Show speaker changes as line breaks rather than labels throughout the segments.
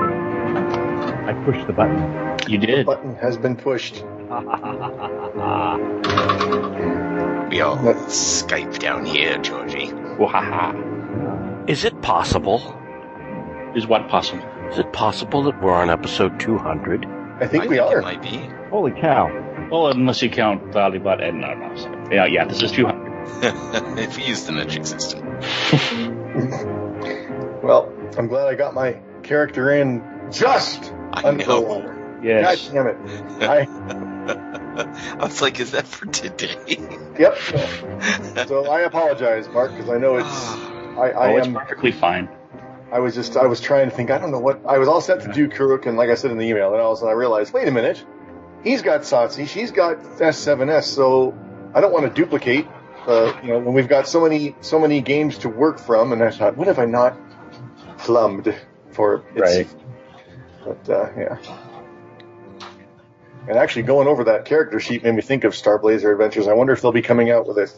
I pushed the button.
You did.
button has been pushed.
We all Skype down here, Georgie.
Wahaha.
Is it possible?
Is what possible?
Is it possible that we're on episode 200?
I think we
It
are.
might be.
Holy cow.
Well, unless you count Valibot and Narmas. Yeah, yeah, this is 200.
if we use the metric system.
Well, I'm glad I got my character in just
I know.
underwater. God
Yes.
damn it! I,
I was like, is that for today?
yep. So I apologize, Mark, because I know it's
Ah,
I, I
oh, it's
am.
perfectly fine.
I was just I was trying to think. I don't know what I was all set to do Kuruk, and like I said in the email, and all of a sudden I realized, wait a minute, he's got Satsi, she's got S7S, so I don't want to duplicate. Uh, you know, when we've got so many so many games to work from, and I thought, what have I not plumbed for?
Right.
But uh, yeah. And actually, going over that character sheet made me think of Star Blazer Adventures. I wonder if they'll be coming out with a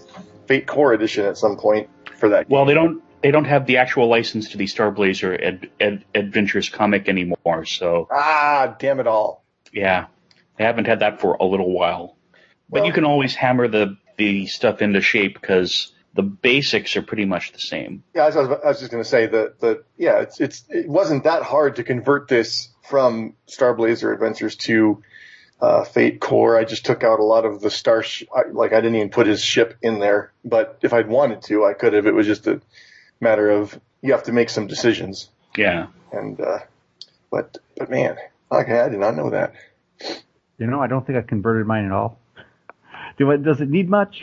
Fate Core edition at some point for that.
Well, they don't they don't have the actual license to the Star Blazer Ad, Ad, Adventures comic anymore. So
Ah, damn it all!
yeah, they haven't had that for a little while. But
Well-
you can always hammer the the stuff into shape because the basics are pretty much the same.
Yeah, I was, I was- I was just going to say that that yeah, it's it's it wasn't that hard to convert this from Star Blazer Adventures to uh, Fate Core. I just took out a lot of the star sh- I, like I didn't even put his ship in there, but if I'd wanted to, I could have. It was just a matter of you have to make some decisions,
Yeah.
and uh, but but man, okay, I did not know that.
You know, I don't think I converted mine at all. Do it? Does it need much?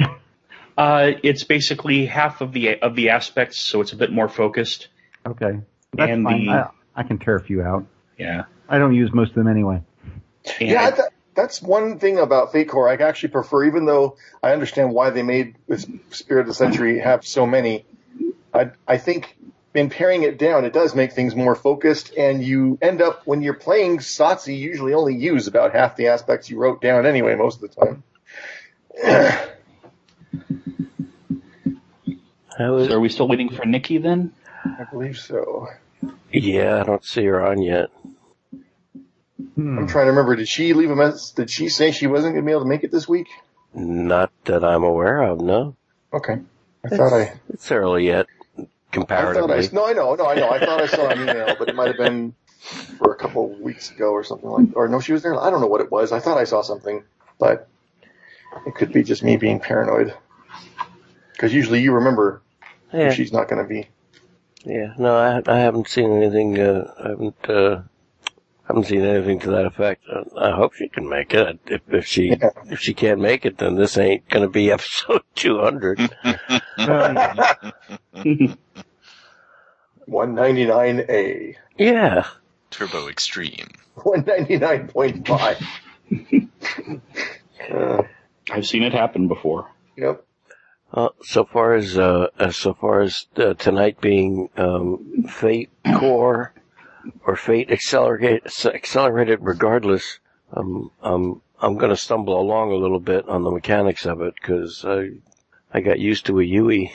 Uh, it's basically half of the of the aspects, so it's a bit more focused.
okay, that's
And
fine.
the-
I, I can tear a few out.
Yeah.
I don't use most of them anyway.
And
Yeah, that, that's one thing about Fate Core I actually prefer, even though I understand why they made this Spirit of the Century have so many. I, I think in paring it down, it does make things more focused, and you end up, when you're playing Satsi, you usually only use about half the aspects you wrote down anyway, most of the time.
How is-
so are we still waiting for Nikki then?
I believe so.
yeah, I don't see her on yet.
I'm trying to remember, did she leave a message? Did she say she wasn't going to be able to make it this week?
Not that I'm aware of, no.
Okay. I thought I.
It's early yet,
I thought I,
comparatively.
no, I know, no, I know. I thought I saw an email, but it might have been for a couple of weeks ago or something like. Or no, she was there. I don't know what it was. I thought I saw something, but it could be just me being paranoid. Because usually you remember
yeah,
if she's not going to be.
yeah, no, I, I haven't seen anything, uh, I haven't, uh, haven't seen anything to that effect. Uh, I hope she can make it. If, if she,
Yeah.
if she can't make it, then this ain't gonna be episode 200.
Uh,
One ninety nine a
yeah.
Turbo Extreme.
one ninety nine point five. uh,
I've seen it happen before.
yep.
Uh, so far as uh, uh, so far as uh, tonight being um, Fate Core or Fate Accelerate, Accelerated, regardless, um, um, I'm going to stumble along a little bit on the mechanics of it because I I got used to a Yui.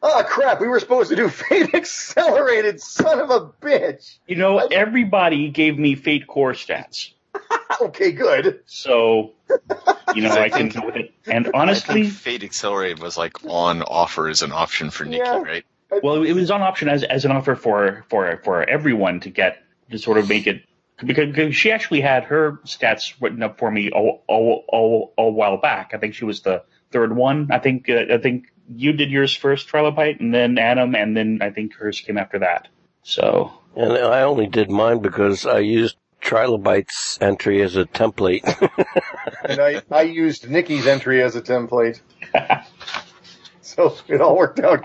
Ah, crap! We were supposed to do Fate Accelerated, son of a bitch.
You know, everybody gave me Fate Core stats,
Okay, good.
so you know I can go with it. And
I
honestly,
think Fate Accelerated was like on offer as an option for Nikki,
Yeah.
right?
well, it was on option as as an offer for for for everyone to get to sort of make it because, because she actually had her stats written up for me a, a, a, a while back. I think she was the third one. I think uh, I think you did yours first, Trilobite, and then Adam, and then I think hers came after that. So
And I only did mine because I used Trilobite's entry as a template.
and I, I used Nikki's entry as a template. so it all worked out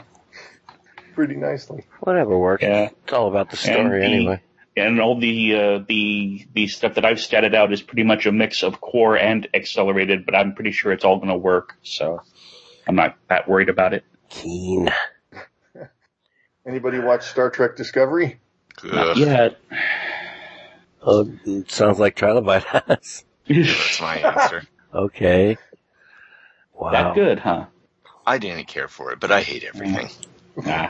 pretty nicely.
Whatever works.
Yeah.
It's all about the story
the-
anyway.
and all the uh, the the stuff that I've statted out is pretty much a mix of core and accelerated, but I'm pretty sure it's all going to work. So I'm not that worried about it.
Keen.
Anybody watch Star Trek Discovery?
Ugh,
Yeah,
Oh, it sounds like Trilobite has.
that's my answer.
okay. Wow.
that good, huh?
I didn't care for it, but I hate everything.
Nah.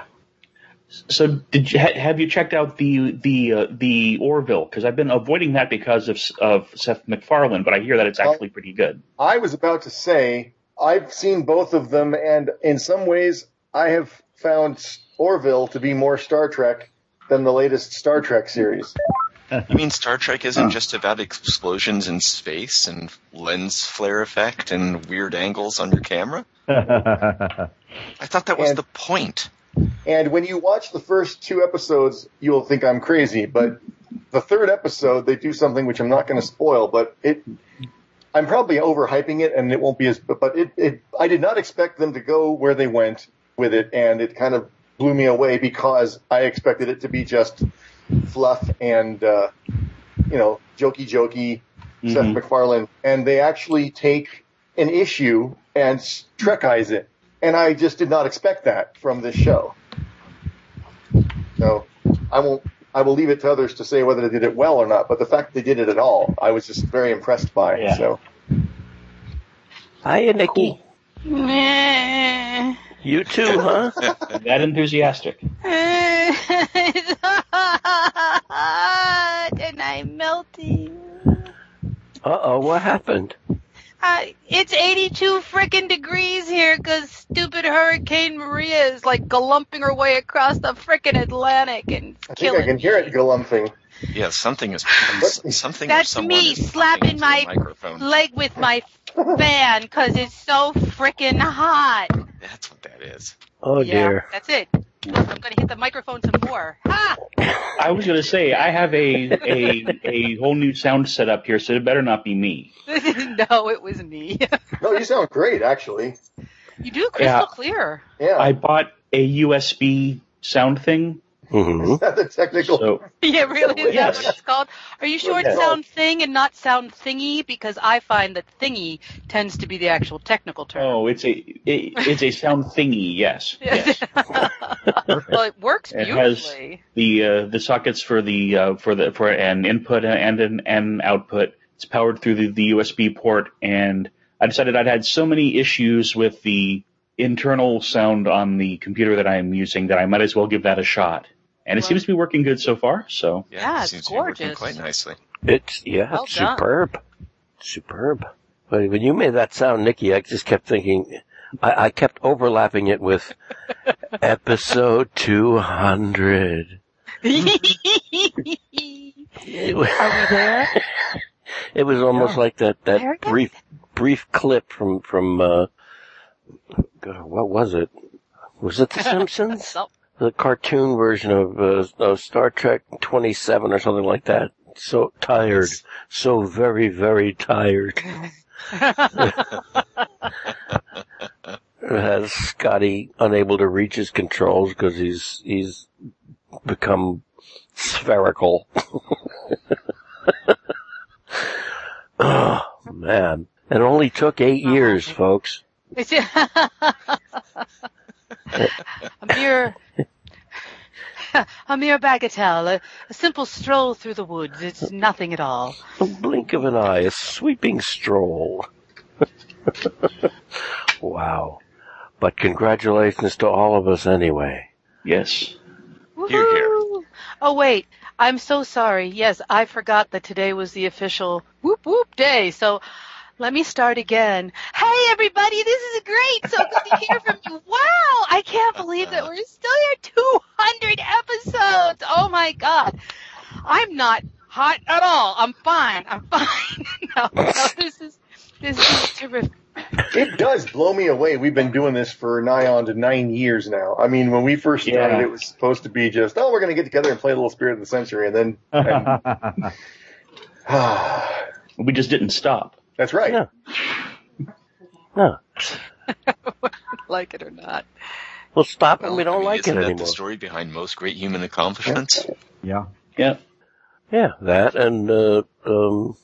So did you ha- have you checked out the the uh, the Orville? Because I've been avoiding that because of of Seth MacFarlane, but I hear that it's actually pretty good.
I was about to say I've seen both of them, and in some ways, I have found Orville to be more Star Trek than the latest Star Trek series.
You mean Star Trek isn't just about explosions in space and lens flare effect and weird angles on your camera? I thought that was
And-
the point.
And when you watch the first two episodes, you'll think I'm crazy, but the third episode, they do something which I'm not going to spoil, but it, I'm probably overhyping it and it won't be as, but it, it, I did not expect them to go where they went with it and it kind of blew me away because I expected it to be just fluff and, uh, you know, jokey jokey Seth MacFarlane. And they actually take an issue and Trekize it. And I just did not expect that from this show. So I won't. I will leave it to others to say whether they did it well or not. But the fact they did it at all, I was just very impressed by.
Yeah.
So
Hiya, Nikki.
Meh.
You too, huh?
That enthusiastic.
it's hot and I'm melting.
uh oh, what happened?
Uh, it's 82 frickin' degrees here 'cause stupid Hurricane Maria is like galumping her way across the frickin' Atlantic and
I think
killing
I can hear it galumphing.
Yeah, something is something. or
That's
someone
me
is
slapping
into the
my
microphone.
leg with my fan 'cause it's so frickin' hot.
That's what that is.
Oh
yeah,
dear.
that's it. Look, I'm gonna hit the microphone some more. Ha!
I was going to say I have a a a whole new sound setup here, so it better not be me.
no, it was me.
No, you sound great, actually.
you do crystal
Yeah.
clear.
Yeah,
I bought a USB sound thing.
hmm
is that the technical?
So
Yeah, really? Is that what
Yes.
it's called? Are you sure
Yeah.
it's sound thing and not sound thingy? Because I find that thingy tends to be the actual technical term.
oh, it's a it, it's a sound thingy. Yes, yes.
well, it works
Oh, It has-
beautifully.
The uh, the sockets for the uh, for the for an input and an and output. It's powered through the, the USB port, and I decided I'd had so many issues with the internal sound on the computer that I am using that I might as well give that a shot. And it
Well-
seems to be working good so far. So
Yeah,
Yeah,
it
it's
seems to be working
gorgeous.
quite nicely.
It's yeah,
Well
it's
done.
superb, superb. But when you made that sound, Nikki, I just kept thinking. I, I kept overlapping it with episode two hundred. It, wa-
Are we there?
it was almost like that
There
that
it is.
brief brief clip from from uh, God, what was it? Was it The Simpsons?
So-
the cartoon version of, uh, of Star Trek 27 or something like that. So tired. So very, very tired. It has Scotty unable to reach his controls because he's, he's become spherical. oh, man. It only took eight years, folks.
It's- a mere, a mere bagatelle, a, a simple stroll through the woods. It's nothing at all.
A blink of an eye, a sweeping stroll. wow. But congratulations to all of us anyway.
yes,
Here, here.
Woohoo! Oh wait, I'm so sorry. Yes, I forgot that today was the official whoop whoop day. So let me start again. Hey everybody, this is great. So good to hear from you. Wow, I can't believe that we're still here 200 episodes. Oh my god. I'm not hot at all. I'm fine. I'm fine. no, no, this is this is terrific.
It does blow me away. We've been doing this for nigh on to nine years now. I mean, when we first started,
Yeah.
it was supposed to be just, oh, we're going to get together and play a little Spirit of the Century, and then and That's
We just didn't stop.
right.
No. No.
like it or not.
We'll stop and
Well,
we
I
don't
mean,
like it
isn't that the
anymore.
story behind most great human accomplishments?
Yeah.
Yeah.
Yeah, that and uh, um,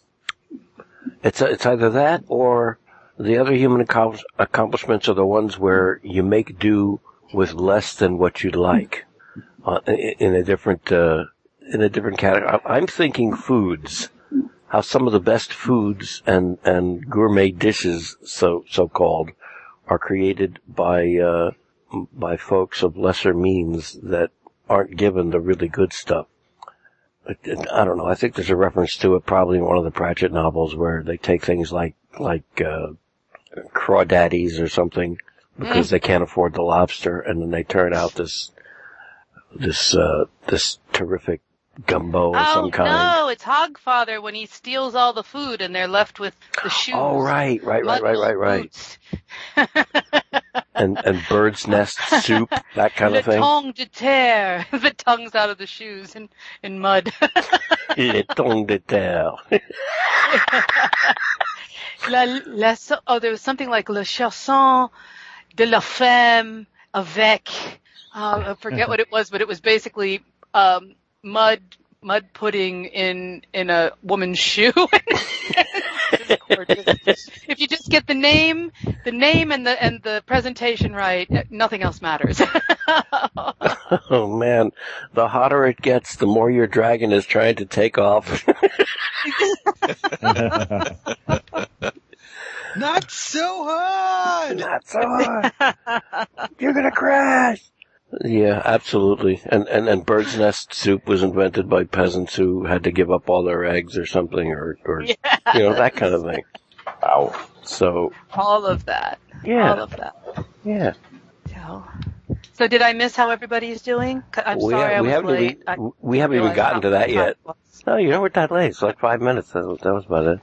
it's it's either that or the other human accom- accomplishments are the ones where you make do with less than what you'd like uh, in in a different uh, in a different category. I- I'm thinking foods, how some of the best foods and and gourmet dishes, so so called, are created by uh, by folks of lesser means that aren't given the really good stuff. I don't know. I think there's a reference to it probably in one of the Pratchett novels where they take things like like uh, crawdaddies or something because they can't afford the lobster, and then they turn out this this uh, this terrific gumbo of
Oh
some kind.
no, it's Hogfather when he steals all the food and they're left with the shoes.
Oh right, right, right, right, right, right,
Boots,
and and bird's nest soup, that kind
le
of thing.
tongue de terre, the tongues out of the shoes in, in mud.
Le ton de terre.
la, la, oh, there was something like La Chanson de la Femme avec. Uh, I forget what it was, but it was basically um, mud mud pudding in in a woman's shoe. It's gorgeous. if you just get the name, the name and the and the presentation right, nothing else matters.
Oh man, the hotter it gets, the more your dragon is trying to take off.
Not so
Ah,
hard.
Not so hard. You're gonna crash. Yeah, absolutely. And, and and bird's nest soup was invented by peasants who had to give up all their eggs or something, or or you know that kind of thing.
Wow.
So
all of that, all
yeah,
of that.
yeah.
So, so did I miss how everybody's doing? 'Cause I'm
we
sorry,
ha- we
I was
haven't
late. I
even we haven't even
realized
gotten
how
to that
time
yet.
was.
No, you know we're not late. It's like five minutes. That was, that was about it.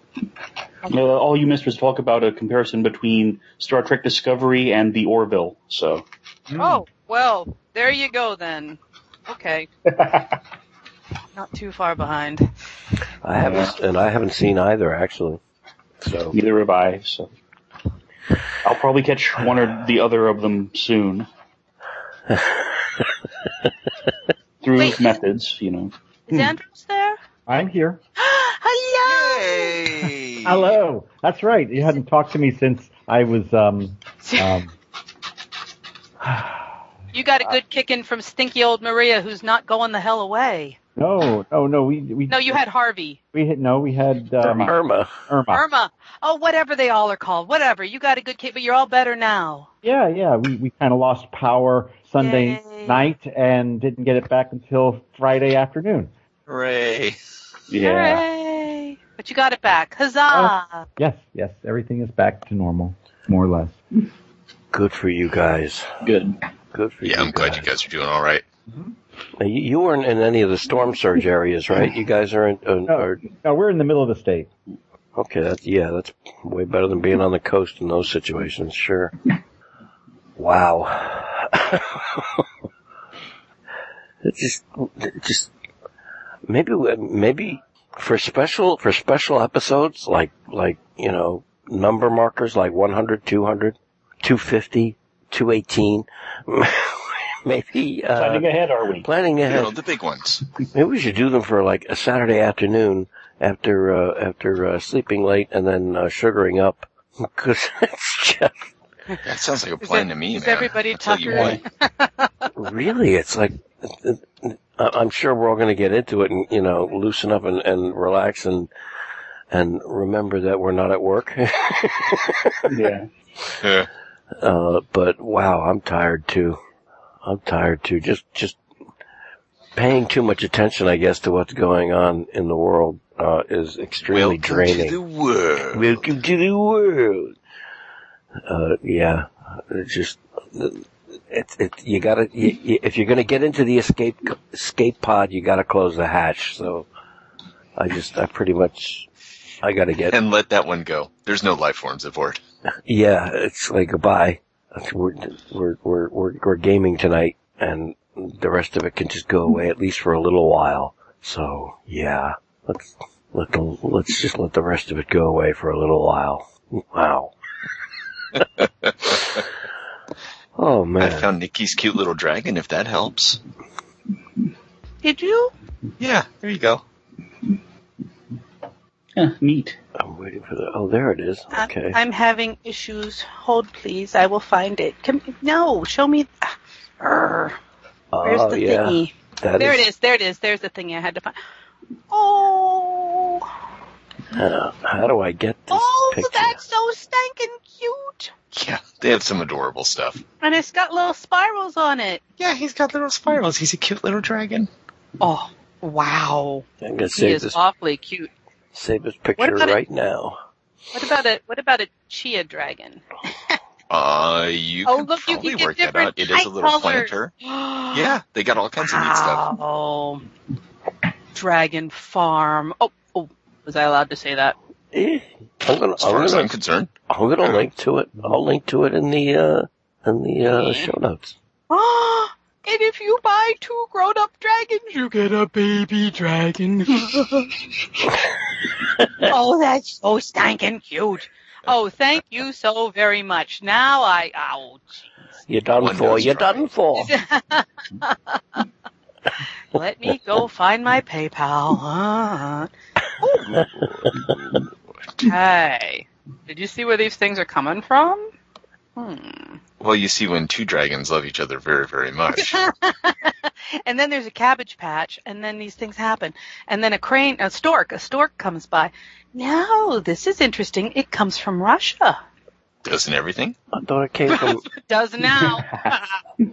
Uh, all you missed was talk about a comparison between Star Trek Discovery and the Orville. So
Oh well, there you go then. Okay, not too far behind.
I haven't, and I haven't seen either actually. So
neither have I. So I'll probably catch one or the other of them soon. Through
Wait.
methods, you know.
Is Andrews there?
I'm here.
Hello.
Yay!
Hello. That's right. You hadn't talked to me since I was um um
You got a good kick in from stinky old Maria, who's not going the hell away.
no no no we we
No, you had Harvey,
we had no we had um, Irma.
Irma,
Irma. Oh, whatever they all are called, whatever. You got a good kick, but you're all better now.
Yeah yeah we we kind of lost power Sunday
Yay.
night and didn't get it back until Friday afternoon.
Hooray!
Yeah.
Hooray! But you got it back. Huzzah!
Yes yes everything is back to normal more or less.
good for you guys.
Good.
Good for you.
Yeah, I'm glad you guys are doing all right.
Now, You, you weren't in any of the storm surge areas, right? You guys are in. Uh,
No.
are,
Now we're in the middle of the state.
okay, that's, yeah, that's way better than being on the coast in those situations, sure. Wow. it just, it just maybe, we- maybe for special for special episodes like like you know number markers like 100, 200, 250, 218. maybe uh,
Planning ahead, are we?
planning
You
ahead.
know, the big ones.
Maybe we should do them for like a Saturday afternoon after uh, after uh, sleeping late and then uh, sugaring up. 'Cause it's just
That sounds like a
Is
plan
it-
to me,
is
man.
everybody
I'll tell you
Tucker-
what.
really, it's like I- I'm sure we're all going to get into it and you know loosen up and, and relax and and remember that we're not at work.
Yeah.
Yeah.
uh, but wow, I'm tired too. I'm tired too. Just just paying too much attention, I guess, to what's going on in the world uh, is extremely
Welcome to
draining.
the world.
Welcome to the world. Uh, yeah, it's just it's it. You gotta you, you, if you're gonna get into the escape escape pod, you gotta close the hatch. So I just I pretty much I gotta get
and let that one go. There's no life forms aboard.
yeah. It's like goodbye. We're we're we're we're, we're gaming tonight, and the rest of it can just go away at least for a little while. So yeah, let's Let the let's just let the rest of it go away for a little while. Wow. oh
I
man.
found Nikki's cute little dragon, if that helps.
Did you?
Yeah, there you go.
Yeah, neat.
I'm waiting for the. Oh, there it is.
I'm-
Okay.
I'm having issues. Hold, please. I will find it. Come, no, show me. ah, Arr, where's
oh
the
yeah.
thingy?
That
there it is. There it is. There's the thingy I had to find. Oh,
Uh, how do I get this
oh,
picture?
that's so stinking cute.
Yeah, they have some adorable stuff.
And it's got little spirals on it.
Yeah, he's got little spirals. He's a cute little dragon.
Oh, wow.
I'm gonna
He
save
is
this.
awfully cute.
Save this picture
about it?
right now.
What about a what about a chia dragon?
Uh, you
Oh,
could
look, you
probably
can get
work that
different
out. It is a
eye
little
colors.
planter. Yeah, they got all kinds of neat stuff.
Oh, Dragon Farm. Oh, oh, was I allowed to say that?
Eh, I'm
Ah.
gonna.
As far
I'm
as I'm
gonna,
concerned,
I'm gonna link to it. I'll link to it in the uh in the uh,
Yeah.
show notes.
Ah, and if you buy two grown-up dragons, you get a baby dragon. oh, that's so stinking cute. Oh, thank you so very much. Now I, oh,
You're done
One
for.
nose
You're
dry.
done for.
let me go find my PayPal. Huh? Hey, did you see where these things are coming from? Hmm.
well, you see when two dragons love each other very, very much.
and then there's a cabbage patch, and then these things happen. And then a crane, a stork, a stork comes by. Now, this is interesting. It comes from Russia.
Doesn't everything?
I thought it came from.
It does now.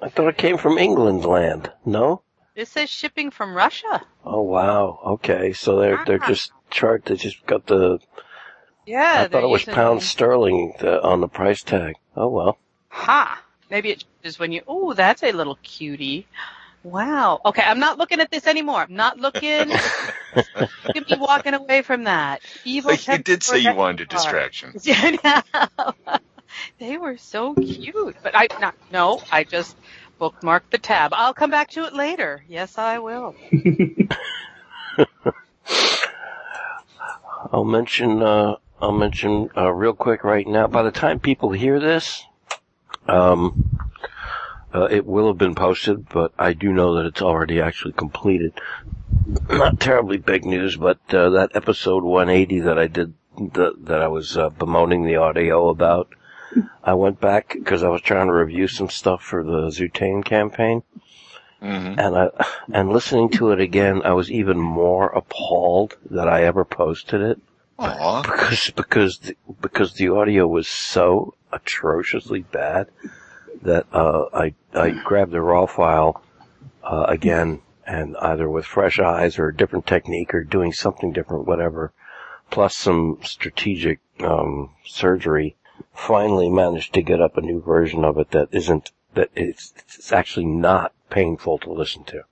I thought it came from England land. No.
this says shipping from Russia.
Oh wow. Okay. So they're they're just chart. They just got the.
Yeah.
I thought it was pound sterling the, on the price tag. Oh well.
Ha. Maybe it is when you, oh, that's a little cutie. Wow. Okay, I'm not looking at this anymore. I'm not looking. Look at me walking away from that. Evil
Like, you did say you
temper-
wanted a distraction.
Yeah, no. they were so cute, but I not no. I just bookmarked the tab. I'll come back to it later. Yes, I will.
I'll mention. Uh, I'll mention uh, real quick right now. By the time people hear this, um, uh, it will have been posted, but I do know that it's already actually completed. Not terribly big news, but uh, that episode 180 that I did, that that I was uh, bemoaning the audio about. I went back because I was trying to review some stuff for the Zutane campaign,
hmm
and I and listening to it again, I was even more appalled that I ever posted it
Aw,
because because the, because the audio was so atrociously bad that uh, I I grabbed the raw file uh, again and either with fresh eyes or a different technique or doing something different, whatever, plus some strategic um, surgery, finally managed to get up a new version of it that isn't that it's it's actually not painful to listen to.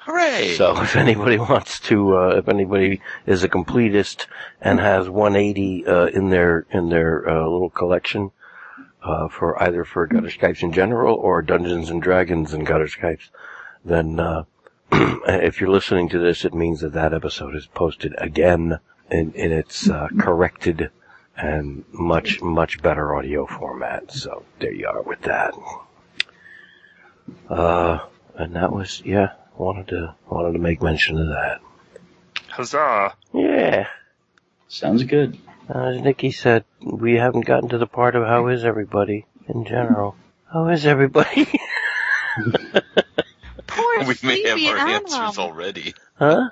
hooray!
So if anybody wants to, uh, if anybody is a completist and has 180 uh, in their in their uh, little collection uh, for either for Gutter Skypes in general or Dungeons and Dragons and Gutter Skypes, then uh, if you're listening to this, it means that that episode is posted again in in its uh, corrected and much much better audio format. So there you are with that. Uh, and that was yeah. Wanted to wanted to make mention of that.
Huzzah!
Yeah.
Sounds good.
As Nikki said, we haven't gotten to the part of how is everybody in general. How is everybody?
Poor
we may have
sleepy
our
Adam.
answers already.
huh?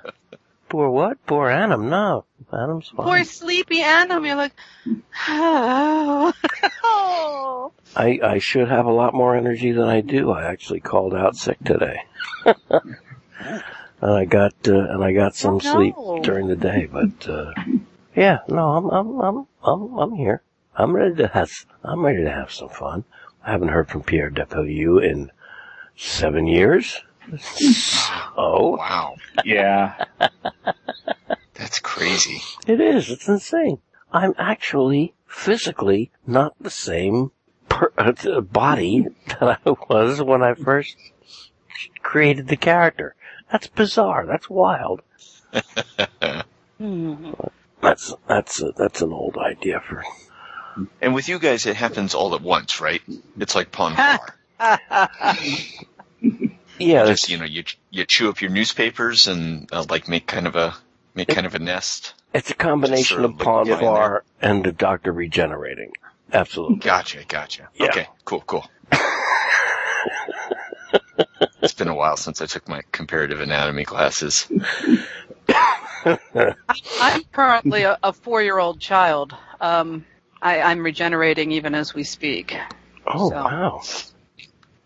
Poor what? Poor Adam? No, Adam's fine.
Poor sleepy Adam. You're like, oh, oh.
I I should have a lot more energy than I do. I actually called out sick today, and I got uh, and I got some
Oh, no.
sleep during the day. But uh, yeah, no, I'm I'm I'm I'm I'm here. I'm ready to have I'm ready to have some fun. I haven't heard from Pierre Depayu in seven years. Oh,
Wow,
Yeah.
that's crazy.
It is. It's insane. I'm actually physically not the same per- uh, body that I was when I first created the character. That's bizarre. That's wild.
Hmm.
That's that's a, that's an old idea for
And with you guys, it happens all at once, right? It's like Pon Par.
yeah. That's,
Just you know, you you chew up your newspapers and uh, like make kind of a make kind of a nest.
it's a combination
Sort of
of
like
Pon
getting
Far and the Doctor regenerating. Absolutely.
Gotcha, gotcha.
Yeah.
Okay, cool, cool. it's been a while since I took my comparative anatomy classes.
I'm currently a, a four-year-old child. Um, I, I'm regenerating even as we speak.
Oh
So-
wow,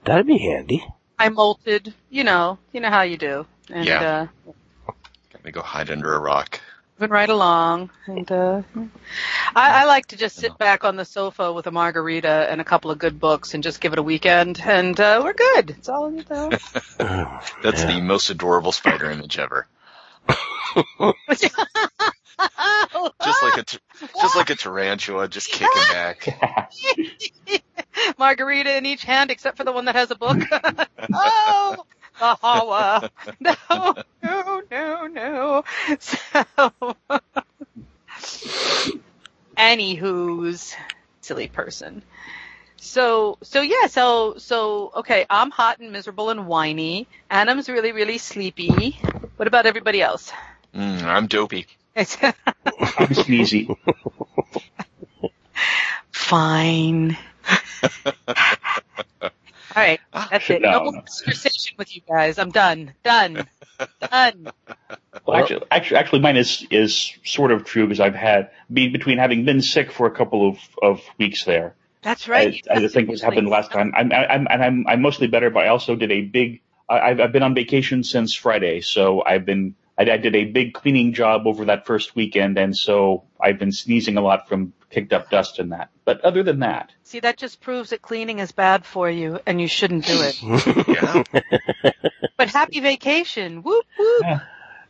that'd be handy.
I molted, you know, you know how you do, and
Yeah.
uh,
Gotta go hide under a rock.
moving right along. And uh, I, I like to just sit back on the sofa with a margarita and a couple of good books and just give it a weekend, and uh, we're good. It's all you know.
That's
Yeah.
the most adorable spider image ever. Just like a t- just like a tarantula, just kicking back.
margarita in each hand except for the one that has a book. oh, the Hawa. No, no, no, no. So, anywho's silly person. So, so yeah, so, so, okay, I'm hot and miserable and whiny. Annam's really, really sleepy. What about everybody else?
Mm, I'm dopey.
I'm sneezy.
Fine. All right, that's it.
Ah, No,
No, more
no.
conversation with you guys. I'm done. Done. Done.
actually, actually, actually, mine is is sort of true because I've had be, between having been sick for a couple of of weeks there.
That's right.
I, I just think what's happened last time. I'm, I'm, and I'm, I'm mostly better, but I also did a big. I, I've, I've been on vacation since Friday, so I've been. I, I did a big cleaning job over that first weekend, and so I've been sneezing a lot from kicked up dust and that. But other than that,
See, that just proves that cleaning is bad for you and you shouldn't do it.
Uh,
Yeah.
but happy vacation. Whoop, whoop. I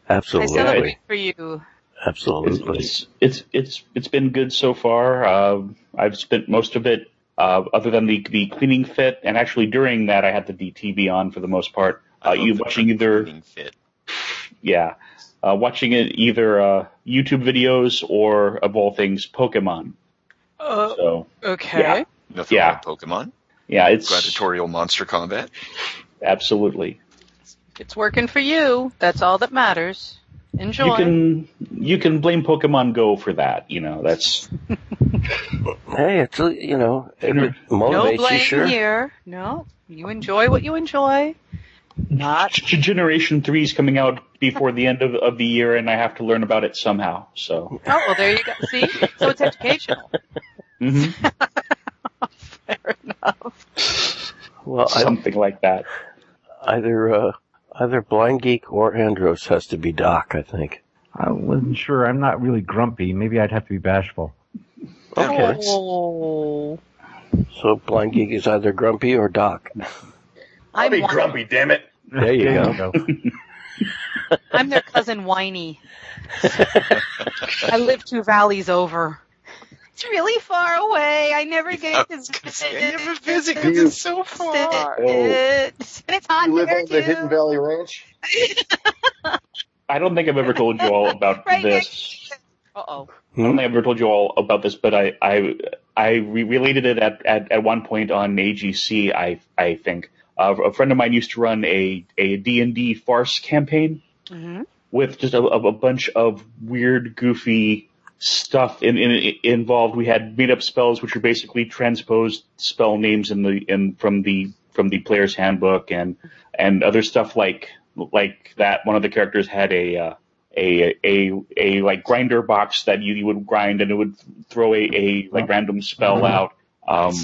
Absolutely,
celebrate for you.
it's
absolutely.
it's, it's it's it's been good so far. Uh, I've spent most of it, uh, other than the the cleaning fit, and actually during that I had the DTV on for the most part. Uh,
I love
you
the
watching either
cleaning fit.
yeah, uh, watching it either uh, YouTube videos or of all things Pokemon.
Uh,
So
okay.
Yeah.
Nothing
Yeah.
like Pokemon.
yeah, it's
Gladiatorial monster combat.
absolutely.
If it's working for you, that's all that matters. Enjoy.
You can you can blame Pokemon Go for that. You know that's
Hey, it's uh, you know it
No
would motivate
no blame
you, sure.
here. No, you enjoy what you enjoy. Not
G- Generation Three is coming out before the end of, of the year, and I have to learn about it somehow. So
Oh, well, there you go. See? So it's educational.
mhm,
Fair enough.
Well, I,
something like that.
either uh, either Blind Geek or Andros has to be Doc, I think.
I wasn't sure. I'm not really grumpy. Maybe I'd have to be bashful.
That
Okay.
works.
Oh.
So Blind Geek is either Grumpy or Doc.
I'll
I'm,
be
whi-
grumpy, damn it.
There you
go.
I'm their cousin Whiny. I live two valleys over. It's really far away. I never get to visit.
I never visit
Do
'cause
you- Oh.
it's so far.
it. And it's hot
You live
there
on
too.
the Hidden Valley Ranch?
I don't think I've ever told you all about
Right
this.
Uh-oh.
I don't think I've ever told you all about this, but I I I re- related it at, at, at one point on AGC. I I think uh, a friend of mine used to run a a D and D farce campaign
hmm
with just a, a a bunch of weird, goofy stuff in, in, involved. We had made up spells, which are basically transposed spell names in the in from the from the player's handbook, and and other stuff like like that. One of the characters had a uh, a a a like grinder box that you, you would grind, and it would throw a, a like random spell out. Um,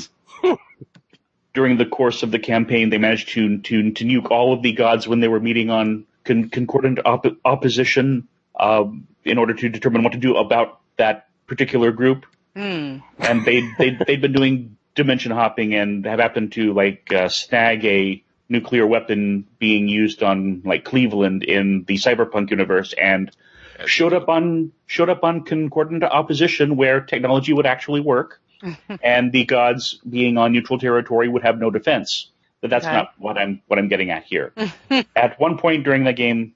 during the course of the campaign, they managed to to, to nuke all of the gods when they were meeting on con- concordant op- opposition um, in order to determine what to do about that particular group.
Hmm.
And they they they'd been doing dimension hopping and have happened to like uh, snag a nuclear weapon being used on like Cleveland in the cyberpunk universe and showed up on showed up on concordant opposition where technology would actually work and the gods being on neutral territory would have no defense but that's
Okay.
not what i'm what i'm getting at here at one point during the game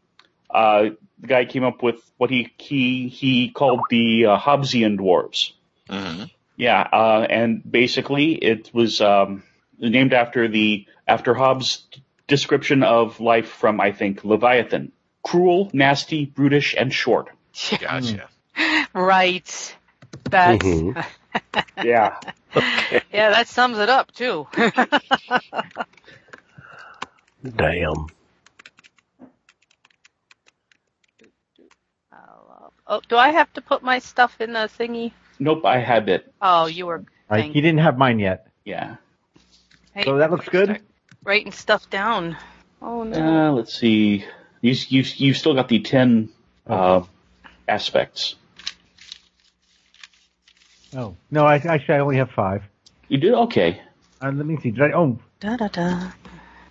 uh, the guy came up with what he he he called the uh, Hobbesian dwarves.
Mhm.
Yeah, uh, and basically it was um, named after the after Hobbes' description of life from I think Leviathan: cruel, nasty, brutish, and short.
Gotcha.
Right. That's
Mm-hmm.
Mhm.
Yeah,
yeah, that sums it up too.
Damn.
oh, do I have to put my stuff in the thingy?
nope, I had it.
Oh, you were
I,
Thank
he didn't have mine yet.
Yeah,
hey,
So that looks good.
writing stuff down. Oh no.
uh, let's see. You you you've still got the ten uh, aspects.
Oh no, I actually I only have five.
You did okay.
Uh, let me see. Did I? Oh
Da da da.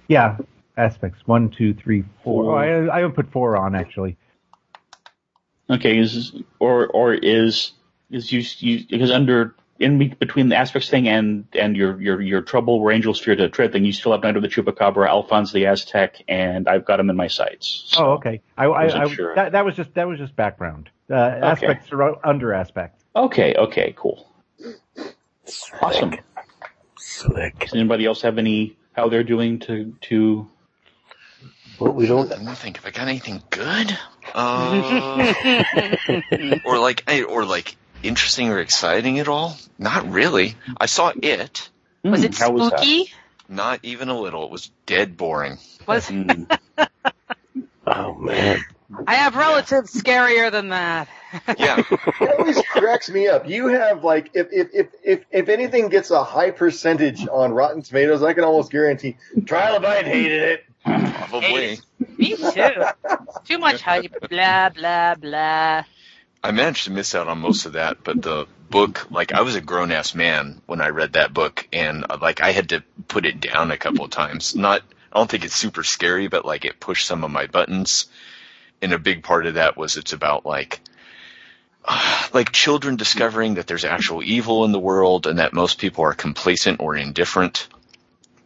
yeah, aspects one, two, three, four. Oh, I I would put four on actually.
Okay, is or or is is you you because under in be- between the aspects thing and and your your your trouble where angels fear to tread thing, you still have Night of the Chupacabra, Alphonse the Aztec, and I've got him in my sights. So,
Oh okay. I, I,
Wasn't
I
sure.
that, that was just that was just background. Uh, Aspects are under aspect.
Okay, okay, cool,
Slick.
awesome.
Slick.
Does anybody else have any how they're doing to to?
Well, we don't.
Let me think. Have I got anything good? Uh, or like, eh, or like interesting or exciting at all? Not really. I saw it.
Was
Hmm,
it
how was that?
spooky?
Not even a little. It was dead boring.
Was,
Hmm.
Oh man.
I have relatives scarier than that.
Yeah.
It always cracks me up. You have like if if if if, if anything gets a high percentage on Rotten Tomatoes, I can almost guarantee Trial of Bite hated it.
Probably.
Me too. Too much hype. Blah blah blah.
I managed to miss out on most of that, but the book, like, I was a grown ass man when I read that book, and uh, like, I had to put it down a couple of times. Not, I don't think it's super scary, but like, it pushed some of my buttons. And a big part of that was it's about like, like children discovering that there's actual evil in the world and that most people are complacent or indifferent.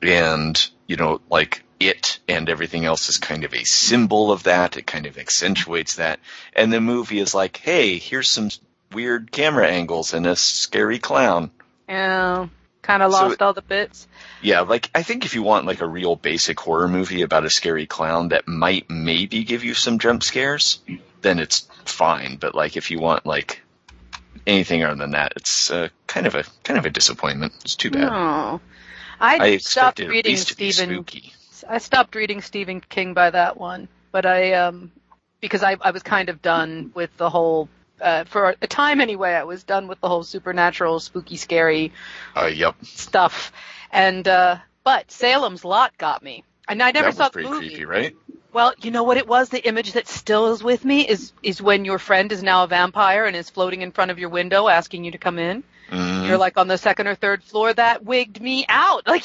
And, you know, like it and everything else is kind of a symbol of that. It kind of accentuates that. And the movie is like, hey, here's some weird camera angles and a scary clown.
Yeah. Kind of
So
lost
it-
all the bits.
Yeah, like I think if you want like a real basic horror movie about a scary clown that might maybe give you some jump scares, then it's fine. But like if you want like anything other than that, it's uh, kind of a kind of a disappointment. It's too bad.
Oh.
I
I stopped
expected at
reading
least to be
Stephen
spooky.
I stopped reading Stephen King by that one, but I um because I I was kind of done with the whole uh, for a time anyway. I was done with the whole supernatural, spooky, scary
Uh, yep,
stuff, and uh, but Salem's Lot got me, and I never
that
saw
was
the
pretty
movie.
creepy, right?
Well, you know what it was. The image that still is with me is is when your friend is now a vampire and is floating in front of your window asking you to come in.
Mhm.
You're like on the second or third floor. That wigged me out. Like,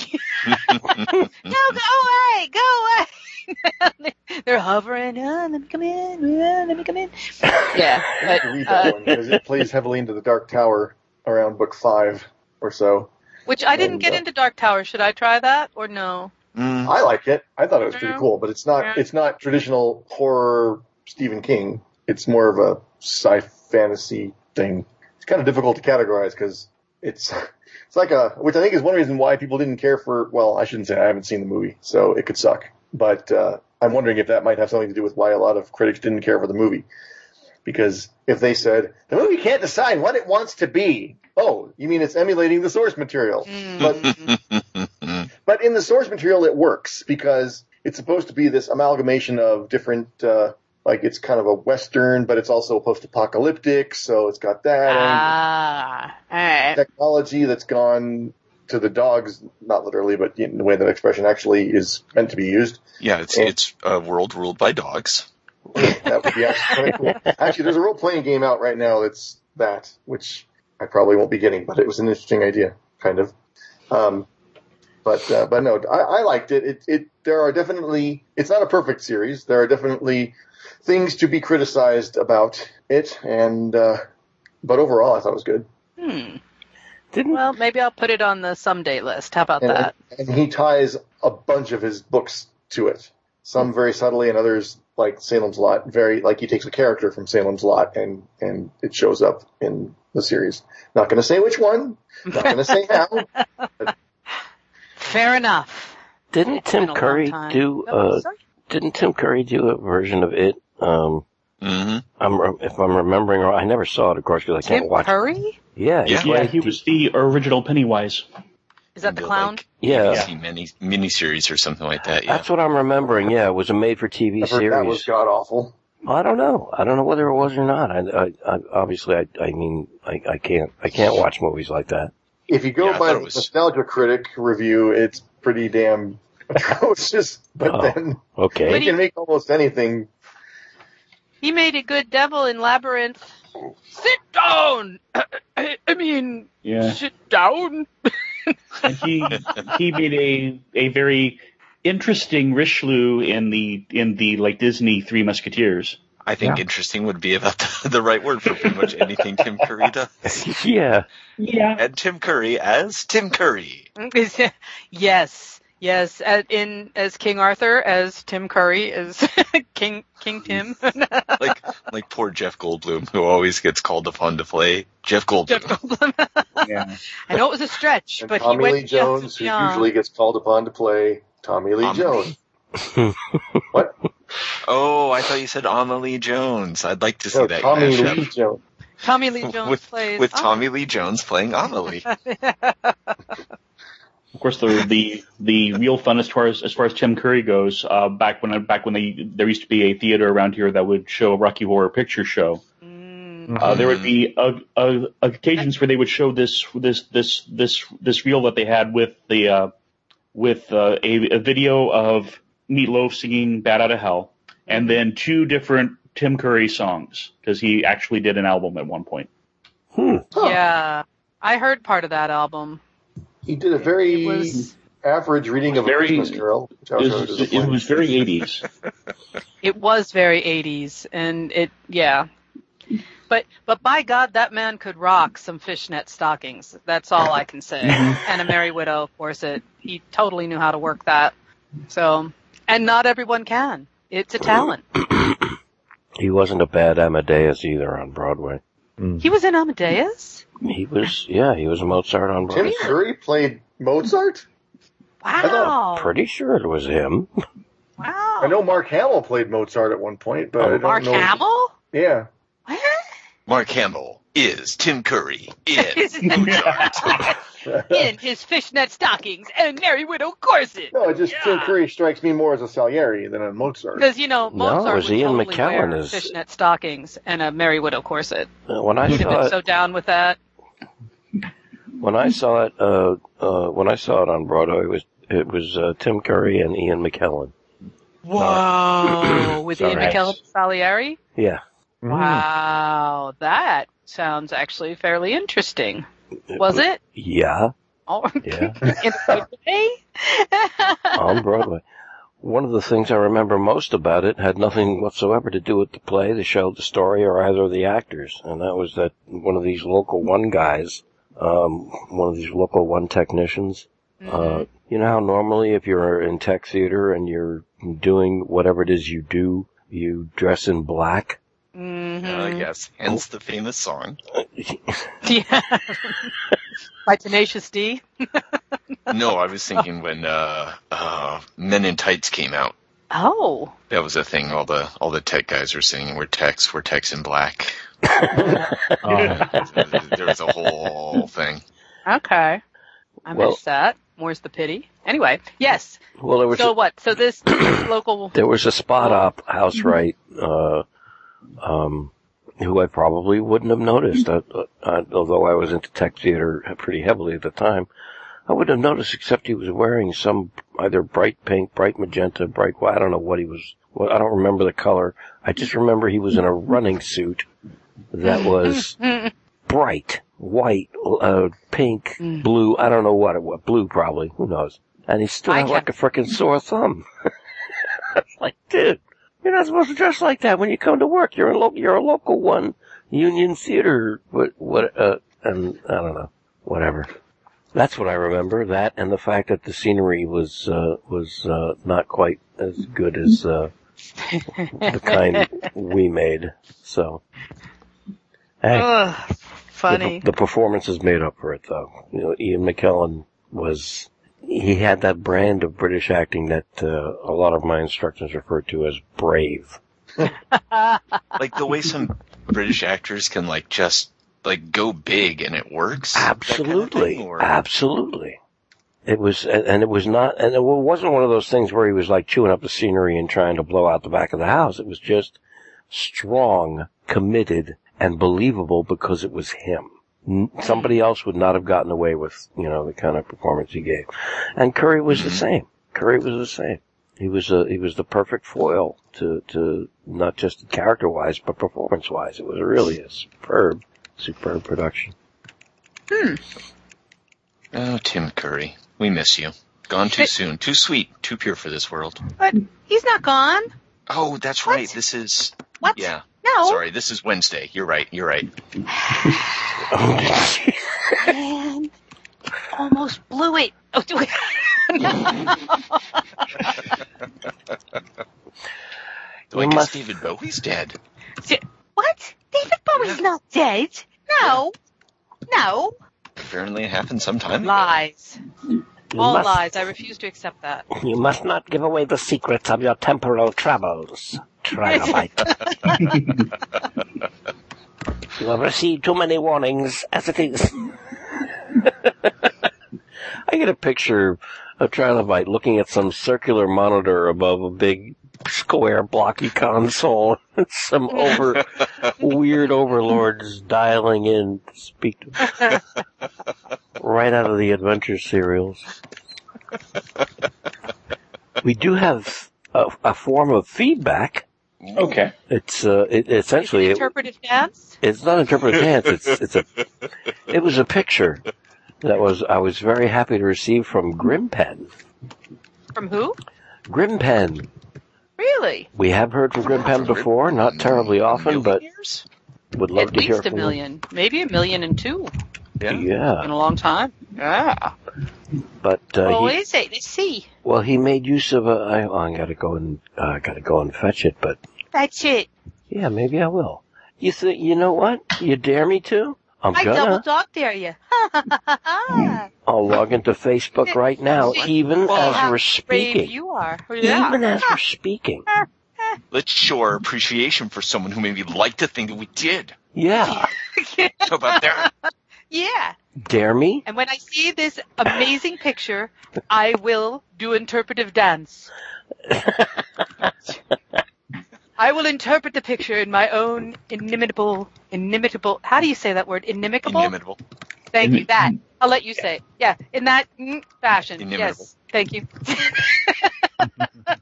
no, go away, go away. They're hovering. Oh, let me come in. Oh, let me come in. Yeah,
I have to read
but,
that
uh,
one because it plays heavily into the Dark Tower around book five or so.
which I didn't
And,
get
uh,
into Dark Tower. Should I try that or no?
Mm.
I like it. I thought it was pretty
Yeah.
cool, but it's not
Yeah.
it's not traditional horror Stephen King. It's more of a sci fantasy thing. It's kind of difficult to categorize because it's it's like a which I think is one reason why people didn't care for. Well, I shouldn't say I haven't seen the movie, so it could suck. But uh, I'm wondering if that might have something to do with why a lot of critics didn't care for the movie. Because if they said the movie can't decide what it wants to be, oh, you mean it's emulating the source material?
Mm. Hmm.
But but in the source material, it works because it's supposed to be this amalgamation of different, uh, like it's kind of a western, but it's also post-apocalyptic, so it's got that and
Ah, all right.
technology that's gone to the dogs, not literally, but in the way that expression actually is meant to be used.
yeah, it's
Yeah.
it's a world ruled by dogs.
That would be actually kind of cool. Actually, there's a role-playing game out right now that's that, which I probably won't be getting, but it was an interesting idea, kind of. Um, but uh, but no, I, I liked it. It it there are definitely it's not a perfect series. There are definitely things to be criticized about it, and uh, but overall, I thought it was good.
Hmm.
Didn't
Well, maybe I'll put it on the someday list. How about
And,
that?
and he ties a bunch of his books to it. some very subtly, and others like Salem's Lot. Very like he takes a character from Salem's Lot, and and it shows up in the series. Not going to say which one. Not going to say how.
Fair enough.
Didn't
It's
Tim
been a long
Curry
time.
do?
No,
Uh,
sorry.
didn't Tim Curry do a version of it? Um,
hmm
I'm if I'm remembering, right- I never saw it, of course, because I can't
Tim
watch.
Curry?
Yeah.
Yeah,
Yeah,
played
he
the-
was the original Pennywise.
Is that the
Into,
clown?
Like,
Yeah,
ABC mini miniseries or something like that. Yeah.
that's what I'm remembering. Yeah, it was a made-for-TV
I've heard that
series.
was god awful.
I don't know. I don't know whether it was or not. I, I, I obviously, I, I mean, I, I can't, I can't watch movies like that.
If you go
Yeah, I
by
thought
the
it was-
Nostalgia Critic review, it's pretty damn atrocious. But
Oh.
then
Okay.
But
you can make almost anything.
He made a good devil in Labyrinth. Sit down! I mean,
Yeah.
sit down.
and he he made a a very interesting Richelieu in the in the like Disney Three Musketeers.
I think
Yeah.
interesting would be about the, the right word for pretty much anything Tim Curry does.
yeah.
Yeah,
And Tim Curry as Tim Curry.
yes, yes. a- In as King Arthur, as Tim Curry, as King King Tim.
Like like poor Jeff Goldblum who always gets called upon to play Jeff
Jeff
Goldblum.
Goldblum.
yeah.
I know it was a stretch,
And
but he
Tommy
went
Lee Jones, who
beyond.
usually gets called upon to play Tommy Lee
Tommy.
Jones.
Oh, I thought you said Amelie Jones. I'd like to see
No,
that
Tommy
mashup
Lee Jones.
Tommy Lee Jones
with
plays
with
oh,
Tommy Oh, Lee Jones playing Amelie.
Of course, the the the real fun as far as as far as Tim Curry goes. Uh, back when I- back when they there used to be a theater around here that would show Rocky Horror Picture Show.
mm,
Uh, there would be uh, uh, occasions where they would show this this this this this reel that they had with the uh, with uh, a, a video of Meatloaf singing "Bad Out of Hell" and then two different Tim Curry songs because he actually did an album at one point.
Hmm.
Yeah, I heard part of that album.
He did a
It
very
was
average reading of
Very-
a Christmas Carol. Which I
It
was
was,
rather
it was very 80s.
It was very 80s, and it, yeah. But but by God, that man could rock some fishnet stockings. That's all I can say. and a Merry Widow, of course. It he totally knew how to work that. So, and not everyone can. It's a talent.
He wasn't a bad Amadeus either on Broadway.
He was in Amadeus.
He was, yeah, he was Mozart on
Tim
Broadway.
Curry played Mozart.
Wow.
Pretty sure it was him.
Wow.
I know Mark Hamill played Mozart at one point, but I don't
Mark
know.
Hamill.
Yeah,
What?
Mark Hamill is Tim Curry in uh,
in his fishnet stockings and Merry Widow corset.
no, it just Tim
Yeah.
Curry strikes me more as a Salieri than a Mozart.
Because you know
No,
Mozart
it was
would
Ian
totally
McKellen
wear
is-
fishnet stockings and a Merry Widow corset.
Uh, When I
Should have
saw
been
it,
so down with that.
when I saw it, uh, uh, when I saw it on Broadway, it was, it was, uh, Tim Curry and Ian McKellen.
Whoa, oh, with Ian
Sorry.
McKellen and Salieri.
Yeah.
Wow, that sounds actually fairly interesting. Was it?
Yeah.
Oh,
Yeah.
in a good way?
on Broadway. One of the things I remember most about it had nothing whatsoever to do with the play, the show, the story, or either of the actors, and that was that one of these local one guys, um, one of these local one technicians. Uh, you know how normally if you're in tech theater and you're doing whatever it is you do, you dress in black.
Mhm.
Uh, yes, hence the famous song.
Yeah. By Tenacious D.
No, I was thinking when uh, uh, Men in Tights came out.
Oh,
That was a thing. All the all the tech guys were singing. We're techs. We're techs in black.
Oh,
there was a whole thing.
okay. I
Well-
missed that. More's the pity. Anyway, yes.
Well, there was
So what? So this, this local.
There was a spot op house right, uh, um, who I probably wouldn't have noticed, uh, uh, although I was into tech theater pretty heavily at the time. I wouldn't have noticed except he was wearing some either bright pink, bright magenta, bright white. I don't know what he was. What I don't remember the color. I just remember he was in a running suit that was bright white, uh, pink, blue. I don't know what it was. Blue probably. Who knows? And he stood
I
out like a frickin' sore thumb. It's like, dude, you're not supposed to dress like that when you come to work. You're a local, you're a local one, Union Theater, what, what, uh, and I don't know, whatever. That's what I remember. That and the fact that the scenery was uh, was uh, not quite as good as uh, the kind we made. So, hey,
Ugh,
the-
funny.
The, performances made up for it, though. You know, Ian McKellen was he had that brand of British acting that uh, a lot of my instructors referred to as brave.
Like the way some British actors can like just like go big and it works. That kind of thing,
Absolutely,
or-
absolutely. It was, and and it was not, and it wasn't one of those things where he was like chewing up the scenery and trying to blow out the back of the house. It was just strong, committed, and believable because it was him. N- Somebody else would not have gotten away with, you know, the kind of performance he gave. And Curry was the
Mhm.
same. Curry was the same. He was a, he was the perfect foil to, to not just character wise, but performance wise. It was really a superb, superb production.
Oh, Tim Curry, we miss you. Gone too soon. Too sweet. Too pure for this world.
But he's not gone.
Oh, that's
What?
right. This is
What? Oh.
yeah.
No.
Sorry, this is Wednesday. You're right. You're right.
Man, almost blew it. Oh, do
Though I
You
guess
must-
David Bowie's dead.
what? David Bowie's not dead. No. No.
Apparently, it happened sometime. ago.
Lies.
You
All
must-
lies. I refuse to accept that.
You must not give away the secrets of your temporal travels, Trilobite. you have received too many warnings as it is. I get a picture of Trilobite looking at some circular monitor above a big square blocky console. some over weird overlords dialing in to speak to right out of the adventure serials. We do have a, a form of feedback.
Okay.
It's uh, it, essentially it-
Interpretive dance?
it's not interpretive dance. It's it's a it was a picture that was I was very happy to receive from Grimpen.
From who?
Grimpen.
Really?
We have heard from Grimpen before, not terribly
A
often,
million
but
years?
would love
At
to hear
least a
from him.
million. Maybe a million and two
Yeah.
Yeah,
in a long time. Yeah.
but uh,
oh,
he,
is it? Let's see.
well, he made use of a. I, oh, I gotta go and uh, I gotta go and fetch it, but
That's it.
yeah, maybe I will. You think you know what? You dare me to? I'm
I
gonna.
double dog dare you.
I'll log into Facebook right now, even as
How
we're
brave
speaking.
you are.
Even as
Yeah.
we're speaking.
Let's show our appreciation for someone who maybe liked the thing that we did.
Yeah.
How about that?
yeah.
Dare me?
And when I see this amazing picture, I will do interpretive dance. I will interpret the picture in my own inimitable, inimitable. How do you say that word? Inimicable.
Inimitable.
Thank you.
mm.
That I'll let you say. it. Yeah, in that mm, fashion.
Inimitable.
Yes. Thank you.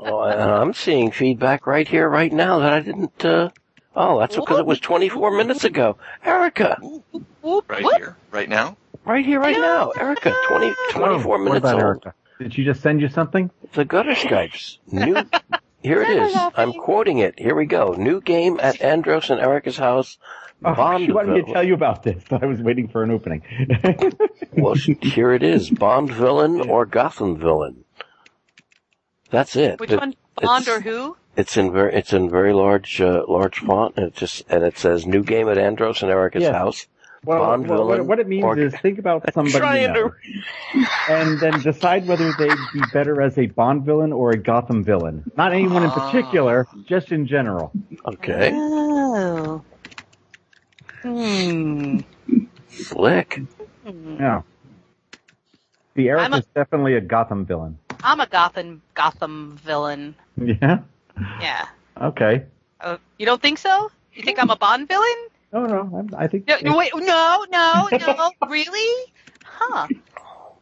Oh, I- I'm seeing feedback right here, right now that I didn't, uh, oh, that's because it was 24 minutes ago. Erica,
Ooh,
Whoop,
right
whoop.
here, right now.
right here, right now. Erica, 20, 24
Oh, what
minutes
about
old.
Erica? Did she just send you something?
The gutter Skypes. New. Here it is. I'm quoting it. Here we go. New game at Andros and Erica's house.
Oh, she wanted me to
Bondville.
tell you about this. I was waiting for an opening.
Well, sh- here it is: Bond villain or Gotham villain. That's it.
Which
It-
one? Bond
it's-
or who?
It's in very it's in very large uh, large font, and it just and it says "New Game at Andros and Erica's
Yeah.
house."
Well,
Bond
well, what,
villain
what it means
or-
is think about somebody you
Trying to-
know, and then decide whether they'd be better as a Bond villain or a Gotham villain. Not anyone in
Ah.
particular, just in general.
Okay,
Oh. Hmm.
slick.
Yeah. The
I'm a-
Erica's definitely a Gotham villain.
I'm a Gotham Gotham villain.
Yeah.
Yeah.
Okay.
Uh, you don't think so? You think I'm a Bond villain?
No, no. I, I think.
No, no, wait, no, no, no. really? Huh.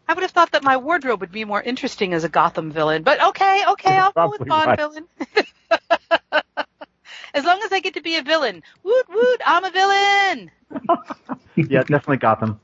I would have thought that my wardrobe would be more interesting as a Gotham villain, but okay, okay, I'll go with
Probably
Bond
right.
villain. as long as I get to be a villain. Woot woot, I'm a villain.
yeah, definitely Gotham.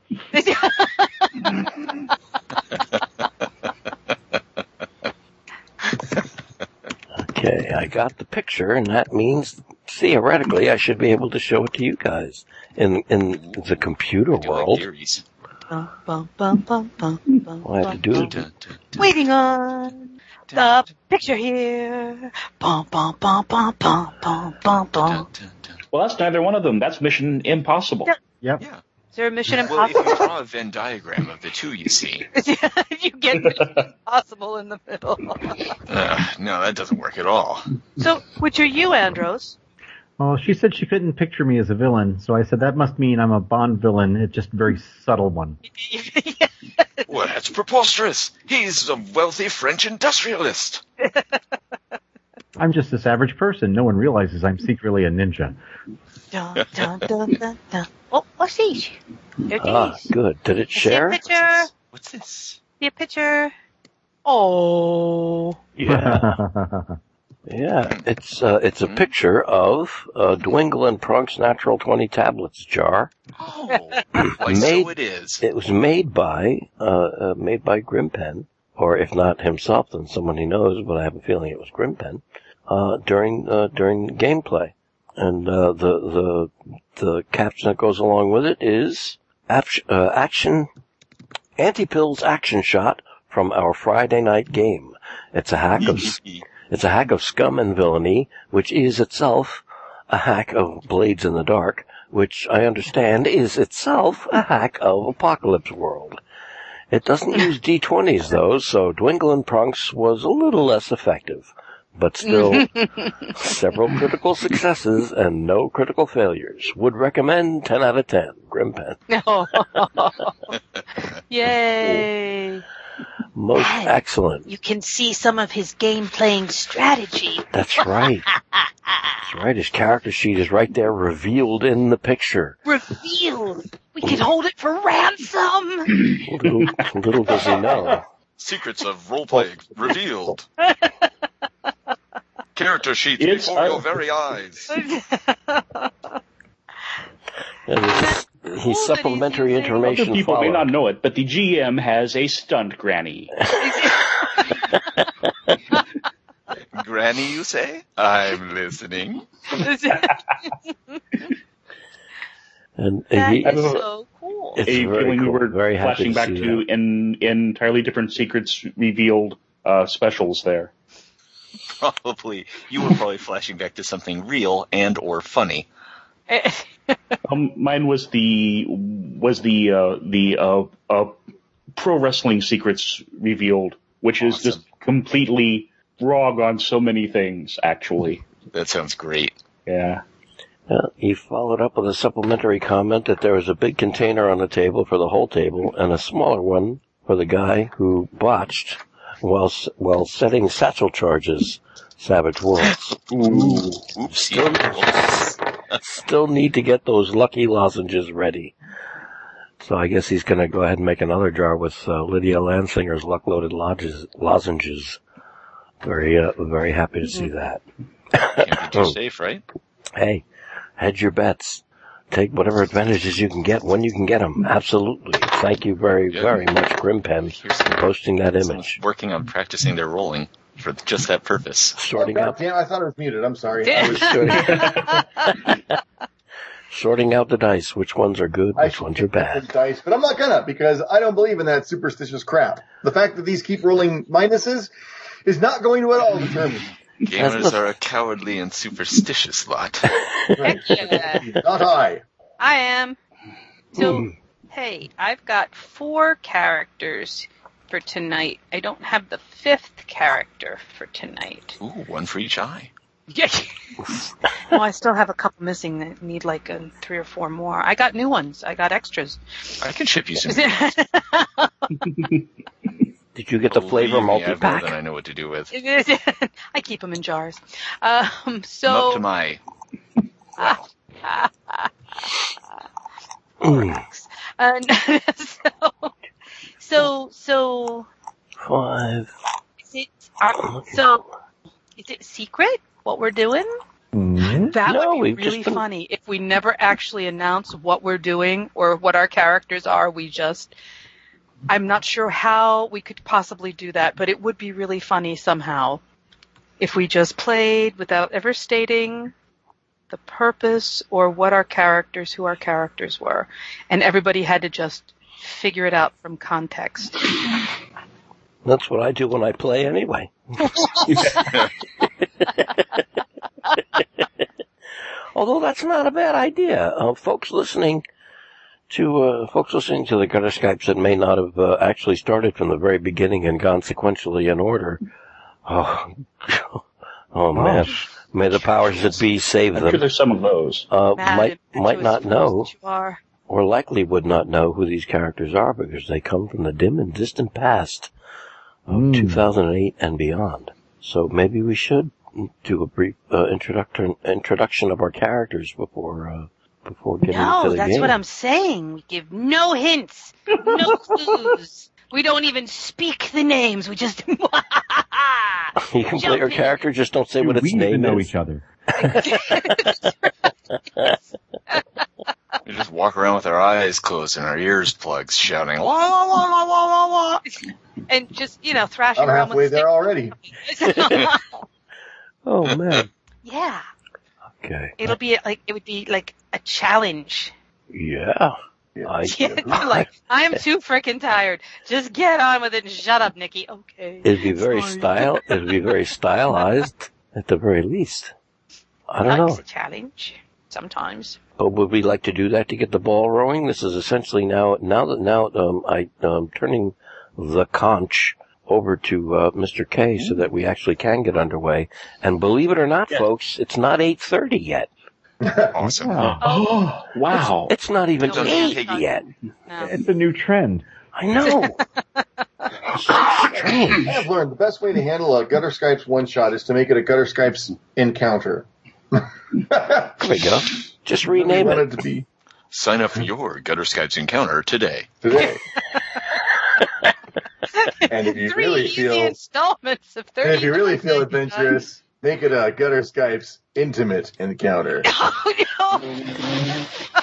Okay, I got the picture, and that means theoretically I should be able to show it to you guys in in the computer
I do like
world.
theories.
bum, bum, bum, bum, bum, bum,
Well, I had to
bum,
do it.
bum. Waiting on the picture here. Bum, bum, bum, bum, bum, bum, bum, bum.
Well, that's neither one of them. That's Mission Impossible.
Yeah.
Yep.
Yeah.
Is there a Mission
Well, if you
Impossible?
draw a Venn diagram of the two, you see.
you get Mission Impossible in the middle.
Uh, no, that doesn't work at all.
so, which are you, Andros?
Well, she said she couldn't picture me as a villain, so I said that must mean I'm a Bond villain. It's just a very subtle one.
yeah.
Well, that's preposterous. He's a wealthy French industrialist.
I'm just this average person. No one realizes I'm secretly a ninja.
Dun, dun, dun, dun, dun. Oh, what's these? There it
Ah,
is.
good. Did it
I see a
share?
picture.
What's this?
See a picture. Oh.
Yeah, it's uh, it's a picture of uh, Dwingle and Prunk's Natural Twenty Tablets jar.
Oh, why,
Made-
so it is.
It was made by uh, uh, made by Grimpen, or if not himself, then someone he knows. But I have a feeling it was Grimpen uh, during uh, during gameplay, and uh, the the the caption that goes along with it is action, uh, action anti pills action shot from our Friday night game. It's a hack
Mm-hmm.
of It's a hack of scum and villainy, which is itself a hack of Blades in the Dark, which I understand is itself a hack of Apocalypse World. It doesn't use D20s though, so Dwingle and Prunks was a little less effective, but still several critical successes and no critical failures. Would recommend 10 out of 10, Grimpen.
No. Yay.
Most excellent.
You can see some of his game playing strategy.
That's right. That's right. His character sheet is right there revealed in the picture.
Revealed. We can hold it for ransom.
Little, little does he know.
Secrets of roleplay revealed. Character sheets
It's
before
a-
your very eyes.
And it's- he's
he's
supplementary
using-
Other
information
people may
followed.
not know it, but the GM has a stunt granny.
Granny, you say? I'm listening.
that
And he,
is
don't know.
so cool.
it's
a
very
feeling
cool.
we were
very happy
flashing
to
back to
see
in entirely different secrets revealed uh, specials there.
Probably you were probably flashing back to something real and or funny.
Um, mine was the was the uh, the uh, uh, pro wrestling secrets revealed, which is
Awesome.
just completely wrong on so many things. Actually,
That sounds great.
yeah.
that. Uh, he followed up with a supplementary comment that there was a big container on the table for the whole table and a smaller one for the guy who botched while s- while setting satchel charges. Savage Worlds.
Ooh.
Oopsie.
Still need to get those lucky lozenges ready. So I guess he's going to go ahead and make another jar with uh, Lydia Lansinger's luck-loaded lodges, lozenges. Very, uh, very happy to see that.
Can't
Oh.
be too safe, right?
Hey, hedge your bets. Take whatever advantages you can get when you can get them. Absolutely. Thank you very,
Yeah.
very much, Grimpen,
Here's
for posting that image.
Someone's working on practicing their rolling for just that purpose.
Sorting
Oh,
out,
goddamn, I thought it was muted. I'm sorry. I, was-
sorting out the dice. Which ones are good?
I
Which
should
ones are
pick up
bad?
the dice, but I'm not gonna because I don't believe in that superstitious crap. The fact that these keep rolling minuses is not going to at all deter me.
Gamers are a cowardly and superstitious lot.
Right.
Yeah,
Not I.
I am. So, hey, I've got four characters for tonight. I don't have the fifth character for tonight.
Ooh, one for each eye.
well, I still have a couple missing that need like um three or four more. I got new ones. I got extras.
I can ship you some.
Did you get the
Believe
flavor
me, I have more than
multi-pack?
I know what to do with.
I keep them in jars. Um,
I'm up to
so,
my.
Mm.
uh, so, so, so,
Five.
is it, are, so, is it secret what we're doing?
Mm-hmm.
That
No,
would
we've
be
just
really
been-
funny if we never actually announce what we're doing or what our characters are. We just, I'm not sure how we could possibly do that, but it would be really funny somehow if we just played without ever stating the purpose or what our characters, who our characters were, and everybody had to just figure it out from context.
That's what I do when I play anyway. Although that's not a bad idea. Uh, folks listening to, uh, folks listening to the gutter Skypes that may not have uh, actually started from the very beginning and gone sequentially in order. Oh, oh man. May the powers that be save
I'm sure
them.
there's some of those.
Uh,
Mad
might,
and
might not
impetuous
know
that You are.
or likely would not know who these characters are because they come from the dim and distant past of
Oh,
Mm.
2008 and beyond. So maybe we should do a brief uh, introduction introduction of our characters before uh, before getting to
No,
the
that's
game.
what I'm saying. We give no hints, no clues. We don't even speak the names. We just
you can play your
Jumping.
character, just don't say
Do we
what its
even
name
know
is.
each other?
We just walk around with our eyes closed and our ears plugged, shouting la la la la la la la.
and just you know thrashing
I'm
around
halfway
with
there already.
sticks.
Oh man.
yeah,
Okay.
it'll be like it would be like a challenge.
Yeah. I,
Yeah, like I am too freaking tired. Just get on with it and shut up, Nikki. Okay.
it'd be very
Sorry.
style. It'd be very stylized at the very least. I don't
Like
know.
it's a challenge sometimes.
But Oh, would we like to do that to get the ball rolling? This is essentially now, now that now um, I um, turning the conch over to uh, Mr. K so that we actually can get underway. And believe it or not,
Yeah.
folks, it's not eight thirty yet.
Awesome.
Wow.
Oh, wow.
It's not even
No,
eight
it's not.
yet.
No.
It's a new trend.
I know.
I have learned the best way to handle a gutter Skypes one shot is to make it a gutter Skypes encounter.
There we go. Just rename
want
it.
it to be
Sign up for your Gutter Skypes encounter today.
today. and if you
Three
really
easy
feel
installments of thirty.
and if you really feel
minutes, you're done.
adventurous, make it a gutter Skypes intimate encounter.
Oh, no.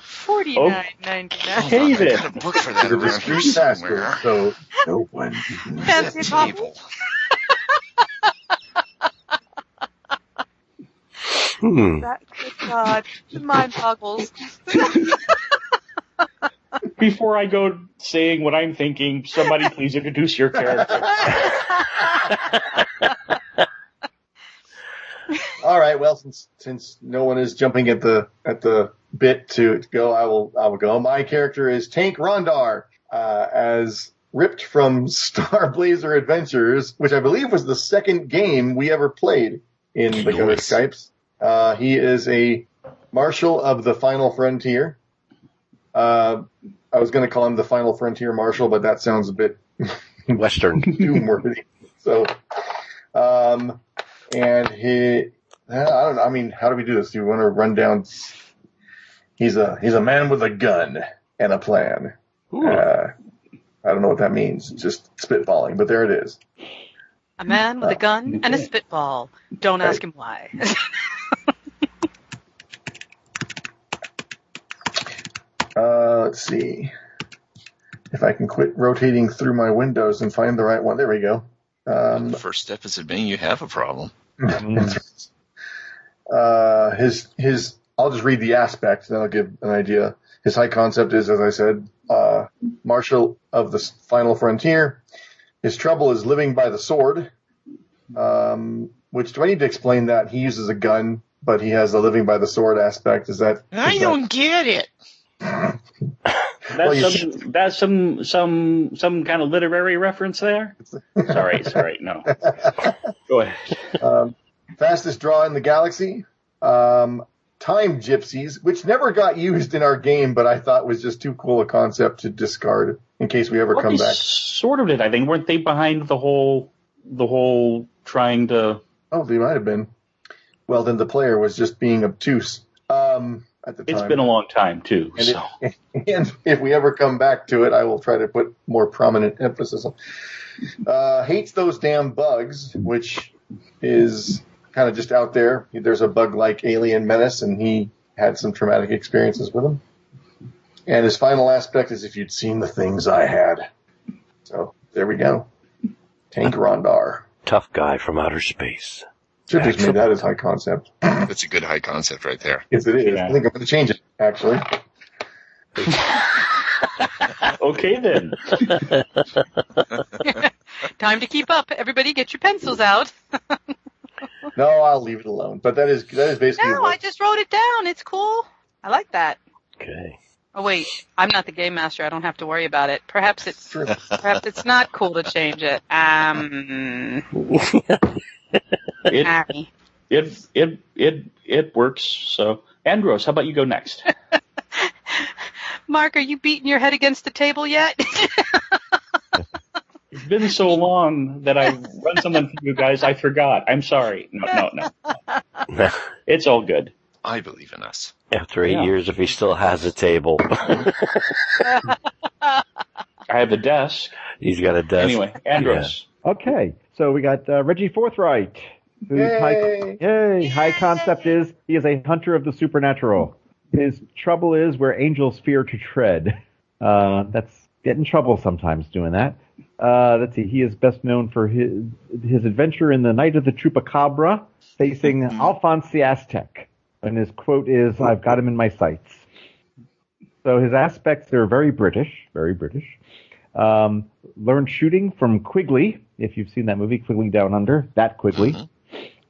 Forty-nine ninety-nine.
Hey
I
there.
got a book for that
It's a
around here
discreet master,
somewhere.
so no one.
Fancy
That
pop-
table.
Hmm.
That, good God, the mind boggles.
Before I go saying what I'm thinking, somebody please introduce your character.
All right. Well, since since no one is jumping at the at the bit to go, I will I will go. My character is Tank Rondar, uh, as ripped from Star Blazer Adventures, which I believe was the second game we ever played in the Gutter
Nice.
Skypes. Uh, he is a marshal of the Final Frontier. Uh, I was going to call him the Final Frontier Marshal, but that sounds a bit
Western.
doom worthy. So, um, and he, I don't know. I mean, how do we do this? Do you want to run down? He's a he's a man with a gun and a plan.
Ooh.
Uh, I don't know what that means. Just spitballing, but there it is.
A man with a gun and a spitball. Don't ask him why.
Uh, let's see if I can quit rotating through my windows and find the right one. There we go. Um,
The first step is admitting you have a problem.
Uh, his his I'll just read the aspect, then I'll give an idea. His high concept is, as I said, uh, marshal of the s- final frontier. His trouble is living by the sword. Um, which do I need to explain that he uses a gun, but he has a living by the sword aspect? Is that
I
is that-
don't get it.
That's
Well, you
some that's some some some kind of literary reference there. Sorry, sorry, no. Go ahead.
um, fastest draw in the galaxy. Um, time gypsies, which never got used in our game, but I thought was just too cool a concept to discard in case we ever
Well,
come
they
back.
sort of did. I think weren't they behind the whole the whole trying to
Oh, they might have been. Well, then the player was just being obtuse um, at the time.
It's been a long time too.
And it-
so
and if we ever come back to it, I will try to put more prominent emphasis on. Uh, hates those damn bugs, which is kind of just out there. There's a bug-like alien menace, and he had some traumatic experiences with him. And his final aspect is if you'd seen the things I had. So there we go. Tank Rondar.
Tough guy from outer space.
Should have just made that as high concept.
That's a good high concept right there.
Yes, it is.
Yeah.
I think I'm going to change it. actually.
Okay then.
Time to keep up. Everybody get your pencils out.
No, I'll leave it alone. But that is that is basically
No,
what-
I just wrote it down. It's cool. I like that.
Okay.
Oh wait, I'm not the game master. I don't have to worry about it. Perhaps it's
True.
perhaps it's not cool to change it. Um,
It
Harry.
it it it it works. So Andros, how about you go next?
Mark, are you beating your head against the table yet?
It's been so long that I run something for you guys. I forgot. I'm sorry. No, no, no. It's all good.
I believe in us.
After eight
Yeah.
years, if he still has a table,
I have a desk.
he's got a desk.
Anyway, Andros.
Okay, so we got uh, Reggie Forthright. Whose
Yay.
High, yay! High concept is he is a hunter of the supernatural. His trouble is where angels fear to tread. Uh, that's get in trouble sometimes doing that. Uh, let's see. He is best known for his his adventure in the Night of the Chupacabra, facing Alphonse the Aztec. And his quote is, "I've got him in my sights." So his aspects are very British, very British. Um, learned shooting from Quigley, if you've seen that movie, Quigley Down Under, that Quigley.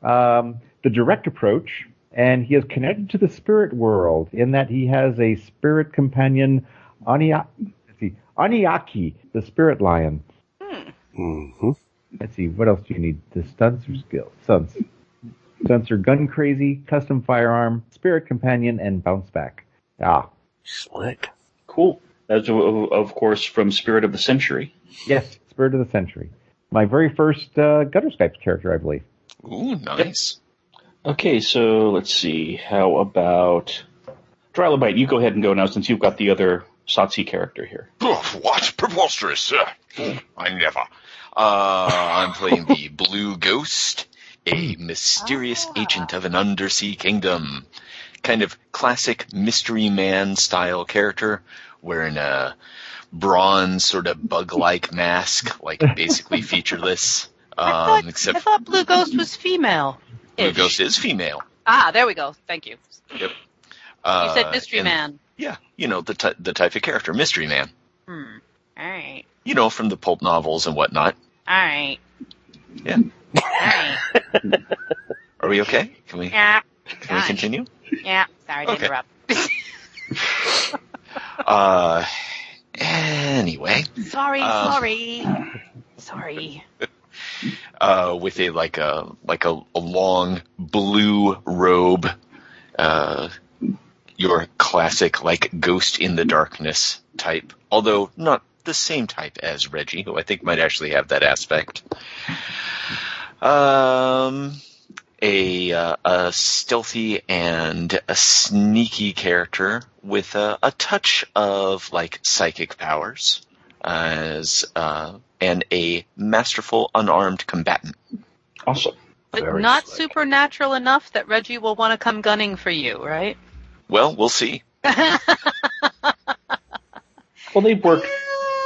Um, the direct approach, and he is connected to the spirit world in that he has a spirit companion, Ania- let's see, Aniaki, the spirit lion.
hmm
Let's see, what else do you need? The stunts or skills? Stunts. Stunts are gun crazy, custom firearm, spirit companion, and bounce back. Ah,
Slick.
Cool. That's o- of course from Spirit of the Century.
yes, spirit of the century. My very first uh, Gutter Skypes character, I believe.
Ooh, nice.
Okay, so let's see. How about Trilobite? You go ahead and go now, since you've got the other Satsi character here.
Ugh, What preposterous! Ugh, I never. Uh, I'm playing the Blue Ghost, a mysterious
Ah.
agent of an undersea kingdom. Kind of classic mystery man style character, wearing a bronze sort of bug-like mask, like basically featureless.
I,
Um,
thought, I
except
thought Blue Ghost was female.
Blue Ghost is female.
Ah, there we go. Thank you. You
Uh,
said Mystery
and-
Man.
Yeah, you know the ty- the type of character, mystery man.
Hmm. All right.
You know from the pulp novels and whatnot.
All right.
Yeah.
All right.
Are we okay? Can we
Yeah.
can we
fine.
continue?
Yeah. Sorry to
Okay.
interrupt.
Uh, anyway,
Sorry.
Um.
sorry. Sorry.
uh, with a like a like a, a long blue robe, uh, your classic like ghost in the darkness type, although not the same type as Reggie, who I think might actually have that aspect. Um, a uh, a stealthy and a sneaky character with a, a touch of like psychic powers. as uh, and a masterful unarmed combatant.
Awesome.
But
Very
not
slick.
supernatural enough that Reggie will want to come gunning for you, right?
Well, we'll see.
Well, they've worked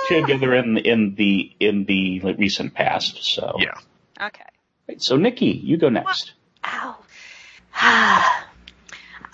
together in in the in the like, recent past. So
Yeah.
Okay.
Right, so Nikki, you go next.
Ow.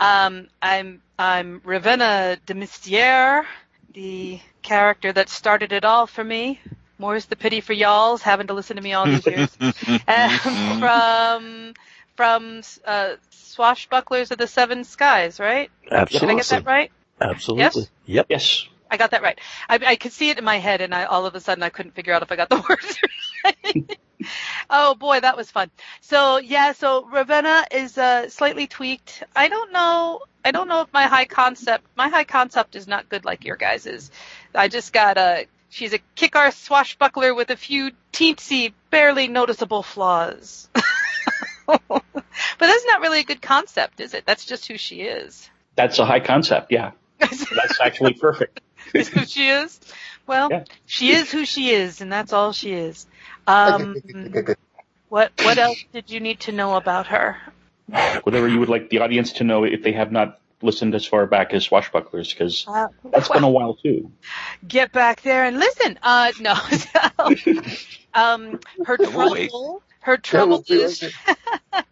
um, I'm I'm Ravenna de Mistiere, the character that started it all for me. More's the pity for y'all's having to listen to me all these years.
Mm-hmm.
um, from from uh, Swashbucklers of the Seven Skies, right? Did I
Absolutely.
get that right?
Absolutely. Yep.
Yes.
I got that right. I, I could see it in my head, and I, all of a sudden I couldn't figure out if I got the words right. oh boy, that was fun. So yeah, so Ravenna is uh, slightly tweaked. I don't know. I don't know if my high concept, my high concept is not good like your guys's. I just got a. She's a kick-ass swashbuckler with a few teensy, barely noticeable flaws. but that's not really a good concept, is it? That's just who she is.
That's a high concept. Yeah. That's actually perfect.
is who she is. Well,
Yeah.
she is who she is, and that's all she is. Um, what what else did you need to know about her?
Whatever you would like the audience to know if they have not listened as far back as Swashbucklers, because
Uh,
that's been a while too.
get back there and listen. Uh, no, um, her
will wait.
trouble. Her trouble
Yeah, we'll be
is
right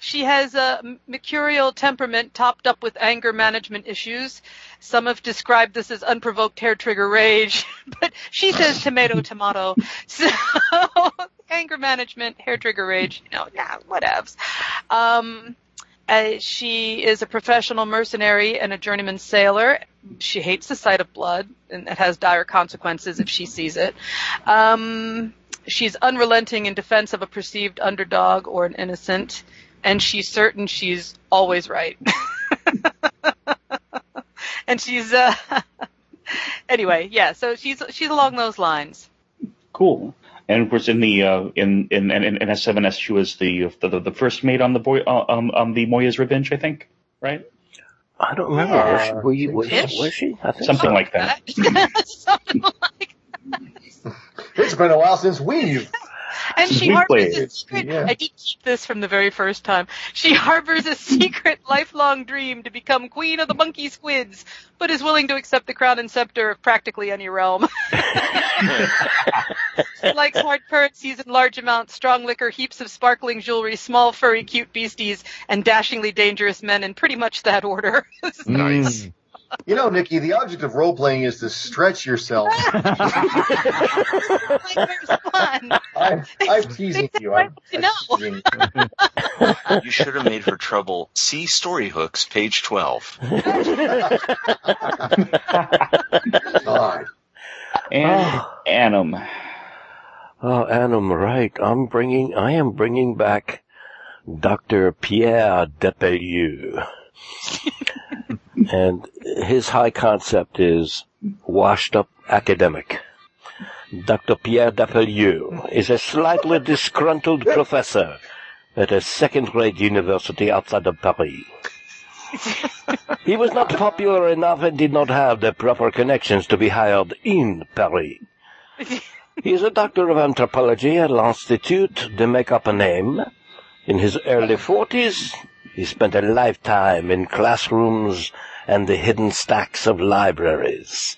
She has a m- mercurial temperament topped up with anger management issues. Some have described this as unprovoked hair trigger rage, but she says tomato, tomato. So anger management, hair trigger rage, you know, nah, whatevs. Um, uh, she is a professional mercenary and a journeyman sailor. She hates the sight of blood, and it has dire consequences if she sees it. Um, she's unrelenting in defense of a perceived underdog or an innocent, and she's certain she's always right. and she's uh, anyway, yeah. So she's she's along those lines.
Cool. And of course, in the uh, in in in, in S seven S, she was the the, the the first mate on the boy uh, um on the Moya's Revenge, I think, right?
I don't remember. was she, were you, was,
Ish.
was she? I think
Something
so.
like that.
Something like-
It's been a while since we've.
and she
We
harbors a
played.
secret.
Yeah.
I did keep this from the very first time. She harbors a secret lifelong dream to become queen of the monkey squids, but is willing to accept the crown and scepter of practically any realm. She likes hard currencies in large amounts, strong liquor, heaps of sparkling jewelry, small furry cute beasties, and dashingly dangerous men in pretty much that order.
Mm.
Nice.
You know, Nikki, the object of role playing is to stretch yourself.
like, where's fun?
I'm, I'm teasing you. I'm,
No.
I'm teasing.
You should have made her trouble. See story hooks, page twelve.
God.
And Annam.
Oh, Adam, right. I'm bringing, I am bringing back Dr. Pierre Depailleux. and his high concept is washed up academic. Dr. Pierre Depailleux is a slightly disgruntled professor at a second grade university outside of Paris. he was not popular enough and did not have the proper connections to be hired in Paris. He is a doctor of anthropology at l'Institut de Make Up a Name. In his early 40s, he spent a lifetime in classrooms and the hidden stacks of libraries.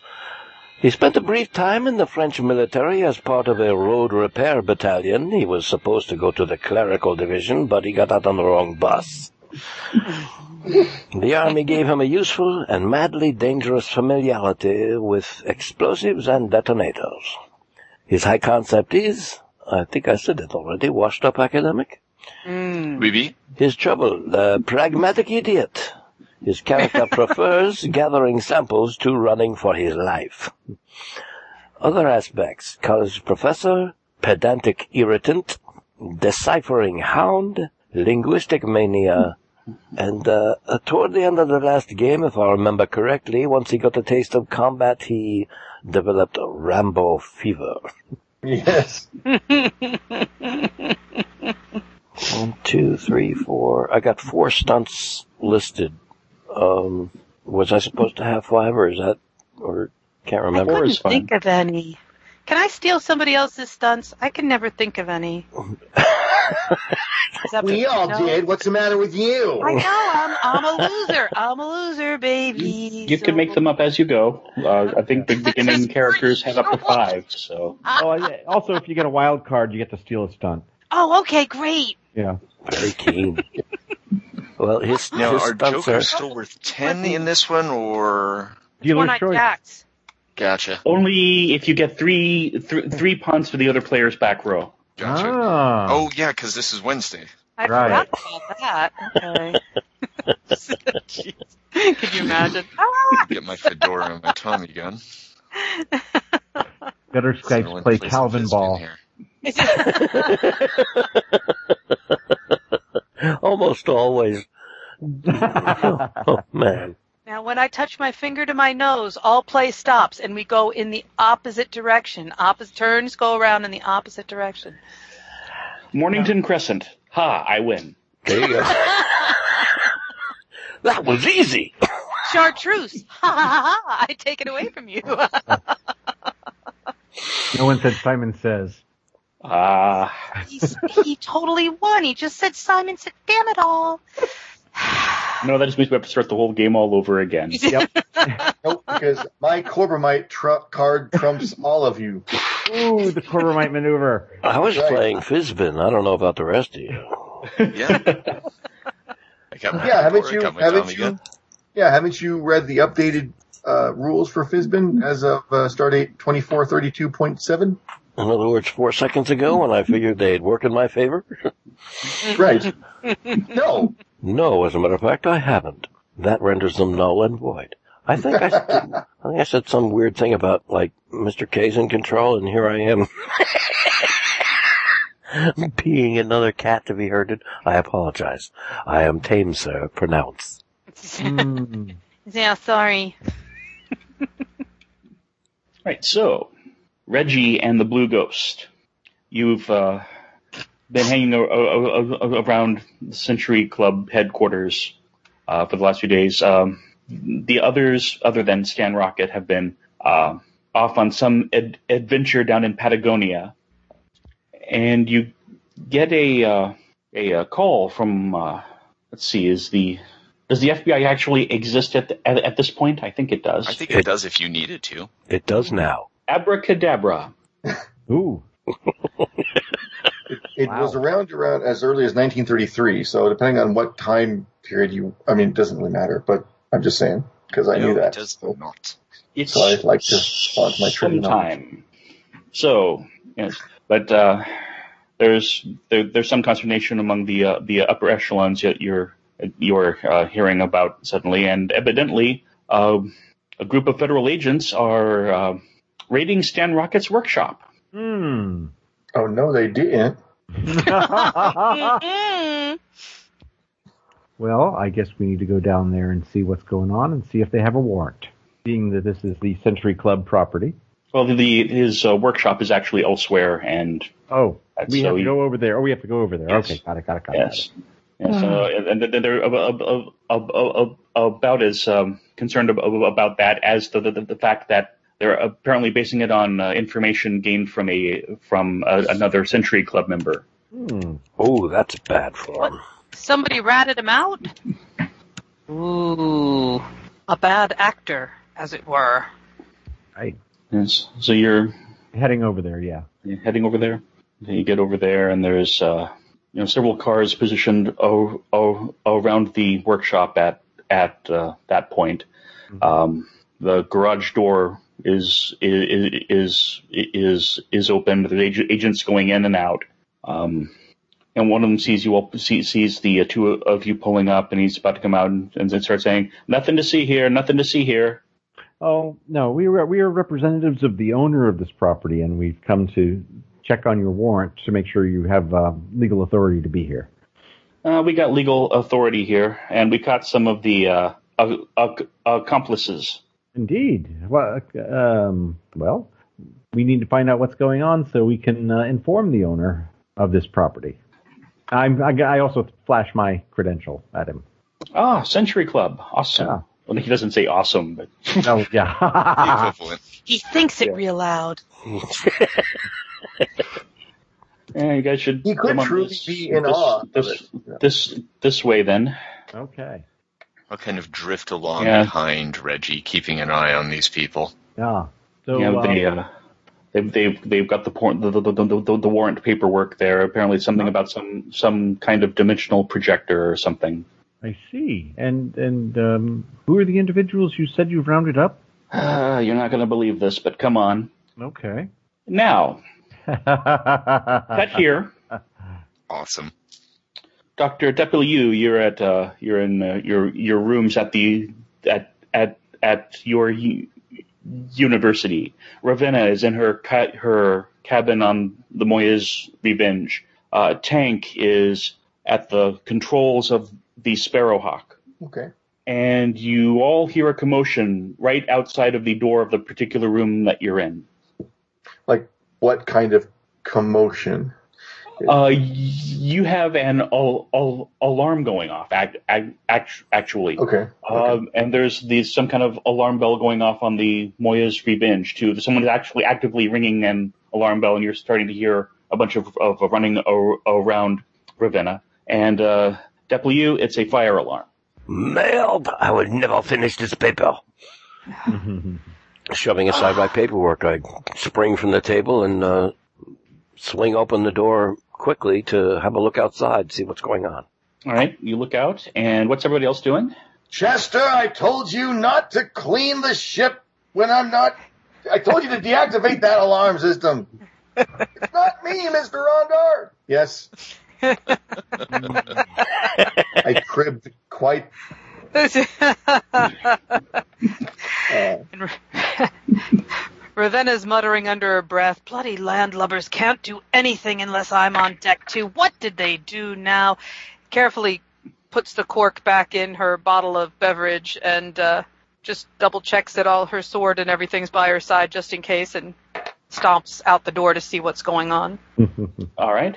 He spent a brief time in the French military as part of a road repair battalion. He was supposed to go to the clerical division, but he got out on the wrong bus. The army gave him a useful and madly dangerous familiarity with explosives and detonators. His high concept is, I think I said it already, washed up academic.
Hmm.
Ruby,
His trouble, the pragmatic idiot. His character prefers gathering samples to running for his life. Other aspects, college professor, pedantic irritant, deciphering hound, linguistic mania, and uh, uh, toward the end of the last game, if I remember correctly, once he got a taste of combat, he developed a Rambo fever.
Yes.
One, two, three, four. I got four stunts listed. Um, was I supposed to have five, or is that, or can't
I
remember?
couldn't
is fun.
think of any. Can I steal somebody else's stunts? I can never think of any. Is that
We
what-
all
no?
did. What's the matter with you?
I know. I'm, I'm a loser. I'm a loser, baby.
You can make them up as you go. Uh, I think the beginning characters have up to five. So
Oh, yeah. Also, if you get a wild card, you get to steal a stunt.
Oh, okay, great.
Yeah.
Very keen. well, his,
now
his
are
stunts are
jokers still worth ten in this one, or
One
Dealer's
on
choice.
jacks.
gotcha,
only if you get three th- three punts for the other player's back row.
gotcha.
Ah.
Oh yeah, because this is Wednesday.
I
Right.
forgot about that. Okay. Jeez. Can you imagine? Ah!
Get my fedora and my Tommy gun.
Gutter
Someone
Skypes play
plays
Calvin
this
Ball.
in here.
almost always. oh man.
now, when I touch my finger to my nose, all play stops and we go in the opposite direction. Opposite turns go around in the opposite direction.
Mornington Crescent. Ha! I win.
There you go. that was easy.
Chartreuse. Ha ha ha! ha. I take it away from you.
No one said Simon Says.
Ah,
He's, he totally won. He just said Simon said, "Damn it all."
no, that just means we have to start the whole game all over again.
Nope, because my Corbomite tru- card trumps all of you.
Ooh, the Corbomite maneuver.
I was
Right.
playing Fizbin. I don't know about the rest of you.
Yeah. I got my
Yeah, haven't
Pandora,
you?
got my
Haven't
Tommy
you?
gun.
Yeah, haven't you read the updated uh, rules for Fizbin as of uh, Stardate twenty four thirty two point seven?
In other words, four seconds ago when I figured they'd work in my favor?
Right. no.
No, as a matter of fact, I haven't. That renders them null and void. I think I, I think I said some weird thing about like Mr. K's in control, and here I am being another cat to be herded. I apologize. I am tame, sir. Pronounce.
Mm.
Yeah, sorry.
Right, so Reggie and the Blue Ghost. You've uh, been hanging a- a- a- a- around the Century Club headquarters uh, for the last few days. Um, the others, other than Stan Rocket, have been uh, off on some ad- adventure down in Patagonia, and you get a uh, a, uh call from. Uh, let's see, is the does the FBI actually exist at, the, at at this point? I think it does.
I think it does if you needed to.
It does now.
Abracadabra.
Ooh.
It
Wow.
was around around as early as 1933. So depending on what time period you, I mean, it doesn't really matter. But I'm just saying because I knew
No,
that.
It does
So-
not.
It's
So I'd like to haunt my tree
sometime. So yes, but uh, there's there, there's some consternation among the uh, the upper echelons that you're you're uh, hearing about suddenly, and evidently uh, a group of federal agents are uh, raiding Stan Rocket's workshop.
Hmm.
Oh no, they didn't.
Mm-mm.
well, I guess we need to go down there and see what's going on and see if they have a warrant. Being that this is the Century Club property.
Well, the his uh, workshop is actually elsewhere, and
Oh,
That's
we
so
have to
you-
go over there. Oh, we have to go over there.
Yes.
Okay, got it, got it, got it.
Yes. Yes, uh, and th- th- they're ab- ab- ab- ab- ab- about as um, concerned ab- ab- about that as the, the the fact that they're apparently basing it on uh, information gained from a from a, another Century Club member.
Hmm.
Oh, that's bad form.
Somebody ratted him out? Ooh. A bad actor, as it were.
Yes. So you're
Heading over there, yeah.
you're heading over there. You get over there, and there's uh, you know several cars positioned o- o- around the workshop at at uh, that point. Um, the garage door is is is is is open. There's ag- agents going in and out. Um, and one of them sees you all see, sees the uh, two of you pulling up, and he's about to come out and, and then start saying, "Nothing to see here. Nothing to see here."
Oh no, we were we are representatives of the owner of this property, and we've come to check on your warrant to make sure you have uh, legal authority to be here.
Uh, we got legal authority here, and we caught some of the uh, ac- ac- accomplices.
Indeed. Well, um, well, we need to find out what's going on so we can uh, inform the owner of this property. I'm, I, I also flash my credential at him.
Ah, Century Club. Awesome.
Ah.
Well, he doesn't say awesome, but
Oh
The
Ah.
yeah.
equivalent.
He thinks it real loud.
eh, you guys should.
He could
come on
truly
this,
be in
this,
awe of
This,
it.
this this way then.
okay.
I'll kind of drift along
Yeah.
behind Reggie, keeping an eye on these people.
Yeah. So
yeah,
uh,
they, uh, they've they've they've got the, por- the, the, the the the warrant paperwork there. Apparently, something about some some kind of dimensional projector or something.
I see. And and um, who are the individuals you said you've rounded up?
Ah, you're not going to believe this, but come on.
Okay.
Now,
Uh,
cut here.
Awesome.
Doctor W, you're at uh, you're in uh, your your rooms at the at at at your u- university. Ravenna is in her ca- her cabin on the Moya's Revenge. Uh, Tank is at the controls of the Sparrowhawk,
Okay.
and you all hear a commotion right outside of the door of the particular room that you're in.
Like what kind of commotion?
Uh, y- you have an al- al- alarm going off. Act- act- act- actually,
Okay.
Um, and there's these, some kind of alarm bell going off on the Moya's Revenge too. Someone's actually actively ringing an alarm bell, and you're starting to hear a bunch of, of running a, around Ravenna. And uh, W, it's a fire alarm.
Mailed! I would never finish this paper. Shoving aside my paperwork, I spring from the table and uh, swing open the door quickly to have a look outside, see what's going on.
All right, you look out, and what's everybody else doing?
Chester, I told you not to clean the ship when I'm not. I told you to deactivate that alarm system. it's not me, Mr. Rondar. Yes. I cribbed quite. Uh,
And Ra- Ravenna's muttering under her breath, bloody landlubbers can't do anything unless I'm on deck too. What did they do now? Carefully puts the cork back in her bottle of beverage and uh, just double checks that all her sword and everything's by her side Uh, just in case and stomps out the door to see what's going on.
All right.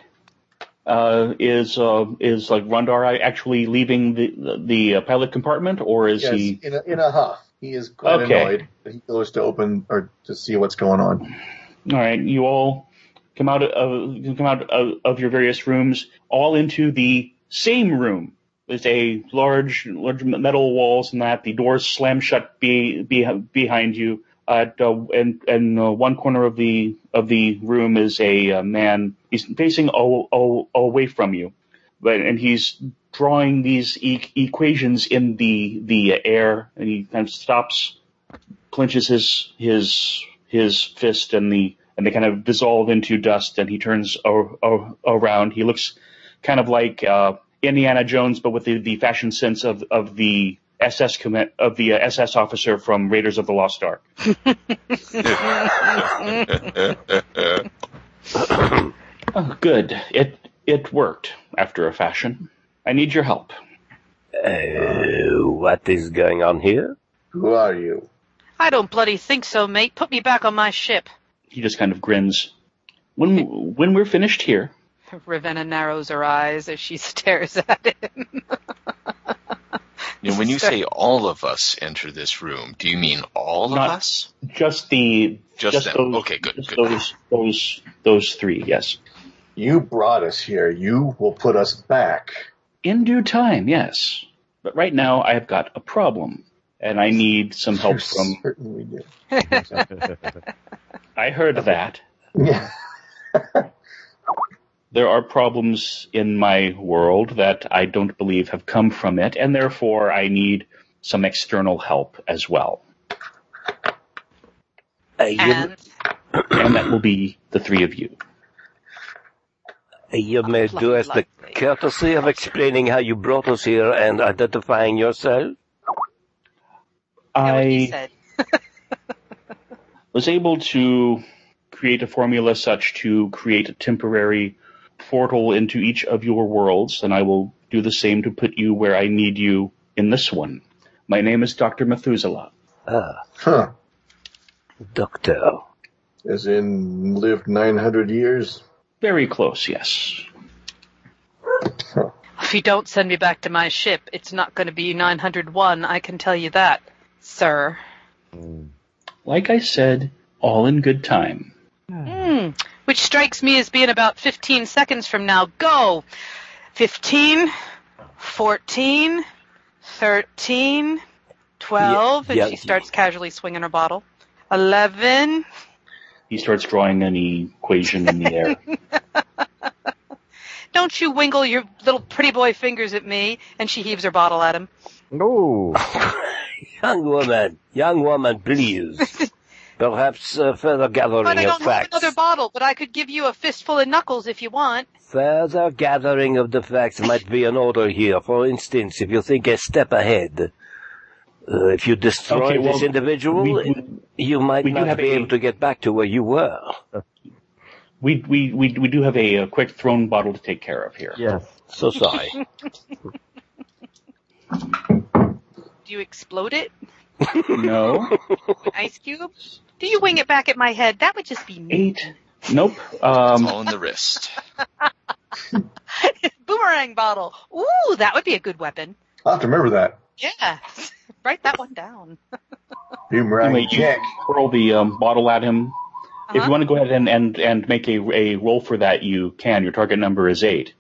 Uh, is uh, is like Rondar actually leaving the the, the uh, pilot compartment, or is
yes,
he?
in a, in a huff. He is quite
Okay.
annoyed. that He goes to open or to see what's going on.
All right, you all come out of you come out of, of your various rooms, all into the same room. There's a large, large metal walls and that. The doors slam shut be, be, behind you. At uh, and and uh, one corner of the of the room is a uh, man. He's facing o- o- away from you, but and he's drawing these e- equations in the the air. And he kind of stops clenches his his his fist and the and they kind of dissolve into dust and he turns o- o- around he looks kind of like uh, Indiana Jones but with the, the fashion sense of of the SS command of the uh, SS officer from Raiders of the Lost Ark oh good it it worked after a fashion i need your help
Uh, what is going on here?
Who are you?
I don't bloody think so, mate. Put me back on my ship.
he just kind of grins when when we're finished here
Ravenna narrows her eyes as she stares at him.
You know, when you say all of us enter this room, do you mean all
Not-
of us?
just the
Just them.
those,
Okay, good,
just
good.
those those those three yes
You brought us here. You will put us back.
In due time, yes. But right now, I have got a problem, and I need some help
You
from.
certainly do.
I heard that
Yeah.
there are problems in my world that I don't believe have come from it, and therefore I need some external help as well.
Uh, you,
And
And that will be the three of you.
uh, you may do us the courtesy of explaining how you brought us here and identifying yourself.
Yeah, what he
I
said.
was able to create a formula such to create a temporary portal into each of your worlds, and I will do the same to put you where I need you in this one. My name is Dr. Methuselah.
Ah,
Huh.
doctor.
As in, lived 900 years?
Very close, yes.
If you don't send me back to my ship, it's not going to be 901, I can tell you that, sir.
Like I said, all in good time.
Hmm. Which strikes me as being about 15 seconds from now. Go! 15, 14, 13, 12,
Yeah,
and she
yeah.
starts casually swinging her bottle. 11,
He starts drawing an equation in the air.
Don't you wingle your little pretty boy fingers at me. And she heaves her bottle at him.
No.
Young woman, young woman, please. Perhaps uh, further gathering
But I
of
don't have
facts.
another bottle, but I could give you a fistful of knuckles if you want.
Further gathering of the facts might be in order here. For instance, if you think a step ahead, uh, if you destroy
Okay, well,
this individual,
we, we,
you might
we do
not
have
be
a-
able to get back to where you were.
we, we, we, we do have a, uh quick thrown bottle to take care of here.
Yes.
So sorry.
Do you explode it?
No.
with Ice cube? Do you wing it back at my head? That would just be neat.
Eight. Nope.
It's
Um,
all in the wrist.
Boomerang bottle. Ooh, that would be a good weapon.
I'll have to remember that.
Yeah. Write that one down.
Boomerang
anyway, you
Jack.
hurl the um, bottle at him. If
Uh-huh.
you want to go ahead and, and, and make a, a roll for that, you can. Your target number is eight.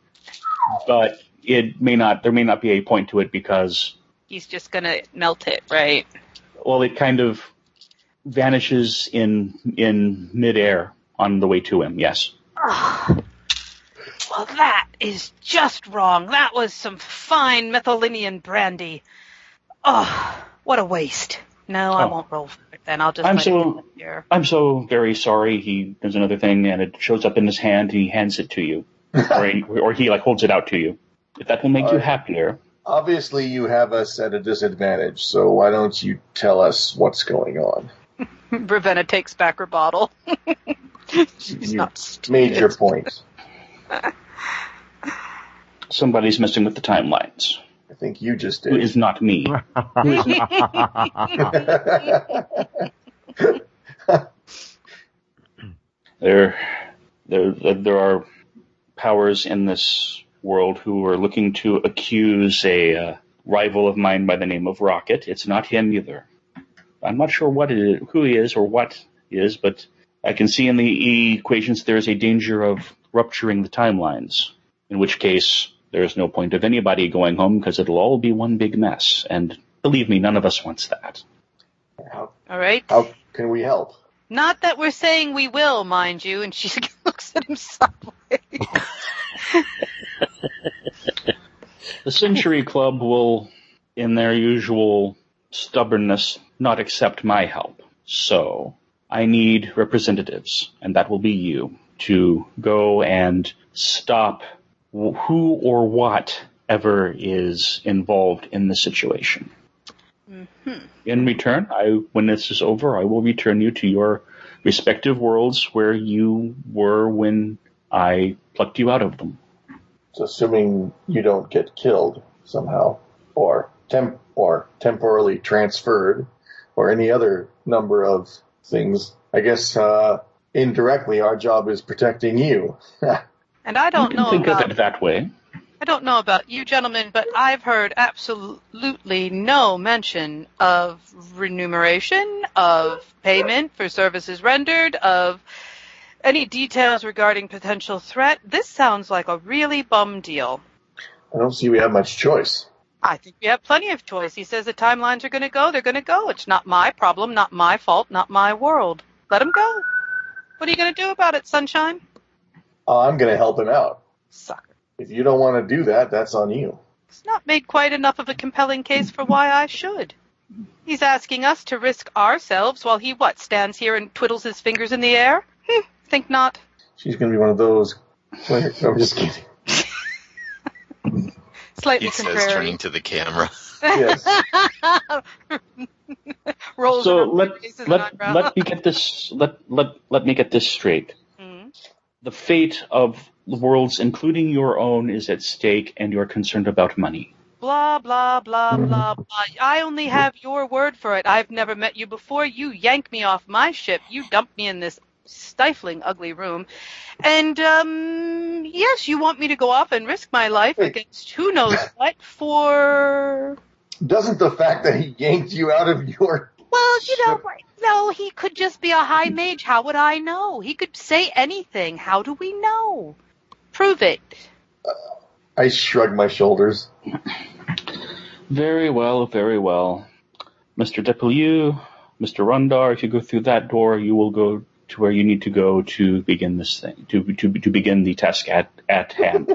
But it may not, there may not be a point to it because
He's just gonna melt it, right?
well, it kind of vanishes in in midair on the way to him. Yes.
Ugh.
Well, that is just wrong. That was some fine Methylinian brandy. Oh, what a waste. No, I
Oh.
won't roll for it then. I'll just
I'm
let
so-
it sit here.
I'm so very sorry. He does another thing and it shows up in his hand and he hands it to you. or, he, or he like holds it out to you. If that will make you
Alright.
happier.
Obviously, you have us at a disadvantage, so why don't you tell us what's going on?
Ravenna takes back her bottle. She's
You
not stupid.
Made your point.
Somebody's messing with the timelines.
I think you just
Who
did.
is not me. There, there, there are powers in this world who are looking to accuse a uh, rival of mine by the name of Rocket. It's not him either. I'm not sure what it is, who he is or what he is, but I can see in the equations there is a danger of rupturing the timelines. In which case, there is no point of anybody going home because it'll all be one big mess. And believe me, none of us wants that.
how,
All right.
how can we help?
Not that we're saying we will, mind you. And she looks at him sideways.
The Century Club will, in their usual stubbornness, not accept my help. So I need representatives, and that will be you, to go and stop wh- who or what ever is involved in the situation. In return, I, when this is over, I will return you to your respective worlds where you were when I plucked you out of them.
So assuming you don't get killed somehow, or temp or temporarily transferred, or any other number of things, I guess uh, indirectly our job is protecting you.
And I don't
you can
know
think of
about
it that way.
I don't know about you gentlemen, but I've heard absolutely no mention of remuneration, of payment for services rendered, of any details regarding potential threat. This sounds like a really bum deal.
I don't see we have much choice.
I think we have plenty of choice. He says the timelines are going to go. They're going to go. It's not my problem, not my fault, not my world. Let him go. What are you going to do about it, sunshine?
Uh, I'm going to help him out.
Sucker.
If you don't want to do that, that's on you.
It's not made quite enough of a compelling case for why I should. He's asking us to risk ourselves while he what stands here and twiddles his fingers in the air? Hmm, think not.
She's going to be one of those. I'm just kidding.
Slightly
He says, turning
contrary.
to the camera.
Yes.
Rolls
So
her-
let
raises an
let
eyebrow.
let me get this let let let me get this straight.
Hmm.
The fate of the worlds, including your own, is at stake, and you're concerned about money.
Blah blah blah blah blah. I only have your word for it. I've never met you before. You yank me off my ship. You dump me in this stifling, ugly room, and um, yes, you want me to go off and risk my life
Wait.
against who knows what for
Doesn't the fact that he yanked you out of your
Well, you know,
Sure.
no, he could just be a high mage. How would I know? He could say anything. How do we know? Prove it.
I shrug my shoulders.
Very well, very well, Mr. Depew, Mr. Rundar. If you go through that door, you will go to where you need to go to begin this thing to to to begin the task at at hand.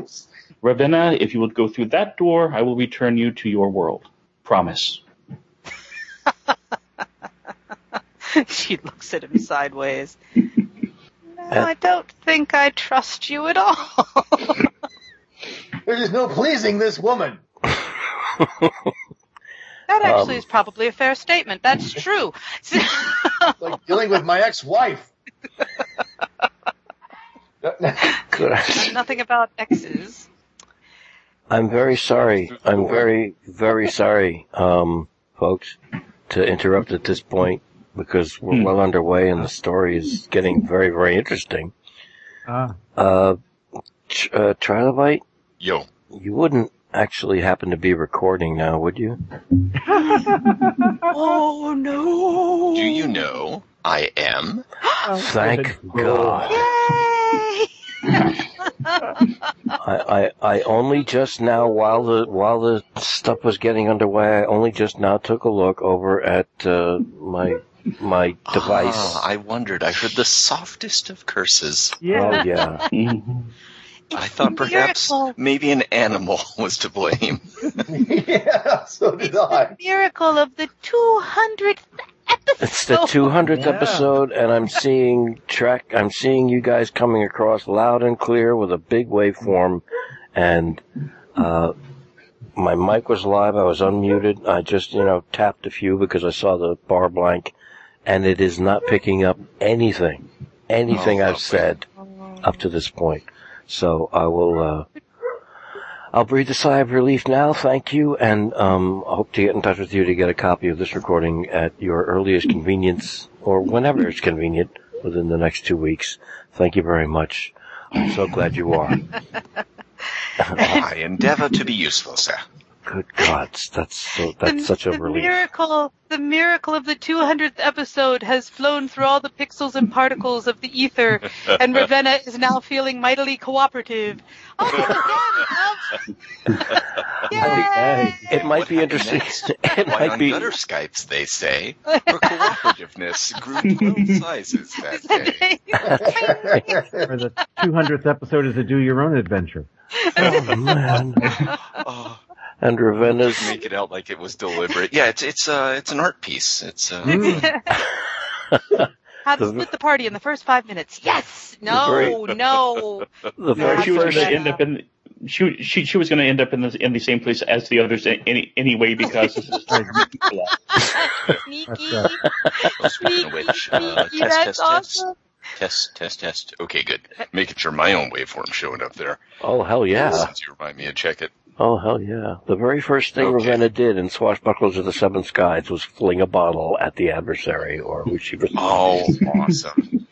Ravenna, if you would go through that door, I will return you to your world. Promise.
she looks at him sideways. No, I don't think I trust you at all.
There is no pleasing this woman.
that actually
Um.
is probably a fair statement. That's true.
like dealing with my ex-wife.
Good.
Nothing about exes.
I'm very sorry. I'm very, very sorry, um, folks, to interrupt at this point because we're
Hmm.
well underway and the story is getting very, very interesting.
Ah.
Uh, tr- uh, Trilobite,
Yo,
you wouldn't actually happen to be recording now, would you?
Oh no!
do you know I am?
Thank God.
Yay!
I, I, I only just now, while the while the stuff was getting underway, I only just now took a look over at uh, my my device.
Ah, I wondered. I heard the softest of curses.
Yeah.
Oh yeah,
Mhm.
I thought perhaps
Miracle.
maybe an animal was to blame.
yeah, so did I.
Miracle of the 200th episode.
It's the 200th
Yeah.
episode, and I'm seeing track. I'm seeing you guys coming across loud and clear with a big waveform, and uh, my mic was live. I was unmuted. I just you know tapped a few because I saw the bar blank, and it is not picking up anything, anything
Oh,
I've
okay.
said up to this point. So I will. Uh, I'll breathe a sigh of relief now. Thank you, and um, I hope to get in touch with you to get a copy of this recording at your earliest convenience or whenever it's convenient within the next two weeks. Thank you very much. I'm so glad you are.
I endeavor to be useful, sir.
Good God, that's so, that's
the,
such a
the
relief.
miracle, the miracle of the 200th episode has flown through all the pixels and particles of the ether, and Ravenna is now feeling mightily cooperative. Oh, Ravenna, love- Yay!
It might be
What
interesting.
happens
It
Why
might
on
be.
gutter Skypes, they say, her cooperativeness grew 12 sizes that day.
For the 200th episode is a do your own adventure.
Oh, man.
Oh,
And
just
Ravenna's
make it out like it was deliberate. Yeah, it's it's uh it's an art piece. It's uh,
Mm.
Mm.
How to
The-
split the party in the first five minutes. Yes! No,
Great.
no.
the
No,
very
she was going
first.
to end up in. She, she she was going to end up in the in the same place as the others a- any anyway because this is
Sneaky.
right.
oh, speaking of which, uh, test,
Sneaky, that's
test, test,
awesome.
test, test, test. Okay, good. Making sure my own waveform's showing up there.
Oh hell yeah.
Since you remind me to check it.
Oh hell yeah! The very first thing
Okay.
Ravenna did in Swashbucklers of the Seven Skies was fling a bottle at the adversary, or who she was.
Oh, awesome.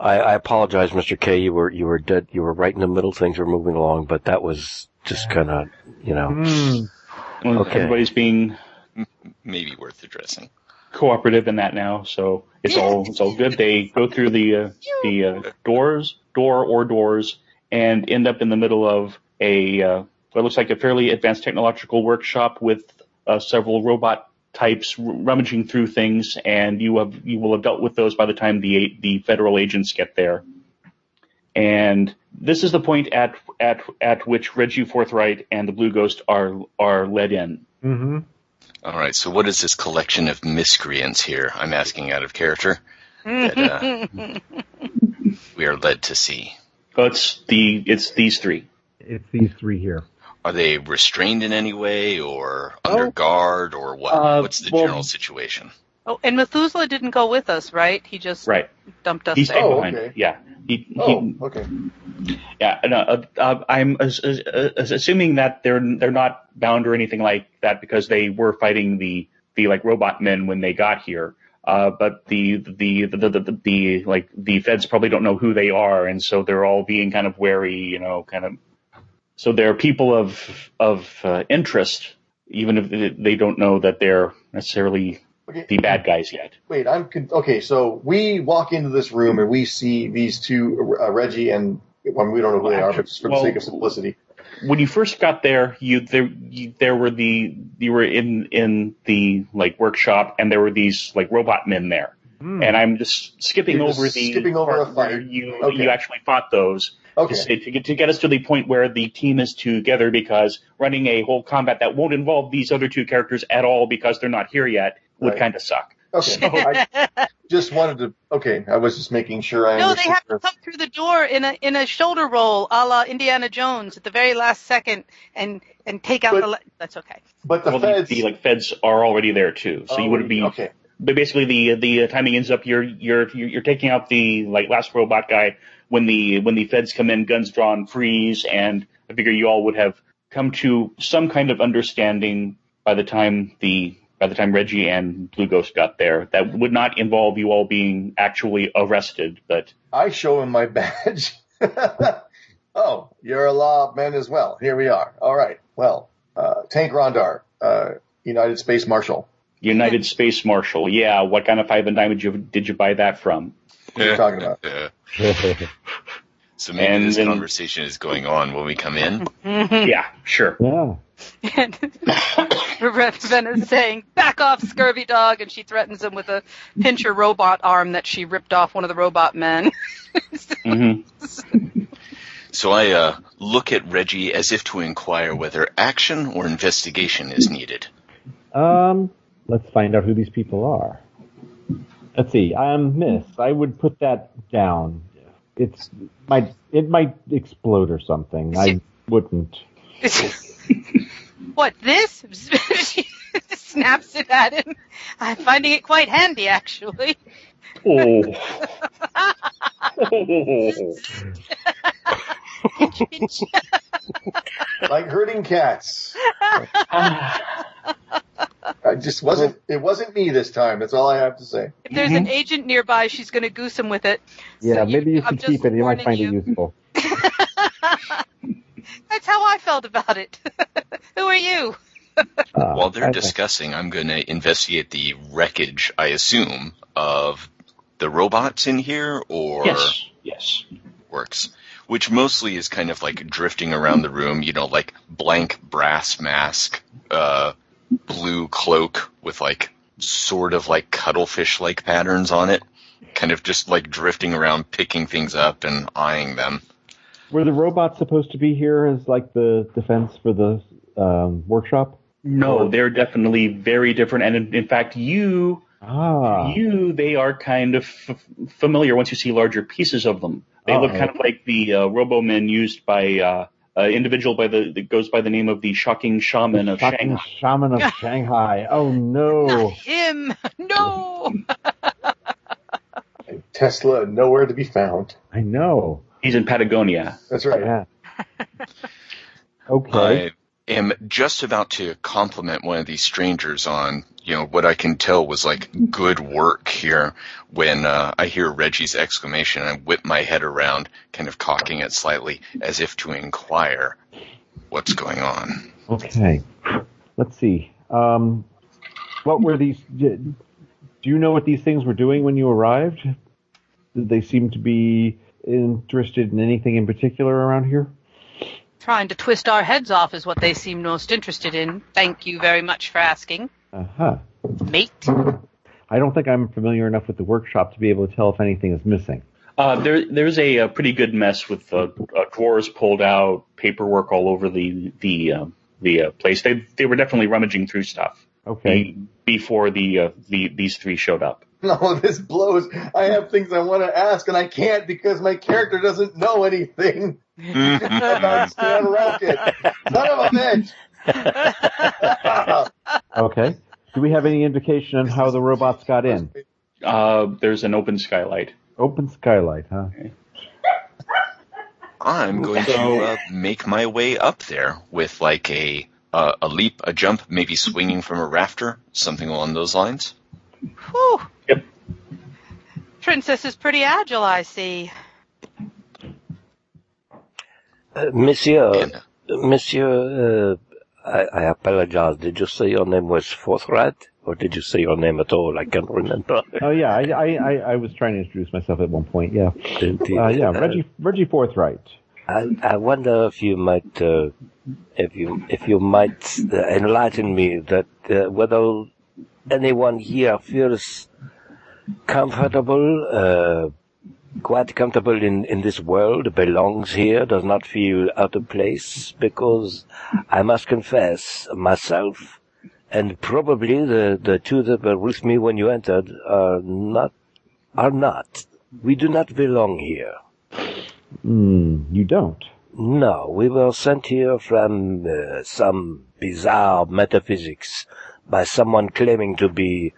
I, I apologize, Mr. K. You were you were dead. You were right in the middle. Things were moving along, but that was just kind of you know.
Hmm.
Okay.
everybody's being
Maybe worth addressing.
cooperative in that now, so it's all it's all good. They go through the uh, the uh, doors, door or doors, and end up in the middle of a uh, what looks like a fairly advanced technological workshop with uh, several robot types r- rummaging through things, and you have you will have dealt with those by the time the the federal agents get there. And this is the point at at at which Reggie Forthright and the Blue Ghost are are led in.
Mm-hmm.
All right, so what is this collection of miscreants here? I'm asking out of character that uh, we are led to see.
Oh, it's the it's these three.
It's these three here.
Are they restrained in any way, or under guard, or what?
Oh. Uh,
What's the
well-
general situation?
Oh, and Methuselah didn't go with us, right? He just
Right.
dumped us
He
there.
stayed
Oh,
behind.
okay.
Yeah. He,
Oh,
he,
okay.
yeah. No, uh, uh, I'm as, as, as assuming that they're they're not bound or anything like that because they were fighting the the like robot men when they got here. Uh, but the the, the the the the like the feds probably don't know who they are, and so they're all being kind of wary, you know, kind of. So they're people of of uh, interest, even if they don't know that they're necessarily
Okay.
the bad guys yet.
Wait, I'm con- okay. So we walk into this room and we see these two, uh, Reggie and well, we don't know who they are, but just for the
Well-
sake of simplicity.
when you first got there, you there you, there were the you were in in the like workshop, and there were these like robot men there.
Hmm.
And I'm just skipping
You're just
over the
skipping over
part
a fight.
where you
Okay.
you actually fought those
Okay.
to, say- to get to get us to the point where the team is together because running a whole combat that won't involve these other two characters at all because they're not here yet would
Right.
kind of suck.
Okay. I just wanted to. Okay, I was just making sure I.
No, they
understood
have to
your-
come through the door in a in a shoulder roll, a la Indiana Jones, at the very last second, and and take out
But-
the. Le- That's okay.
But the
well,
feds. Oh,
the, the like feds are already there too, so you wouldn't be
Okay.
but basically the the uh, timing ends up you're you're you're you're taking out the like last robot guy when the when the feds come in guns drawn freeze and I figure you all would have come to some kind of understanding by the time the by the time Reggie and Blue Ghost got there that would not involve you all being actually arrested but
I show him my badge. oh, you're a law man as well. Here we are. All right. Well, uh, Tank Rondar, uh, United Space Marshal.
United Space Marshal yeah what kind of five and dime did you did you buy that from
What are you talking about?
Uh, so maybe
And
this
then-
conversation is going on when we come in.
yeah sure
yeah.
And Ravenna's saying, "Back off, scurvy dog!" and she threatens him with a pincher robot arm that she ripped off one of the robot men.
hmm
So I uh, look at Reggie as if to inquire whether action or investigation is needed.
Um, let's find out who these people are. Let's see. Um, miss, I would put that down. It's might it might explode or something. I wouldn't.
what this? she snaps it at him. I'm finding it quite handy, actually.
Oh. oh.
like herding cats. I just wasn't. It wasn't me this time. That's all I have to say.
If there's
Mm-hmm.
an agent nearby, she's going to goose him with it.
Yeah,
So
maybe you
I'm
should
just
keep it. You might
warning
find
you.
it useful.
That's how I felt about it. Who are you?
Uh,
While they're
okay.
discussing, I'm going to investigate the wreckage, I assume, of the robots in here or
Yes. Yes.
works, which mostly is kind of like drifting around the room, you know, like blank brass mask, uh, blue cloak with like sort of like cuttlefish like patterns on it, kind of just like drifting around, picking things up and eyeing them.
Were the robots supposed to be here as like the defense for the um, workshop?
No, they're definitely very different, and in, in fact, you
Ah,
you they are kind of f- familiar once you see larger pieces of them. They look
Uh-oh.
kind of like the uh, Robomen used by uh, an individual by the that goes by the name of the Shocking Shaman of
fucking
Shanghai.
shaman of Shanghai. Oh no.
Him? No.
Tesla nowhere to be found.
I know.
He's in Patagonia.
That's right.
Yeah. Okay.
I am just about to compliment one of these strangers on, you know, what I can tell was like good work here when uh, I hear Reggie's exclamation. I whip my head around, kind of cocking it slightly as if to inquire what's going on.
Okay. Let's see. Um, what were these? Did, do you know what these things were doing when you arrived? Did they seem to be interested in anything in particular around here?
Trying to twist our heads off is what they seem most interested in. Thank you very much for asking,
Uh huh.
mate.
I don't think I'm familiar enough with the workshop to be able to tell if anything is missing.
Uh, there, there's a, uh pretty good mess with uh, uh, drawers pulled out, paperwork all over the the uh, the uh, place. They they were definitely rummaging through stuff
Okay.
be- before the uh, the these three showed up.
No, this blows. I have things I want to ask and I can't because my character doesn't know anything about Stan Rocket. Son of a bitch.
Okay. Do we have any indication on how the robots got in?
Uh, there's an open skylight.
Open skylight, huh?
I'm going to uh, make my way up there with like a uh, a leap, a jump, maybe swinging from a rafter, something along those lines.
Whew.
Yep.
Princess is pretty agile, I see.
Uh, Monsieur,
And
Monsieur, uh, I, I apologize. Did you say your name was Forthright? Or did you say your name at all? I can't remember.
Oh yeah, I, I, I, I was trying to introduce myself at one point. Yeah, uh, yeah. Reggie Reggie Forthright.
I, I wonder if you might, uh, if you, if you might uh, enlighten me that uh, whether anyone here feels comfortable, uh, quite comfortable in, in this world, belongs here, does not feel out of place, because I must confess myself and probably the, the two that were with me when you entered are not, are not. We do not belong here.
Hmm. you don't.
No, we were sent here from uh, some bizarre metaphysics by someone claiming to be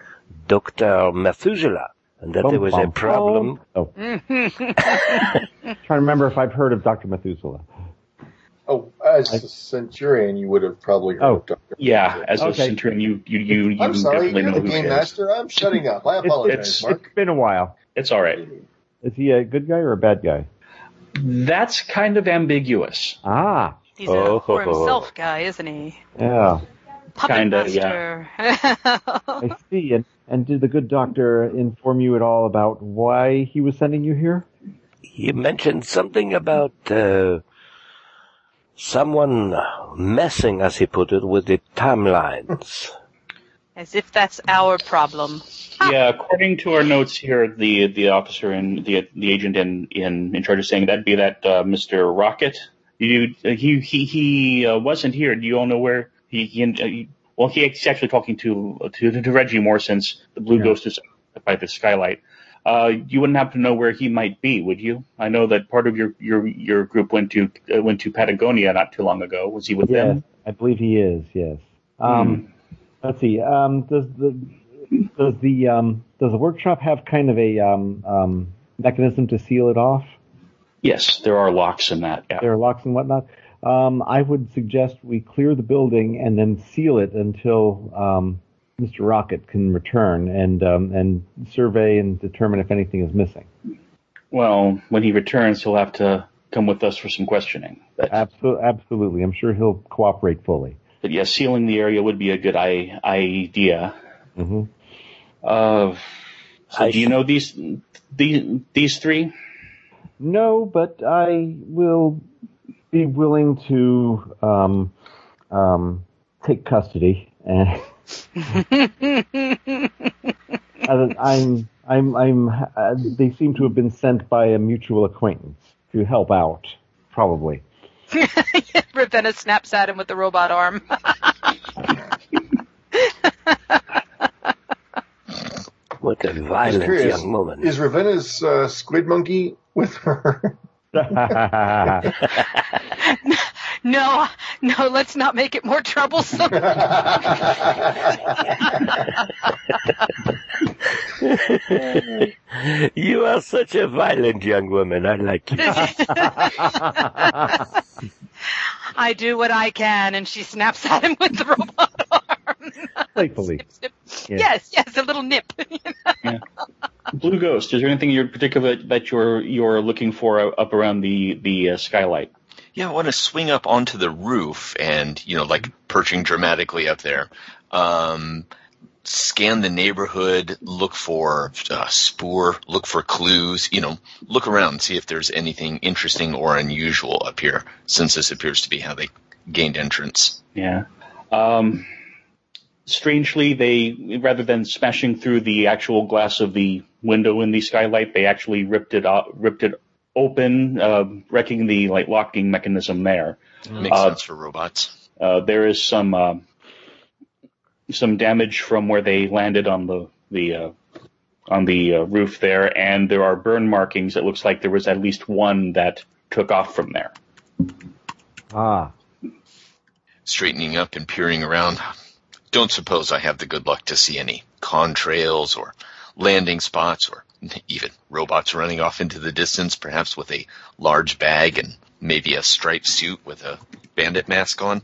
Dr. Methuselah, and that
Bum,
there was
bum,
a problem.
bum. Oh. trying to remember if I've heard of Doctor Methuselah.
Oh, as a centurion, you would have probably heard
Oh.
of Dr.
Yeah, as
Okay.
a centurion, you you you, you
I'm sorry,
definitely
you're
know
the
who
game
she is.
master. I'm shutting up. I apologize,
it's-
Mark.
It's been a while.
It's all right.
Is he a good guy or a bad guy?
That's kind of ambiguous.
Ah,
He's
Oh.
a for himself guy, isn't he?
yeah,
Puppet
Kinda,
master.
I see. And and did the good doctor inform you at all about why he was sending you here?
He mentioned something about uh, someone messing, as he put it, with the timelines.
As if that's our problem.
Yeah, according to our notes here, the the officer and the the agent in in, in charge is saying that'd be that uh, Mister Rocket. You uh, he he he uh, wasn't here. Do you all know where he? he, uh, he well, he's actually talking to to to Reggie more since the Blue
Yeah.
Ghost is by the skylight. Uh, you wouldn't happen to know where he might be, would you? I know that part of your your your group went to uh, went to Patagonia not too long ago. Was he with
Yes,
them?
I believe he is. Yes.
Hmm.
Um, Let's see. Um, does the does the um, does the workshop have kind of a um, um, mechanism to seal it off?
Yes, there are locks in that. Yeah.
There are locks and whatnot. Um, I would suggest we clear the building and then seal it until um, Mr. Rocket can return and um, and survey and determine if anything is missing.
Well, when he returns, he'll have to come with us for some questioning. But,
Absolutely, absolutely. I'm sure he'll cooperate fully.
but yes, sealing the area would be a good I- idea.
hmm
Uh, so
Mm-hmm. I
do you
see.
know these these these three?
No, but I will be willing to um, um, take custody, and Uh, I'm I'm I'm. Uh, they seem to have been sent by a mutual acquaintance to help out, probably.
Ravenna snaps at him with the robot arm.
What a
Just
violent
curious,
young woman.
Is Ravenna's uh, squid monkey with her?
That's
no, no, let's not make it more troublesome.
you are such a violent young woman. I like you.
I do what I can, and she snaps at him with the robot arm.
Playfully.
Snip, snip.
Yeah.
Yes, yes, a little nip.
Blue Ghost. Is there anything in particular that you're you're looking for up around the the uh, skylight?
Yeah, I want to swing up onto the roof and, you know, like perching dramatically up there. Um, scan the neighborhood, look for uh, spoor, look for clues, you know, look around and see if there's anything interesting or unusual up here, since this appears to be how they gained entrance.
Yeah. Um, strangely, they rather than smashing through the actual glass of the window in the skylight, they actually ripped it o- ripped it open, uh, wrecking the like locking mechanism there.
Makes
Uh,
sense for robots.
Uh, there is some uh, some damage from where they landed on the the uh, on the uh, roof there, and there are burn markings. It looks like there was at least one that took off from there.
ah,
Straightening up and peering around. Don't suppose I have the good luck to see any contrails or landing spots or even robots running off into the distance, perhaps with a large bag and maybe a striped suit with a bandit mask on.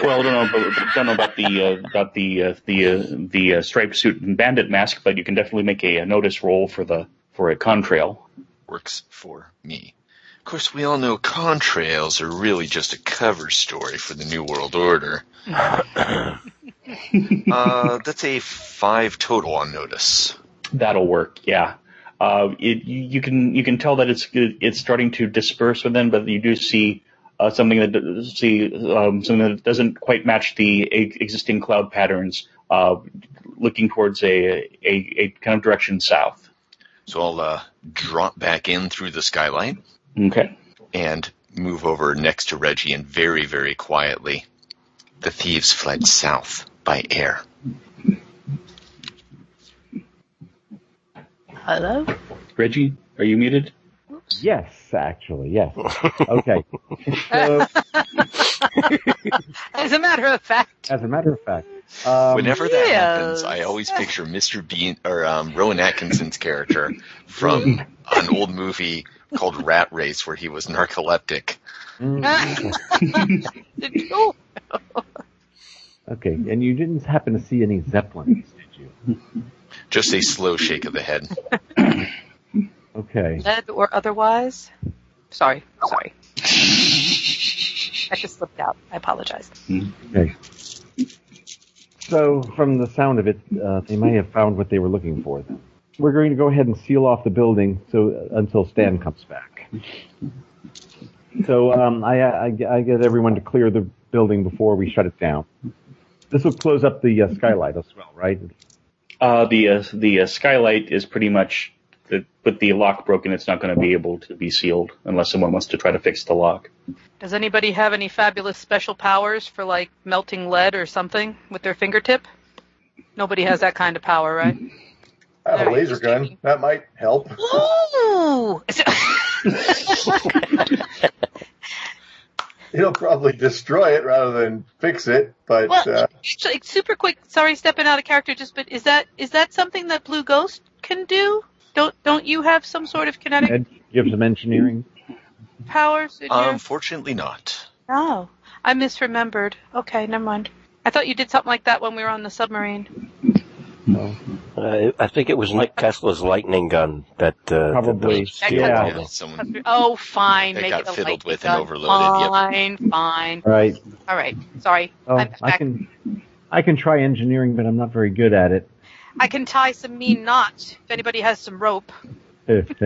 Well, I don't know, about, don't know about the uh, about the uh, the uh, the uh, striped suit and bandit mask, but you can definitely make a, a notice roll for the for a contrail.
works for me. Of course, we all know contrails are really just a cover story for the New World Order. uh, that's a five total on notice.
That'll work, yeah. Uh, it, you you can you can tell that it's it's starting to disperse within, but you do see uh, something that d- see um, something that doesn't quite match the e- existing cloud patterns, uh, looking towards a, a a kind of direction south.
So I'll uh, drop back in through the skylight
Okay.
and move over next to Reggie and very, very quietly. The thieves fled south by air.
Hello?
Reggie, are you muted?
yes, actually, yes. Okay. So,
As a matter of fact.
as a matter of fact, um,
Whenever that happens,
yes.
I always picture Mr. Bean or um, Rowan Atkinson's character from an old movie called Rat Race, where he was narcoleptic.
mm,
oh,
okay, and you didn't happen to see any zeppelins, did you?
Just a slow shake of the head.
Okay.
lead or otherwise? Sorry, sorry. I just slipped out. I apologize.
Okay. So, from the sound of it, uh, they may have found what they were looking for. Then we're going to go ahead and seal off the building so uh, until Stan comes back. So um, I, I, I get everyone to clear the building before we shut it down. This would close up the uh, skylight as well, right?
Uh, the uh, the uh, skylight is pretty much the, with the lock broken. It's not going to be able to be sealed unless someone wants to try to fix the lock.
Does anybody have any fabulous special powers for like melting lead or something with their fingertip? Nobody has that kind of power, right?
I have a
Very
laser gun.
interesting.
That might help.
Ooh!
It'll probably destroy it rather than fix it. But
Well,
uh,
so, like, super quick. Sorry, stepping out of character. Just, but is that is that something that Blue Ghost can do? Don't don't you have some sort of kinetic
Ed, you have some engineering.
powers? In
Um,
your...
Unfortunately, not.
No, I misremembered. Okay, never mind. I thought you did something like that when we were on the submarine.
Uh, I, I think it was Nick Tesla's lightning gun that uh,
Probably.
That the
That
steel
Yeah.
ball
Yeah,
was.
someone
Oh, fine.
That
Make
got
it a
fiddled
lightning
with and
gun.
overloaded, yep.
Fine, fine.
All right.
All right. Sorry.
Oh,
I'm back.
I can, I can try engineering, but I'm not very good at it.
I can tie some mean knots if anybody has some rope.
and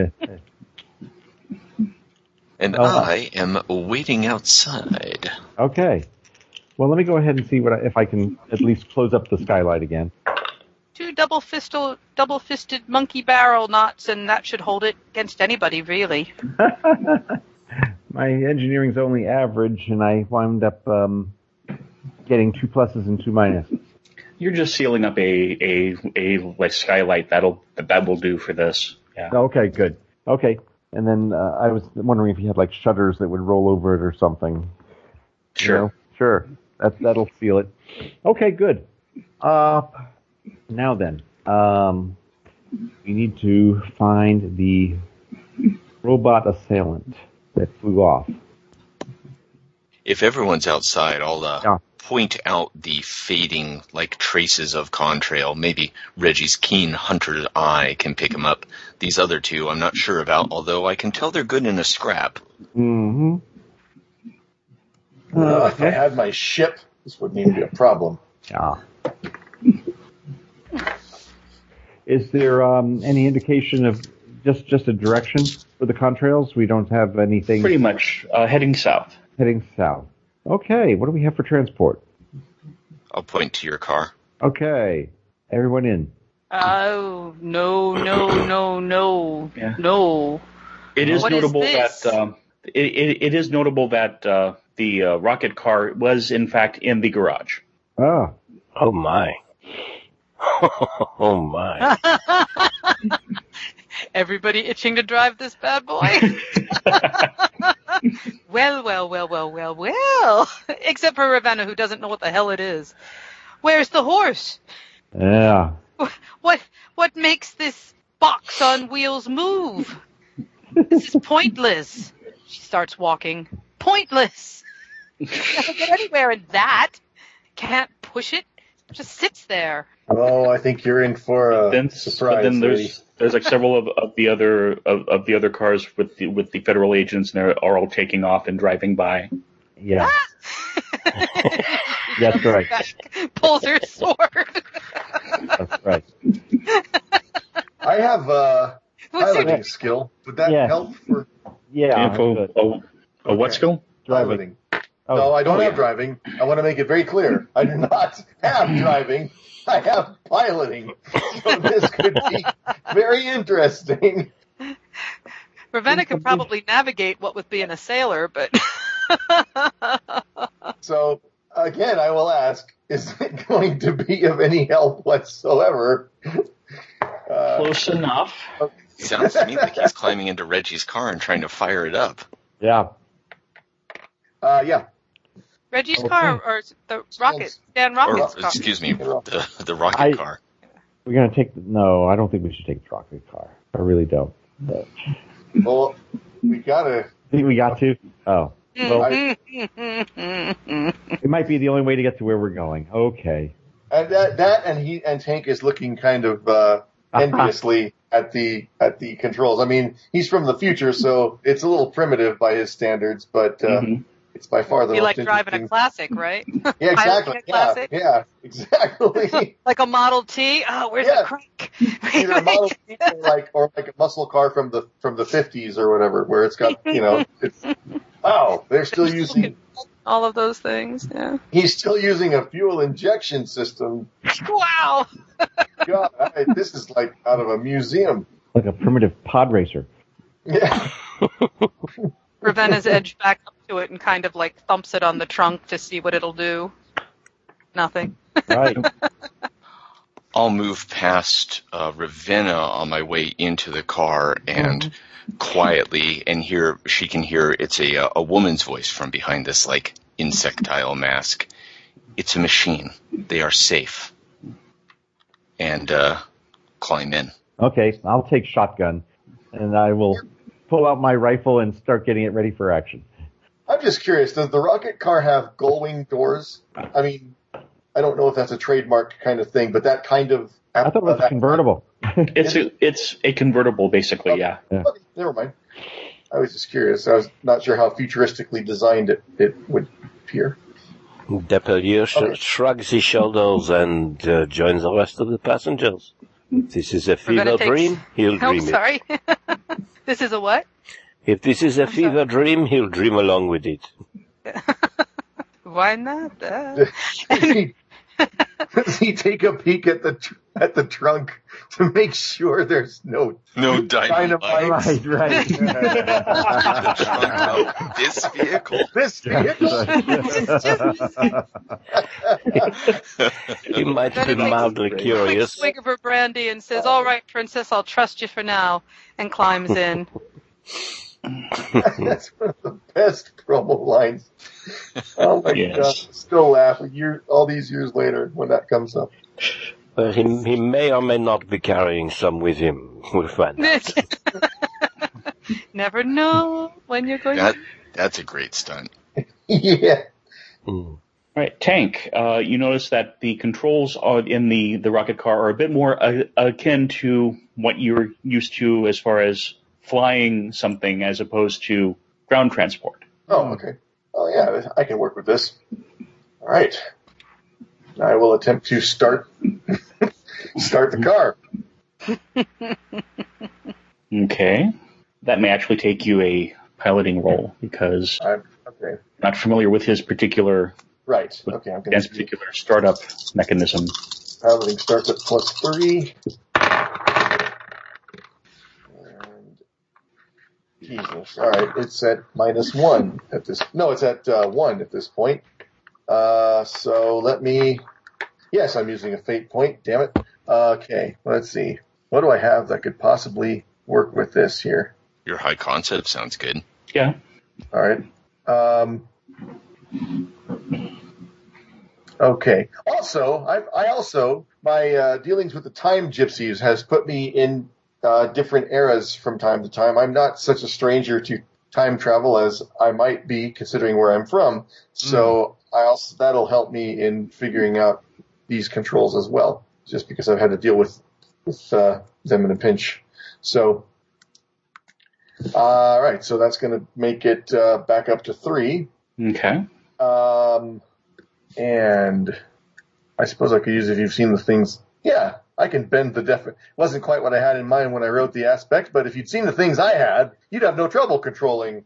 Oh.
I am waiting outside.
okay. Well, let me go ahead and see what I, if I can at least close up the skylight again.
Two double fisted, double fisted monkey barrel knots, and that should hold it against anybody, really.
My engineering's only average, and I wound up um, getting two pluses and two minuses.
You're just sealing up a a a like skylight. That'll that will do for this. Yeah.
Okay, good. Okay. And then uh, I was wondering if you had like shutters that would roll over it or something. you
Sure.
know? Sure. That that'll seal it. Okay, good. Uh now then. Um we need to find the robot assailant that flew off.
If everyone's outside, I'll uh,
Yeah.
point out the fading like traces of contrail. Maybe Reggie's keen hunter's eye can pick them up. These other two, I'm not sure about. Although I can tell they're good in a scrap.
Mm-hmm.
uh, if I had my ship, this wouldn't even be a problem.
Yeah. Is there um, any indication of just just a direction for the contrails? We don't have anything
Pretty much uh, heading south.
heading south. Okay, what do we have for transport?
I'll point to your car.
Okay, everyone in.
Oh no, no, no, no,
Yeah.
no.
It is
What is
notable
this?
that um, it, it, it is notable that uh, the uh, rocket car was in fact in the garage.
Ah,
Oh my. oh
Ah.
my.
Everybody itching to drive this bad boy. well, well, well, well, well, well. Except for Ravenna, who doesn't know what the hell it is. Where's the horse?
yeah.
What what makes this box on wheels move? This is pointless. She starts walking. Pointless. Never get anywhere in that. Can't push it. Just sits there.
Oh, I think you're in for a
then,
Uh, surprise.
but then
lady.
there's there's like several of, of the other of, of the other cars with the with the federal agents, and they are all taking off and driving by.
Yeah. That's right.
Back, pulls her sword.
That's right.
I have uh,
Was
piloting
it-
skill. Would that
Yeah.
help for
Yeah.
Info-
good.
oh, oh, what's
Okay.
going?
Driving.
piloting? No, I don't
Oh,
have
yeah.
driving. I want to make it very clear. I do not have driving. I have piloting. So this could be very interesting.
Ravenna could probably navigate what with being a sailor, but
So again, I will ask: Is it going to be of any help whatsoever? Uh,
Close enough.
Sounds to me like he's climbing into Reggie's car and trying to fire it up.
Yeah.
uh, yeah.
Reggie's car or the rocket, Dan
Or
uh,
Rocket's car.
excuse me, the the rocket
I-
car.
We're gonna take. The, no, I don't think we should take the rocket car. I really don't. But-
Well, we gotta.
think we got to. Oh,
Hmm.
Well,
it might be the only way to get to where we're going. Okay.
And that, that and he and Tank is looking kind of uh,
Uh-huh.
enviously at the at the controls. I mean, he's from the future, so it's a little primitive by his standards, but uh,
Mhm.
it's by far the
be
most
like driving a
interesting-
classic, right?
yeah, exactly.
piloting a
Yeah,
classic.
yeah, exactly.
Like a Model T. Oh, where's
Yeah.
the crank?
Either a Model T or like or like a muscle car from the from the fifties or whatever, where it's got you know, it's wow, they're still using
all of those things. Yeah.
He's still using a fuel injection system.
Wow.
God, I, this is like out of a museum.
Like a primitive pod racer.
Yeah.
Ravenna's edged back up to it and kind of like thumps it on the trunk to see what it'll do. Nothing.
Right.
I'll move past uh, Ravenna on my way into the car and
Mm-hmm.
quietly, and hear she can hear it's a uh, a woman's voice from behind this like insectile mask. It's a machine. They are safe. And uh, climb in.
Okay, I'll take shotgun, and I will pull out my rifle and start getting it ready for action.
I'm just curious. Does the rocket car have gull-wing doors? I mean, I don't know if that's a trademark kind of thing, but that kind of.
I thought it was a
that-
convertible.
It's a, it's a convertible, basically. Yeah.
Okay, Oh, never mind. I was just curious. I was not sure how futuristically designed it, it would appear.
Depardieu sh-
Okay.
shrugs his shoulders and uh, joins the rest of the passengers. This is a fever
Ravenna takes-
dream. He'll
Oh, I'm
dream it.
sorry. this is a what?
If this is a fever
sorry.
dream, he'll dream along with it.
Why not? Uh,
Does he, does he take a peek at the tr- at the trunk to make sure there's no
No dynamite.
Dynamite.
of this vehicle.
this vehicle?
He might be
Ravenna takes-
mildly
quick
curious.
swig of her brandy and says, "All right, princess, I'll trust you for now," and climbs in.
That's one of the best promo lines. Oh my
Yes.
god! Still laughing. Year, all these years later when that comes up.
Well, he, he may or may not be carrying some with him. We'll find out.
Never know when you're going.
That
to...
that's a great stunt.
yeah.
Mm.
All right, tank. Uh, you notice that the controls are in the, the rocket car are a bit more uh, akin to what you're used to as far as flying something as opposed to ground transport.
Oh, okay. Oh yeah, I can work with this. All right. I will attempt to start start the car.
Okay, that may actually take you a piloting role because
I'm, okay.
I'm not familiar with his particular
Right. Okay. I'm going
his
to
particular startup mechanism.
piloting starts at plus three. And Jesus. All right. It's at minus one at this. No, it's at uh, one at this point. Uh, so let me. Yes, I'm using a fate point. Damn it. Okay. Let's see. What do I have that could possibly work with this here?
Your high concept sounds good.
Yeah,
All right. Um, okay. Also, I, I also my uh, dealings with the time gypsies has put me in uh, different eras from time to time. I'm not such a stranger to time travel as I might be, considering where I'm from. So I also that'll help me in figuring out these controls as well, just because I've had to deal with with uh, them in a pinch. So uh, all right, so that's going to make it uh, back up to three.
Okay.
Um, and I suppose I could use if you've seen the things. Yeah, I can bend the def. Wasn't quite what I had in mind when I wrote the aspect, but if you'd seen the things I had, you'd have no trouble controlling,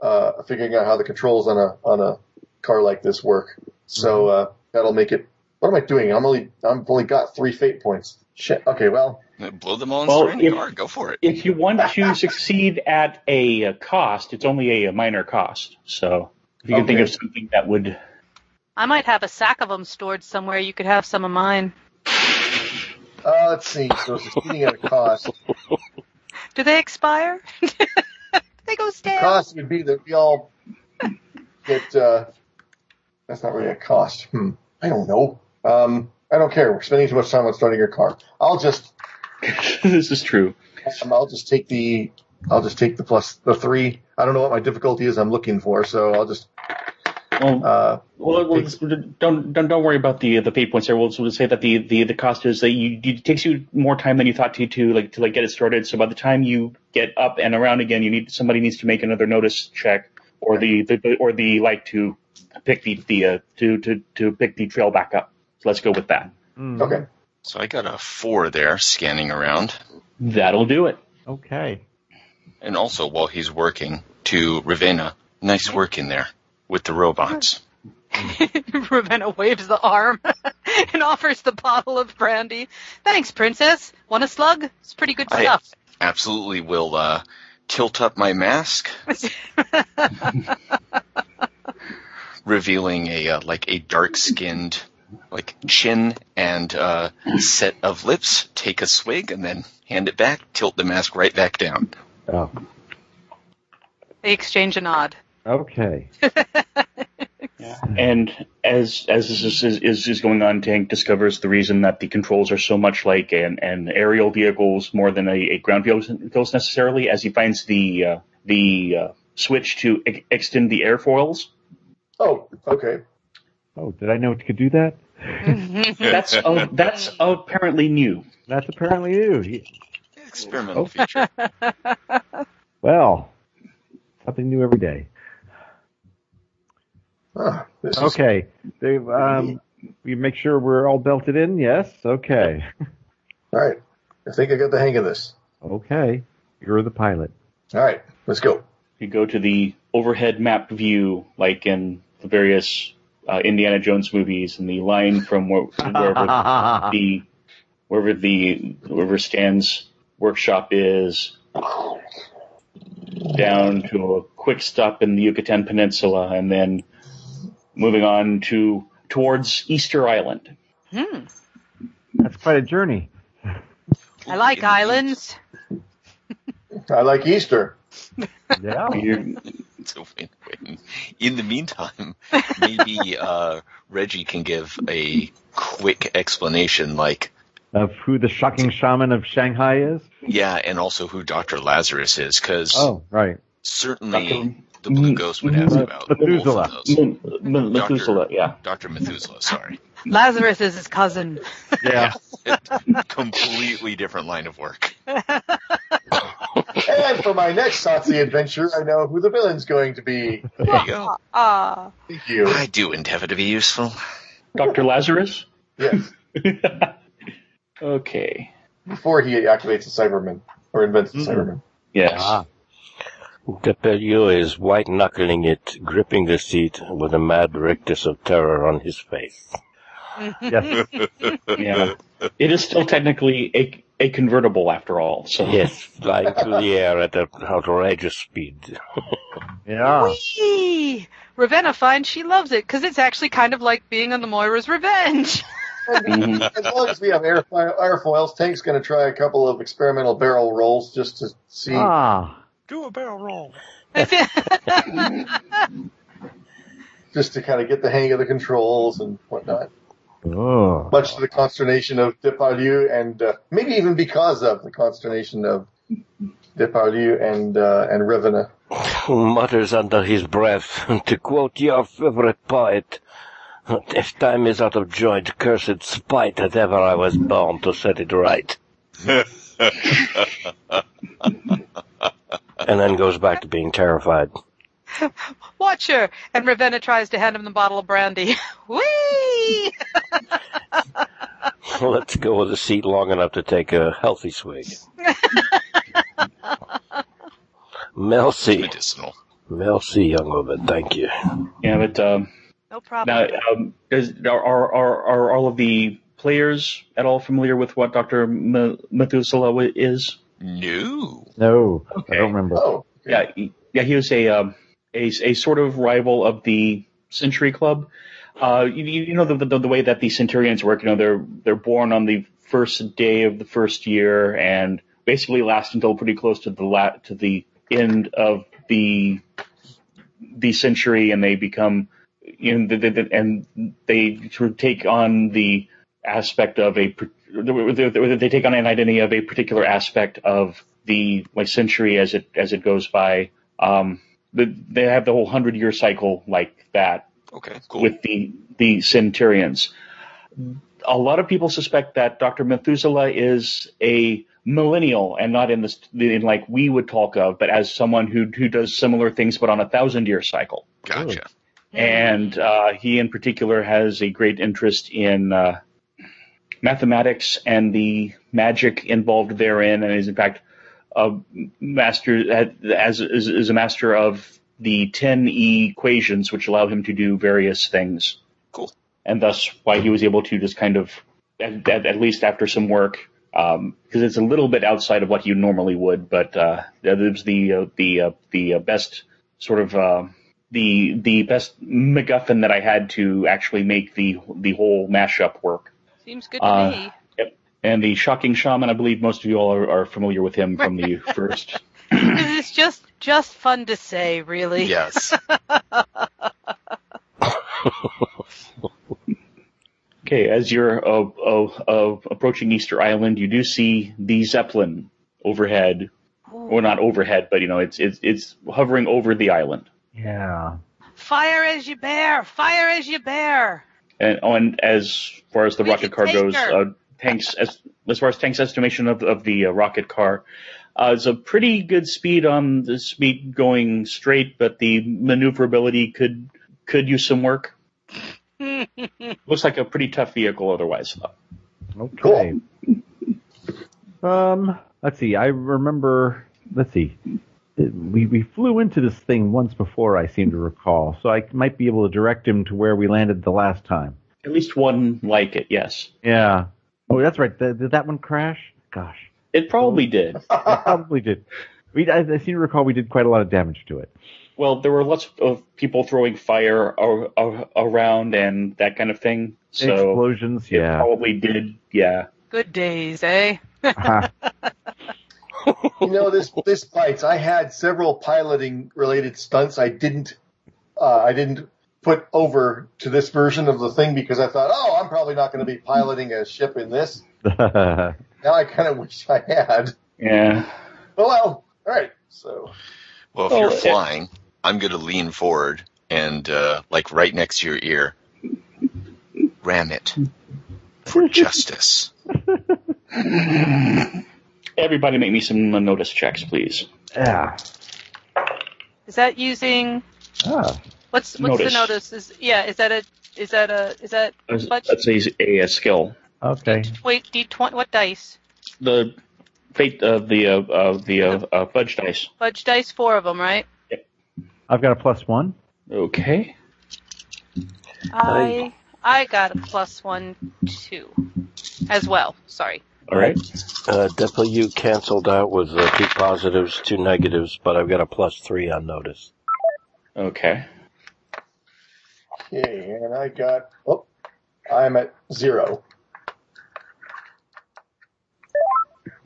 uh, figuring out how the controls on a on a car like this work. So uh, that'll make it. What am I doing? I'm only I'm only got three fate points. Shit. Okay, well,
Blow them all in
Well,
surround the
if-
car. Go for it.
If you want to succeed at a uh, cost, it's only a, a minor cost. So if you can think
Okay.
of something that would
I might have a sack of them stored somewhere. You could have some of mine.
uh, let's see. So succeeding at a cost.
Do they expire? they go stale.
cost would be that we all get. Uh, that's not really a cost. Hmm. I don't know. Um, I don't care. We're spending too much time on starting your car. I'll just,
this is true.
um, I'll just take the, I'll just take the plus the three. I don't know what my difficulty is. I'm looking for, so I'll just.
Well,
Uh,
well, well, don't don't don't worry about the the pay points there. We'll, we'll say that the, the, the cost is that you it takes you more time than you thought to to like to like get it started. So by the time you get up and around again, you need somebody needs to make another notice check or the, the or the like to pick the the uh, to to to pick the trail back up. So let's go with that.
okay.
So I got a four there scanning around.
That'll do it.
Okay.
And also while he's working to Ravenna. Nice work in there. with the robots.
Ravenna waves the arm and offers the bottle of brandy. Thanks, Princess. Want a slug? It's pretty good
I-
stuff.
Absolutely will uh, tilt up my mask, revealing a uh, like a dark skinned like chin and uh, set of lips. Take a swig and then hand it back. Tilt the mask right back down.
Oh,
they exchange a nod.
okay.
And as as this is, is is going on, Tank discovers the reason that the controls are so much like an, an aerial vehicles more than a, a ground vehicles necessarily. As he finds the uh, the uh, switch to e- extend the airfoils.
Oh, okay.
Oh, did I know it could do that?
That's uh, that's apparently new.
That's apparently you. He-
Experimental
Oh.
feature.
Well, something new every day.
Huh, Ah, this is-
Okay. They, um, we make sure we're all belted in. Yes. Okay.
all right. I think I got the hang of this.
Okay. You're the pilot.
All right, let's go.
You go to the overhead mapped view, like in the various uh, Indiana Jones movies, and the line from where, wherever the wherever the wherever Stan's workshop is down to a quick stop in the Yucatan Peninsula and then moving on to towards Easter Island.
Hmm.
That's quite a journey.
I like islands.
I like Easter.
Yeah.
You
It's a win-win. In the meantime, maybe uh, Reggie can give a quick explanation, like
Of who the shocking shaman of Shanghai is?
yeah, and also who Doctor Lazarus is, because
Oh, right.
certainly
Dr.
the Blue Ghost would ask
Mm,
about both of
Methuselah.
those.
M- M- Methuselah, yeah.
Doctor Methuselah, sorry,
Lazarus is his cousin.
Yeah.
completely different line of work.
And for my next Satsi adventure, I know who the villain's going to be.
There you go.
Ah.
Thank you.
I do endeavor to be useful.
Dr. Lazarus?
Yes,
okay.
before he activates the Cyberman or invents the Cyberman.
Yes.
Ah.
Depailleux is white knuckling it, gripping the seat with a mad rictus of terror on his face.
Yes.
Yeah. It is still technically a, a convertible after all. So
Yes, flying through the air at an outrageous speed.
Yeah.
Whee! Ravenna finds she loves it because it's actually kind of like being on the Moira's Revenge.
Mhm.
As long as we have airfoil, airfoils, Tank's going to try a couple of experimental barrel rolls just to see.
Ah.
Do a barrel roll.
just to kind of get the hang of the controls and whatnot.
Oh.
Much to the consternation of Depardieu and uh, maybe even because of the consternation of Depardieu and uh, and Revenant.
Who mutters under his breath, to quote your favorite poet, if time is out of joint, cursed spite that ever I was born to set it right. and then goes back to being terrified.
Watch her! And Ravenna tries to hand him the bottle of brandy. Whee!
Let's go with the seat long enough to take a healthy swig. Merci.
Medicinal.
Merci, young woman. Thank you.
yeah, but um,
No problem.
Now, um, is, are, are, are, are all of the players at all familiar with what Dr. M- Methuselah wi- is?
No.
No. I
Okay.
don't remember.
Oh,
Yeah, he- yeah, he was a, um, a, a sort of rival of the Century Club. Uh, you, you you know the, the the way that the Centurions work. You know they're they're born on the first day of the first year and basically last until pretty close to the la- to the end of the the century, and they become you know, the, the, the, and they sort of take on the aspect of a par- they take on an identity of a particular aspect of the like century as it as it goes by. Um, the, they have the whole hundred year cycle like that
Okay, cool.
with the the centurions. A lot of people suspect that Dr. Methuselah is a millennial and not in this in like we would talk of, but as someone who who does similar things but on a thousand year cycle
gotcha.
and uh, he in particular has a great interest in uh, mathematics and the magic involved therein, and is in fact a master as is, is a master of the 10e equations, which allow him to do various things.
Cool.
And thus why he was able to just kind of, at, at, at least after some work, because it's a little bit outside of what you normally would, but uh, that is the uh, the uh, the uh, best sort of uh, the the best MacGuffin that I had to actually make the the whole mashup work.
Seems good to
Uh,
me.
And the shocking shaman, I believe most of you all are, are familiar with him from the first.
'Cause it's just just fun to say, really.
Yes.
Okay, as you're uh, uh, uh, approaching Easter Island, you do see the Zeppelin overhead, or not overhead, but you know it's it's it's hovering over the island.
Yeah.
Fire as you bear, fire as you bear.
And on as far as the
We
rocket
should
car
take
goes,
her.
uh, tanks as as far as tanks estimation of of the uh, rocket car, uh, it's a pretty good speed on the speed going straight, but the maneuverability could could use some work. Looks like a pretty tough vehicle otherwise.
Okay. Um, let's see. I remember. Let's see. We we flew into this thing once before. I seem to recall, so I might be able to direct him to where we landed the last time.
At least one like it, yes.
Yeah. Oh, that's right. Th- did that one crash? Gosh,
It probably did.
it probably did. We I, I seem to recall we did quite a lot of damage to it.
Well, there were lots of people throwing fire ar- ar- around and that kind of thing. So
Explosions.
it
Yeah.
probably did. Yeah.
Good days, eh?
Ah,
You know this this bites. I had several piloting related stunts. I didn't uh, I didn't put over to this version of the thing because I thought, oh, I'm probably not going to be piloting a ship in this. Now I kind of wish I had.
Yeah.
Oh well. All right. So
Well, if
Well,
you're
it-
flying, I'm going to lean forward and, uh, like, right next to your ear, ram it for justice.
Everybody make me some notice checks, please.
yeah.
Is that using
Ah.
what's what's
Notice.
the notice? Is yeah, is that a is that a is that
That's
But-
that's a, a, uh, skill.
Okay.
wait D twenty what dice?
The fate of the uh, of the uh, uh, fudge dice.
Fudge dice, four of them, right?
I've got a plus one.
Okay.
I I got a plus one two as well. Sorry.
All right.
Uh, W canceled out with uh, two positives, two negatives, but I've got a plus three on notice.
Okay.
okay, and I got. Oh, I'm at zero.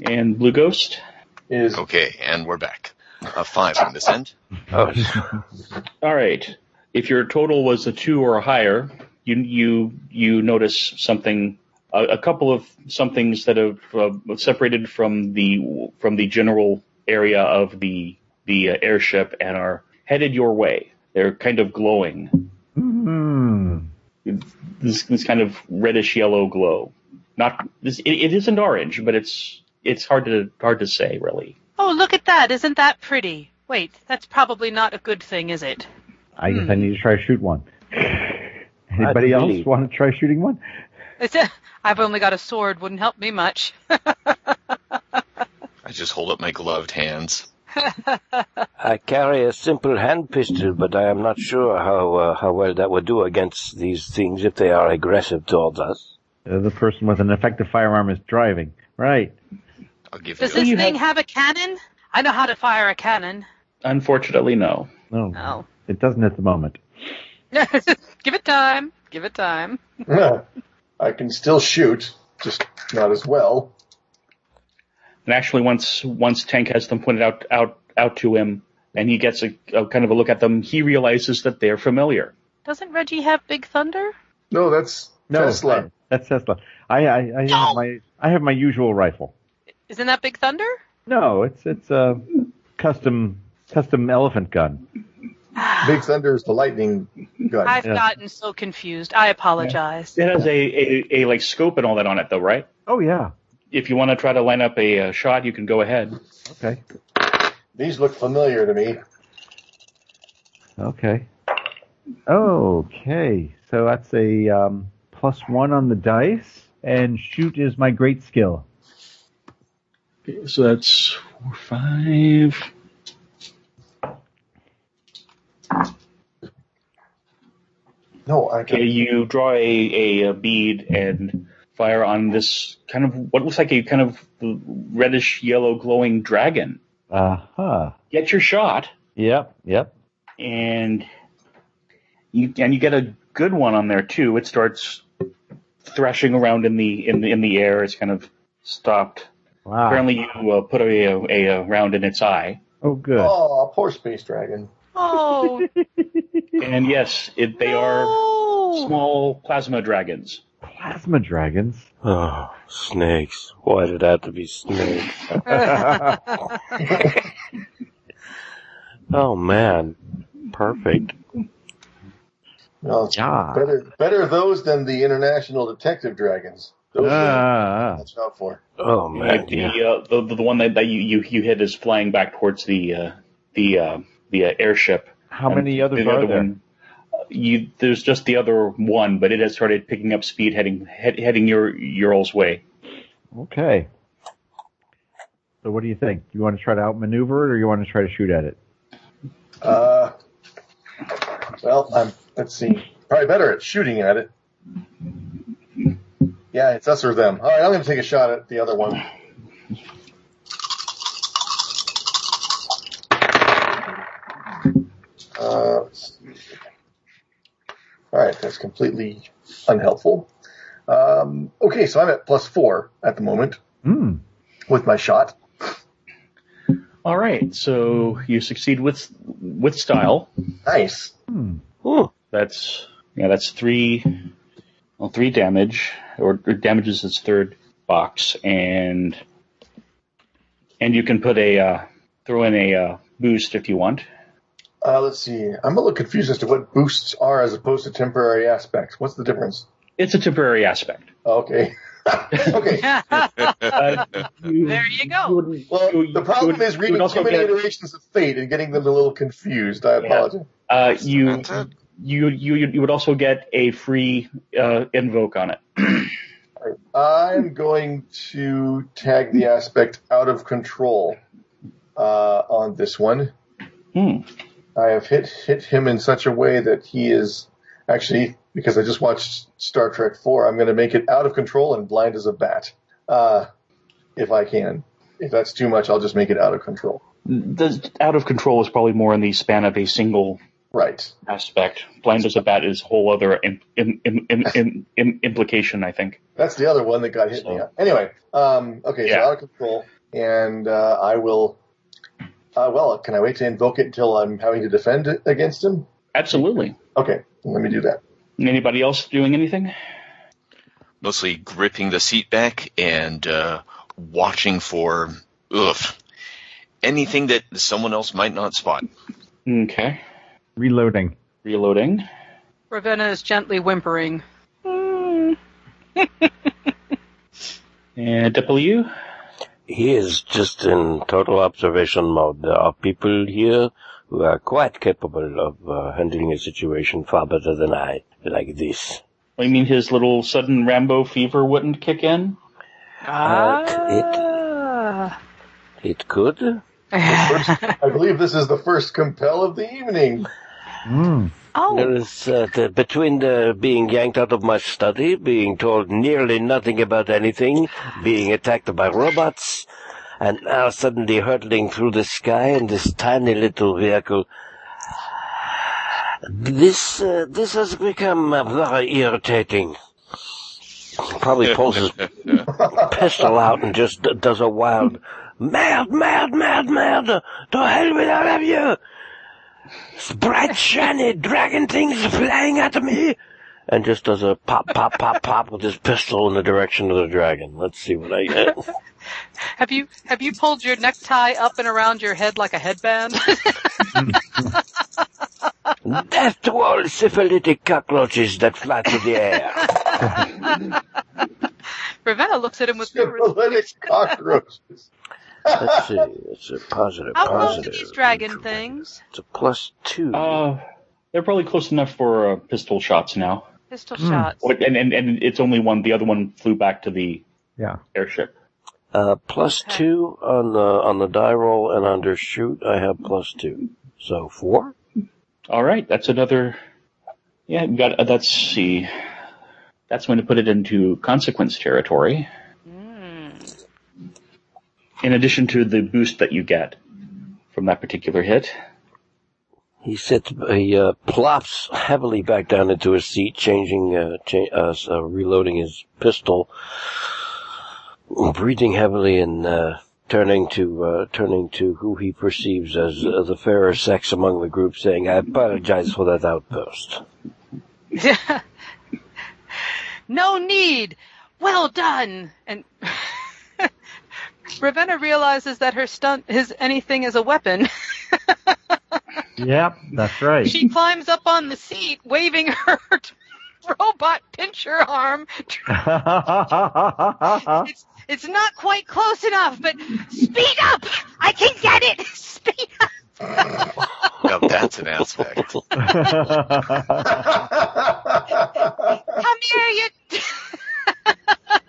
And blue ghost.
Is
Okay, and we're back. A five on this end.
Oh,
All right. If your total was a two or higher, you you you notice something, a, a couple of somethings that have uh, separated from the from the general area of the the uh, airship and are headed your way. They're kind of glowing,
Hmm.
this this kind of reddish yellow glow. Not this, it, it isn't orange, but it's it's hard to hard to say really.
Oh look at that. Isn't that pretty? Wait, that's probably not a good thing, is it?
I guess I need to try to shoot one. Anybody
I'd
else
really-
want to try shooting one?
It's a, I've only got a sword, wouldn't help me much.
I just hold up my gloved hands.
I carry a simple hand pistol, but I am not sure how uh, how well that would do against these things if they are aggressive towards us.
Uh, the person with an effective firearm is driving. Right.
I'll give
Does
you.
this thing have a cannon? I know how to fire a cannon.
Unfortunately, no.
No.
Oh.
It doesn't at the moment.
Give it time. Give it time.
Oh. I can still shoot, just not as well.
And actually, once once Tank has them pointed out out out to him, and he gets a, a kind of a look at them, he realizes that they're familiar.
Doesn't Reggie have Big Thunder?
No, that's
No,
Tesla.
That's Tesla. I I, I have my I have my usual rifle.
Isn't that Big Thunder?
No, it's it's a custom custom elephant gun.
Big Thunder is the lightning gun.
I've
Yeah.
gotten so confused. I apologize.
It has a, a, a like scope and all that on it, though, right?
Oh yeah.
If you want to try to line up a, uh shot, you can go ahead.
Okay.
These look familiar to me.
Okay. Okay. So that's a um, plus one on the dice, and shoot is my great skill.
So that's four, five.
No, I
Okay,
can
you draw a, a, uh bead and fire on this kind of what looks like a kind of reddish yellow glowing dragon.
Uh huh.
Get your shot,
Yep. Yep.
and you and you get a good one on there too. It starts thrashing around in the in the, in the air. It's kind of stopped.
Wow.
Apparently, you uh, put a, a a round in its eye,
Oh, good.
Oh, poor space dragon.
Oh,
and yes, it, they are
no.
small plasma dragons.
Plasma dragons.
Oh, snakes. Why did it have to be snakes? oh man. Perfect.
No,
Yeah.
better better those than the international detective dragons. Those are
Ah.
watch out for.
Oh
Like
man,
the,
yeah.
uh, the the one that, that you, you you hit is flying back towards the uh, the uh, the uh, airship.
How many others
the
are there?
One, uh, you there's just the other one, but it has started picking up speed, heading head, heading your your all's way.
Okay. So what do you think? You want to try to outmaneuver it, or you want to try to shoot at it?
Uh, well, I'm let's see. Probably better at shooting at it. Yeah, it's us or them. All right, I'm going to take a shot at the other one. Uh, let's see. all right, that's completely unhelpful. Um, okay, so I'm at plus four at the moment
Hmm.
with my shot.
All right, so you succeed with with style.
Nice.
Hmm.
Huh.
That's yeah, that's three, well, three damage or, or damages its third box, and and you can put a uh, throw in a uh, boost if you want.
Uh, let's see. I'm a little confused as to what boosts are as opposed to temporary aspects. What's the difference?
It's a temporary aspect.
Oh, okay. okay.
Uh, you-
There you go.
would-
Well,
you-
the
you
problem
would-
is
you
reading
would
too
also
many
get-
iterations of fate and getting them a little confused. I apologize.
Uh, you,
That's it.
you you you would also get a free uh, invoke on it.
I'm going to tag the aspect out of control uh, on this one.
Hmm.
I have hit hit him in such a way that he is actually because I just watched Star Trek Four. I'm going to make it out of control and blind as a bat, uh, if I can. If that's too much, I'll just make it out of control.
The out of control is probably more in the span of a single
Right.
aspect. Blind as a bat is a whole other im, im, im, im, im, im, implication, I think.
That's the other one that got hit me. Anyway, um, okay,
Yeah.
so out of control, and uh, I will. Uh, well, can I wait to invoke it until I'm having to defend it against him?
Absolutely.
Okay, let me do that.
Anybody else doing anything?
mostly gripping the seat back and uh, watching for ugh, anything that someone else might not spot.
Okay.
Reloading.
Reloading.
Ravenna is gently whimpering.
And W.
He is just in total observation mode. There are people here who are quite capable of uh, handling a situation far better than I, like this.
I mean, his little sudden Rambo fever wouldn't kick in.
Ah.
Uh, It could.
I believe this is the first compel of the evening.
Hmm.
There
oh,
is uh, the, between the being yanked out of my study, being told nearly nothing about anything, being attacked by robots, and now suddenly hurtling through the sky in this tiny little vehicle. This uh, this has become uh, very irritating. Probably pulls his pistol out and just d- does a wild mad, mad, mad, mad. To hell with all of you! bright, shiny dragon things flying at me! And just does a pop, pop, pop, pop with his pistol in the direction of the dragon. Let's see what I get.
have you have you pulled your necktie up and around your head like a headband?
Death to all syphilitic cockroaches that fly through the air.
Ravenna looks at him with bewilderment.
Syphilitic cockroaches.
Let's see. It's a positive,
How close are
positive.
these dragon things?
It's a plus two.
Uh, they're probably close enough for uh, pistol shots now.
Pistol shots.
What- And, and and it's only one. The other one flew back to the
Yeah.
airship.
Uh, plus
Okay.
two on the on the die roll and under shoot, I have plus two, so four.
All right, that's another Yeah, we got uh, that's see. That's going to put it into consequence territory. In addition to the boost that you get from that particular hit.
He sits, he uh, plops heavily back down into his seat, changing, uh, cha- uh, s- uh, reloading his pistol, breathing heavily and uh, turning to uh, turning to who he perceives as uh, the fairer sex among the group, saying, "I apologize for that outburst."
no need. Well done. And Ravenna realizes that her stunt, his anything is a weapon.
Yep, that's right.
she climbs up on the seat, waving her robot pincher arm. It's, it's not quite close enough, but speed up! I can get it! Speed up!
Now that's an aspect.
Come here, you.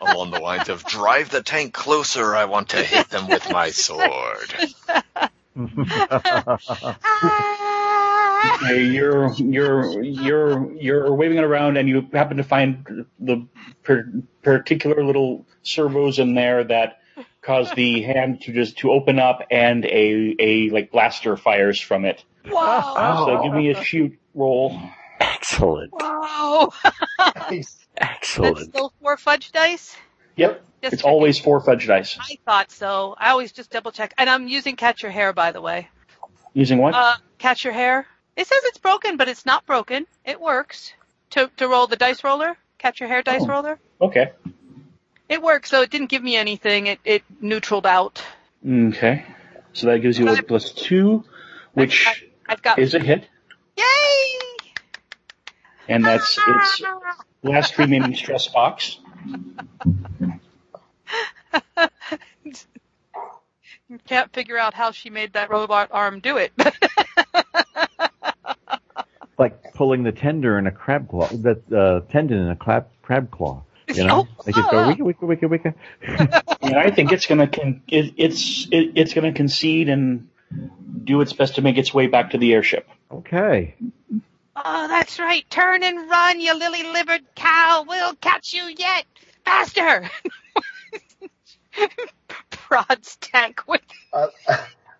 Along the lines of drive the tank closer, I want to hit them with my sword.
Ah!
Uh, You're you're you're you're waving it around, and you happen to find the per- particular little servos in there that cause the hand to just to open up, and a a like blaster fires from it.
Wow!
So give me a shoot roll.
Excellent,
Wow! That's
excellent.
still four fudge dice?
Yep,
Just
it's always four fudge dice.
I thought so. I always just double check. And I'm using catch your hair, by the way.
Using what?
Uh, catch your hair. It says it's broken, but it's not broken. It works. To to roll the dice roller, catch your hair dice
Oh.
roller.
Okay.
It works, so it didn't give me anything. It it neutraled out.
Okay. So that gives you a plus two, which
I've got
is a hit,
yay.
and that's its last remaining stress box.
Can't figure out how she made that robot arm do it.
like pulling the tender in a crab claw, the uh, tendon in a crab crab claw. You know,
Oh,
they just
ah.
go wicka wicka wicka wicka.
Yeah, I think it's gonna con- it, it's it, it's gonna concede and do its best to make its way back to the airship.
Okay,
oh, that's right. Turn and run, you lily-livered cow. We'll catch you yet. Faster. Prods tank with
I,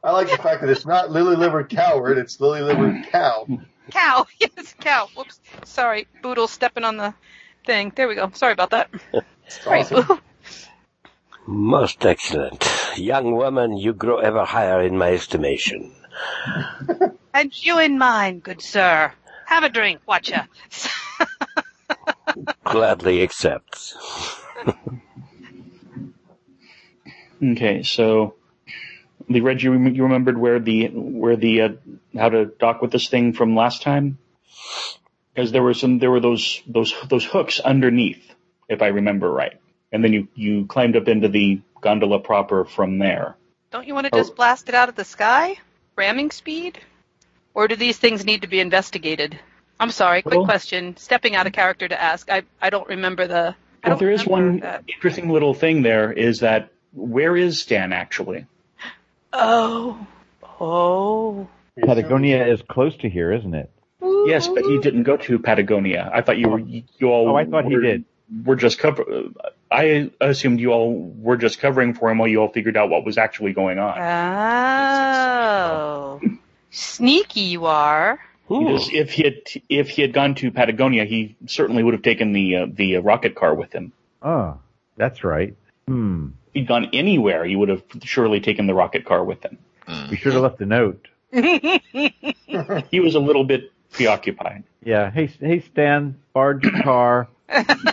I like the fact that it's not lily livered coward, it's lily livered cow.
cow. Yes, cow. Whoops. Sorry, Boodle stepping on the thing. There we go. Sorry about that. Sorry, Boo.
Most excellent. Young woman, you grow ever higher in my estimation.
And you in mine, good sir. Have a drink, watcha.
Gladly accept.
Okay, so the Reg, you, rem- you remembered where the where the uh, how to dock with this thing from last time? Because there were some there were those those those hooks underneath, if I remember right. And then you you climbed up into the gondola proper from there.
Don't you want to just blast it out of the sky? Ramming speed? Or do these things need to be investigated? I'm sorry, quick
Well-
question. Stepping out of character to ask. I, I don't remember the. I
Well,
don't
there is
remember
one
That.
interesting little thing there is that where is Stan actually?
Oh. Oh.
Patagonia is close to here, isn't it?
Yes, but he didn't go to Patagonia. I thought you were you all.
Oh, I thought he
were,
did.
Were just cover. I assumed you all were just covering for him while you all figured out what was actually going
Uh,
on.
Oh. Sneaky you are.
Because if he had if he had gone to Patagonia, he certainly would have taken the uh, the uh, rocket car with him.
Oh, that's right. Hmm.
If he'd gone anywhere, he would have surely taken the rocket car with him.
We should have left a note.
He was a little bit preoccupied.
Yeah. Hey, hey, Stan, barge car.
Don't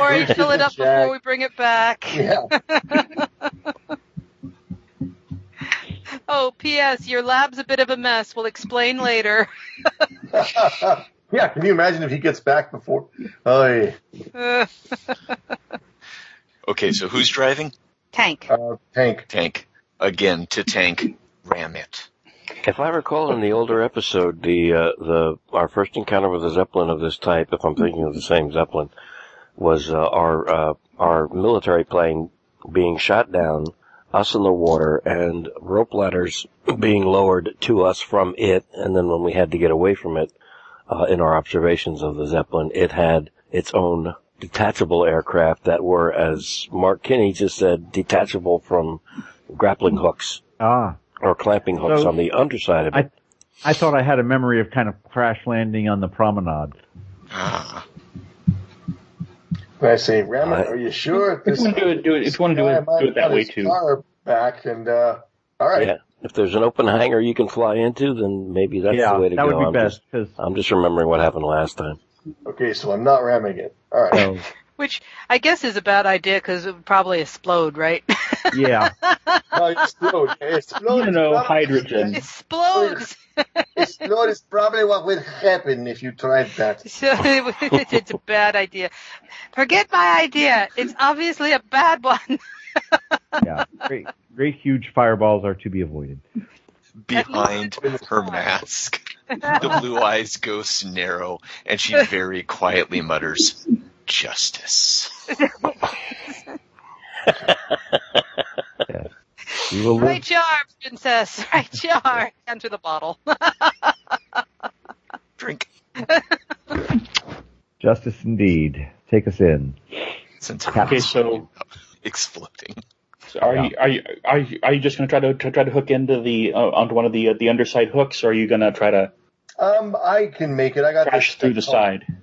worry, fill it up before we bring it back.
Yeah.
Oh, P.S. Your lab's a bit of a mess. We'll explain later.
yeah, can you imagine if he gets back before? Oh,
Uh,
Okay, so who's driving?
tank.
uh, tank.
Tank. Again, to tank, ram it.
If I recall in the older episode, the uh, the our first encounter with a zeppelin of this type, if I'm thinking of the same zeppelin, was uh, our uh, our military plane being shot down us in the water and rope ladders being lowered to us from it. And then when we had to get away from it, uh, in our observations of the Zeppelin, it had its own detachable aircraft that were, as Mark Kinney just said, detachable from grappling hooks
Ah,
or clamping hooks
So-
on the underside of it.
I- I thought I had a memory of kind of crash landing on the promenade.
Ah,
And I say, Raman,
Alright.
are you sure?
If you want to do it, do it. If you want to do it, do it that way too.
Car back and uh, all right.
yeah. If there's an open hangar you can fly into, then maybe that's
yeah,
the way to
that
go.
would be
I'm
best
Just,
'cause-
I'm just remembering what happened last time.
Okay, so I'm not ramming it. All right.
so,
Which I guess is a bad idea because it would probably explode, right?
yeah,
No, it explode. It explode.
You know,
It's probably-
hydrogen.
explodes.
Explode is probably what would happen if you tried that.
So it's it's a bad idea. Forget my idea. It's obviously a bad one.
yeah. Great, great huge fireballs are to be avoided.
behind her mask, the blue eyes go narrow, and she very quietly mutters, "Justice."
We will live.
Right yar, princess. Right yar. Enter the bottle.
Drink.
Justice indeed. Take us in.
Since
Okay, so
exploding.
so are you are you are you, are you just going to try to to try to hook into the uh, onto one of the uh, the underside hooks, or are you going to try to
Um, I can make it. I got
crash
this
through the
stunt
side?
called-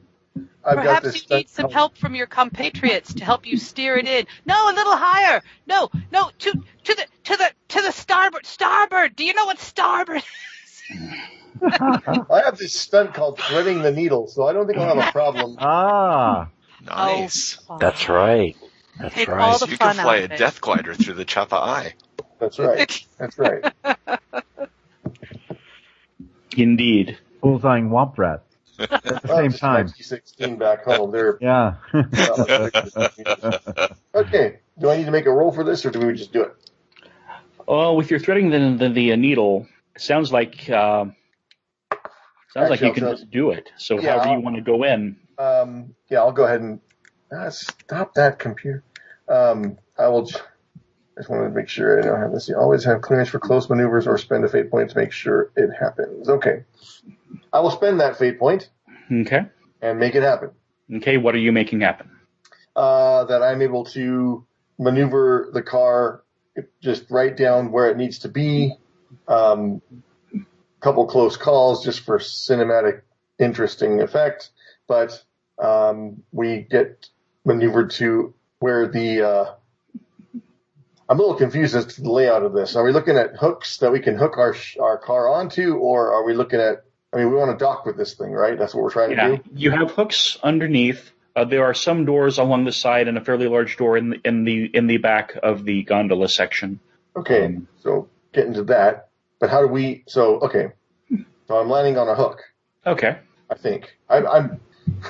I've got this
Perhaps you
stunt
need some
called-
help from your compatriots to help you steer it in. No, a little higher. No, no, to to the to the to the starboard. Starboard. Do you know what starboard?
I have this stunt called threading the needle, so I don't think I'll have a problem.
Ah,
Nice.
That's right. That's
Take
right.
all the
you
fun
can fly
out
a
of it.
death glider through the Chapa Eye.
That's right. That's right.
Indeed.
bullseyeing womp rat. At
Oh,
the same time.
16 back home. They're
Yeah.
okay. Do I need to make a roll for this, or do we just do it?
Oh, with your threading the the, the uh, needle, sounds like um sounds like
Actually,
you can
I'll
just do it. So
Yeah,
however
I'll-
you want to go in.
Um, yeah, I'll go ahead and ah, stop that computer. Um, I will. j- I just wanted to make sure I don't have this. You always have clearance for close maneuvers or spend a fate point to make sure it happens. Okay. I will spend that fate point
Okay.
and make it happen.
Okay. What are you making happen?
uh, that I'm able to maneuver the car just right down where it needs to be. Um, couple close calls just for cinematic interesting effect, but um, we get maneuvered to where the. Uh, I'm a little confused as to the layout of this. Are we looking at hooks that we can hook our sh- our car onto, or are we looking at? I mean, we want to dock with this thing, right? That's what we're trying to
Yeah,
do.
you have hooks underneath. Uh, there are some doors along the side and a fairly large door in the, in the in the back of the gondola section.
Okay,
Um,
so get into that. But how do we? So okay, so I'm landing on a hook.
Okay.
I think I'm I'm,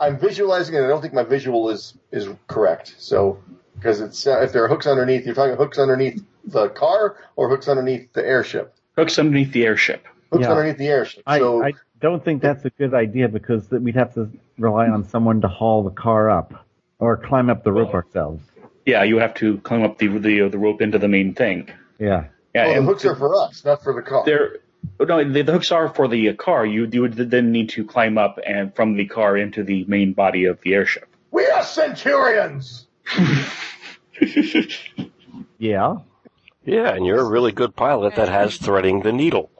I'm visualizing it. I don't think my visual is is correct. So because it's uh, if there are hooks underneath, you're talking hooks underneath the car or hooks underneath the airship.
Hooks underneath the airship.
Hooks
Yeah.
underneath the airship.
I,
so
I don't think that's a good idea because that we'd have to rely on someone to haul the car up or climb up the rope ourselves.
Yeah, you have to climb up the the, the rope into the main thing.
Yeah.
Yeah,
well, Oh, the
and
hooks are for us, not for the car.
there. oh, No, the, the hooks are for the uh, car. You you would then need to climb up and from the car into the main body of the airship.
We are centurions.
Yeah.
Yeah, and you're a really good pilot that has threading the needle.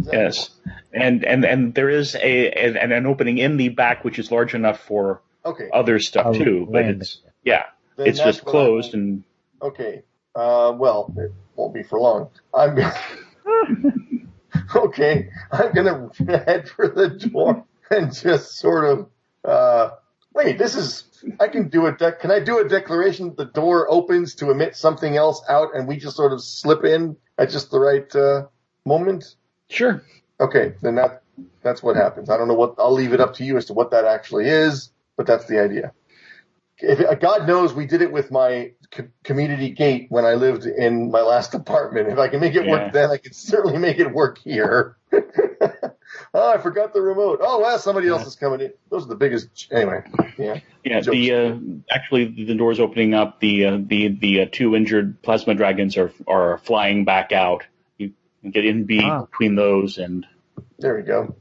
Yes, and and and there is a an, an opening in the back which is large enough for
Okay.
other stuff
Oh,
too. But
landing.
it's yeah,
then
Uh, it's
that's
just
what I-
closed and
Okay. Uh, well, it won't be for long. I'm gonna. okay, I'm gonna head for the door and just sort of. Uh, wait, this is. I can do a dec. Can I do a declaration? that The door opens to emit something else out, and we just sort of slip in at just the right uh, moment.
sure.
Okay, then that that's what happens. I don't know what. I'll leave it up to you as to what that actually is, but that's the idea. If, uh, God knows we did it with my co- community gate when I lived in my last apartment. If I can make it
Yeah.
work then, I can certainly make it work here. oh, I forgot the remote. Oh, well, somebody else is coming in. Those are the biggest. Anyway, yeah.
Yeah, the uh, actually the doors opening up. The uh, the the uh, two injured plasma dragons are are flying back out. You can get in B
Ah.
between those and
There we go.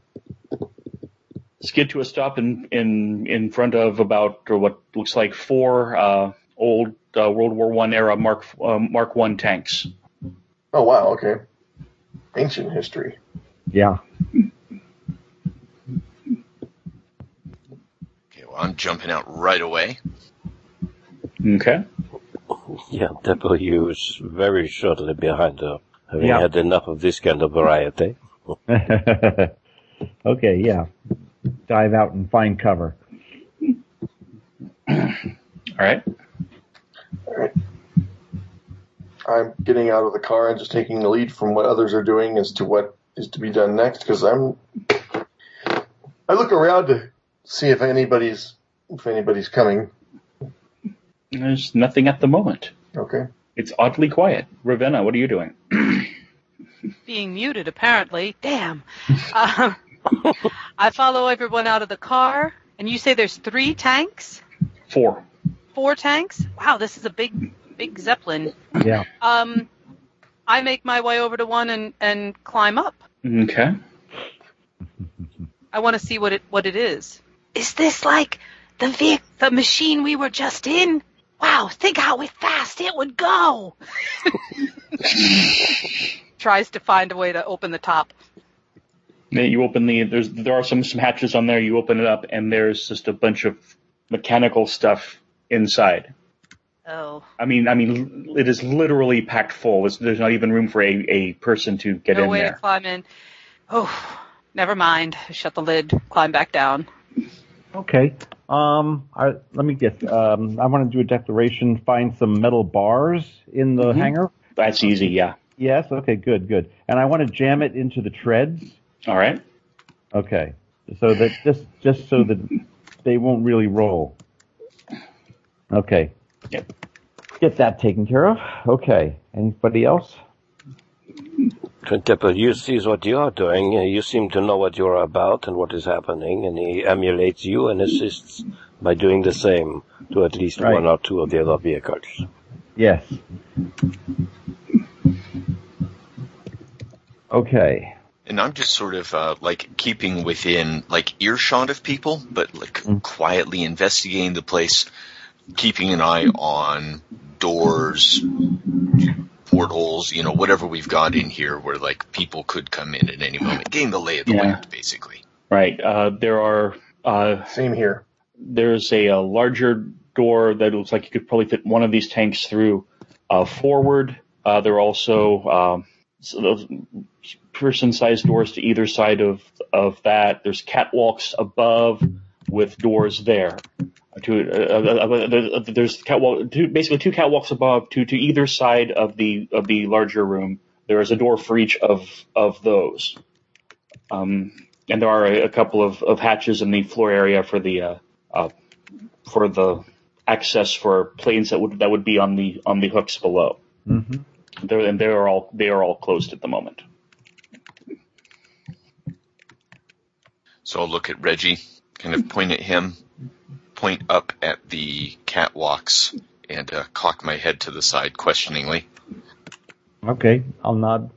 skid to a stop in in in front of about or what looks like four uh, old uh, World War One era Mark uh, Mark One tanks.
Oh, wow. Okay. Ancient history.
Yeah.
Okay, well, I'm jumping out right away.
Okay.
Yeah, W is very shortly behind her, having
Yeah.
had enough of this kind of variety.
okay, yeah. Dive out and find cover.
All right.
All right. I'm getting out of the car and just taking the lead from what others are doing as to what is to be done next because I'm. I look around to see if anybody's if anybody's coming.
There's nothing at the moment.
Okay.
It's oddly quiet. Ravenna, what are you doing?
being muted apparently. Damn. um, I follow everyone out of the car, and you say there's three tanks,
Four.
four tanks. Wow, this is a big, big zeppelin.
Yeah.
Um, I make my way over to one and and climb up.
Okay.
I want to see what it what it is. Is this like the vehicle, the machine we were just in? Wow, think how fast it would go. Tries to find a way to open the top.
Yeah, You open the there's there are some some hatches on there. You open it up and there's just a bunch of mechanical stuff inside.
Oh,
I mean, I mean, it is literally packed full. It's, there's not even room for a, a person to get
no
in
way
there.
to climb in. Oh, never mind. Shut the lid. Climb back down.
Okay. Um, I, let me guess. Um, I want to do a declaration. Find some metal bars in the hangar.
That's easy. Yeah.
Yes. Okay. Good. Good. And I want to jam it into the treads.
All right.
Okay. So that just just so that they won't really roll. Okay.
Yep.
Get that taken care of. Okay. Anybody else?
W sees what you are doing. uh, You seem to know what you are about and what is happening, and he emulates you and assists by doing the same to at least
Right.
one or two of the other vehicles.
Yes. Okay.
And I'm just sort of uh, like keeping within like earshot of people, but like quietly investigating the place, keeping an eye on doors, portholes, you know, whatever we've got in here where like people could come in at any moment, getting the lay of the
Yeah.
land basically.
Right. Uh, there are uh,
Same here.
there's a, a larger door that looks like you could probably fit one of these tanks through uh, forward. Uh, there are also um, sort of person-sized doors to either side of of that. There's catwalks above with doors there. To, uh, uh, uh, there's- there's catwalk, two, basically two catwalks above, to to either side of the of the larger room. There is a door for each of of those. Um, and there are a, a couple of, of hatches in the floor area for the uh, uh, for the access for planes that would that would be on the on the hooks below. Mm-hmm.
Mhm.
They're, and they are all they are all closed at the moment.
So I'll look at Reggie, kind of point at him, point up at the catwalks, and uh, cock my head to the side questioningly.
Okay. I'll nod.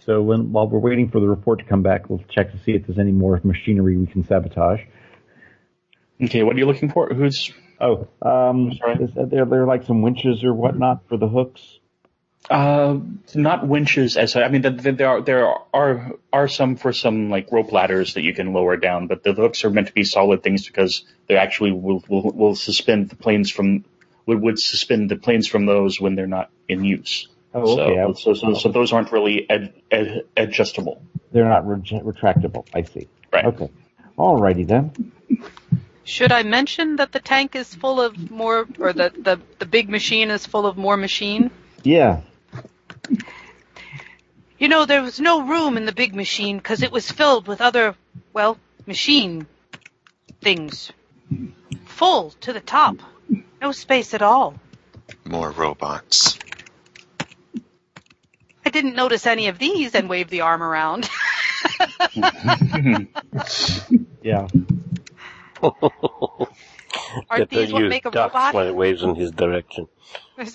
So when while we're waiting for the report to come back, we'll check to see if there's any more machinery we can sabotage.
Okay, what are you looking for? Who's
Oh, um,
Sorry?
is, are there there are like some winches or whatnot for the hooks?
uh, not winches as I mean th- th- there are there are are some for some like rope ladders that you can lower down, but the hooks are meant to be solid things because they actually will will, will suspend the planes from would, would suspend the planes from those when they're not in use.
Oh, okay. I-
So, so, so, so those aren't really ad, ad, adjustable.
They're not re- retractable. I see.
Right.
Okay. Alrighty then.
Should I mention that the tank is full of more, or that the, the big machine is full of more machine?
Yeah.
You know, there was no room in the big machine because it was filled with other, well, machine things. Full to the top. No space at all.
More robots.
I
didn't notice any of these and wave the arm around.
Yeah.
Aren't
Get to
these what
use
make a
ducks
robot?
when it waves in his direction.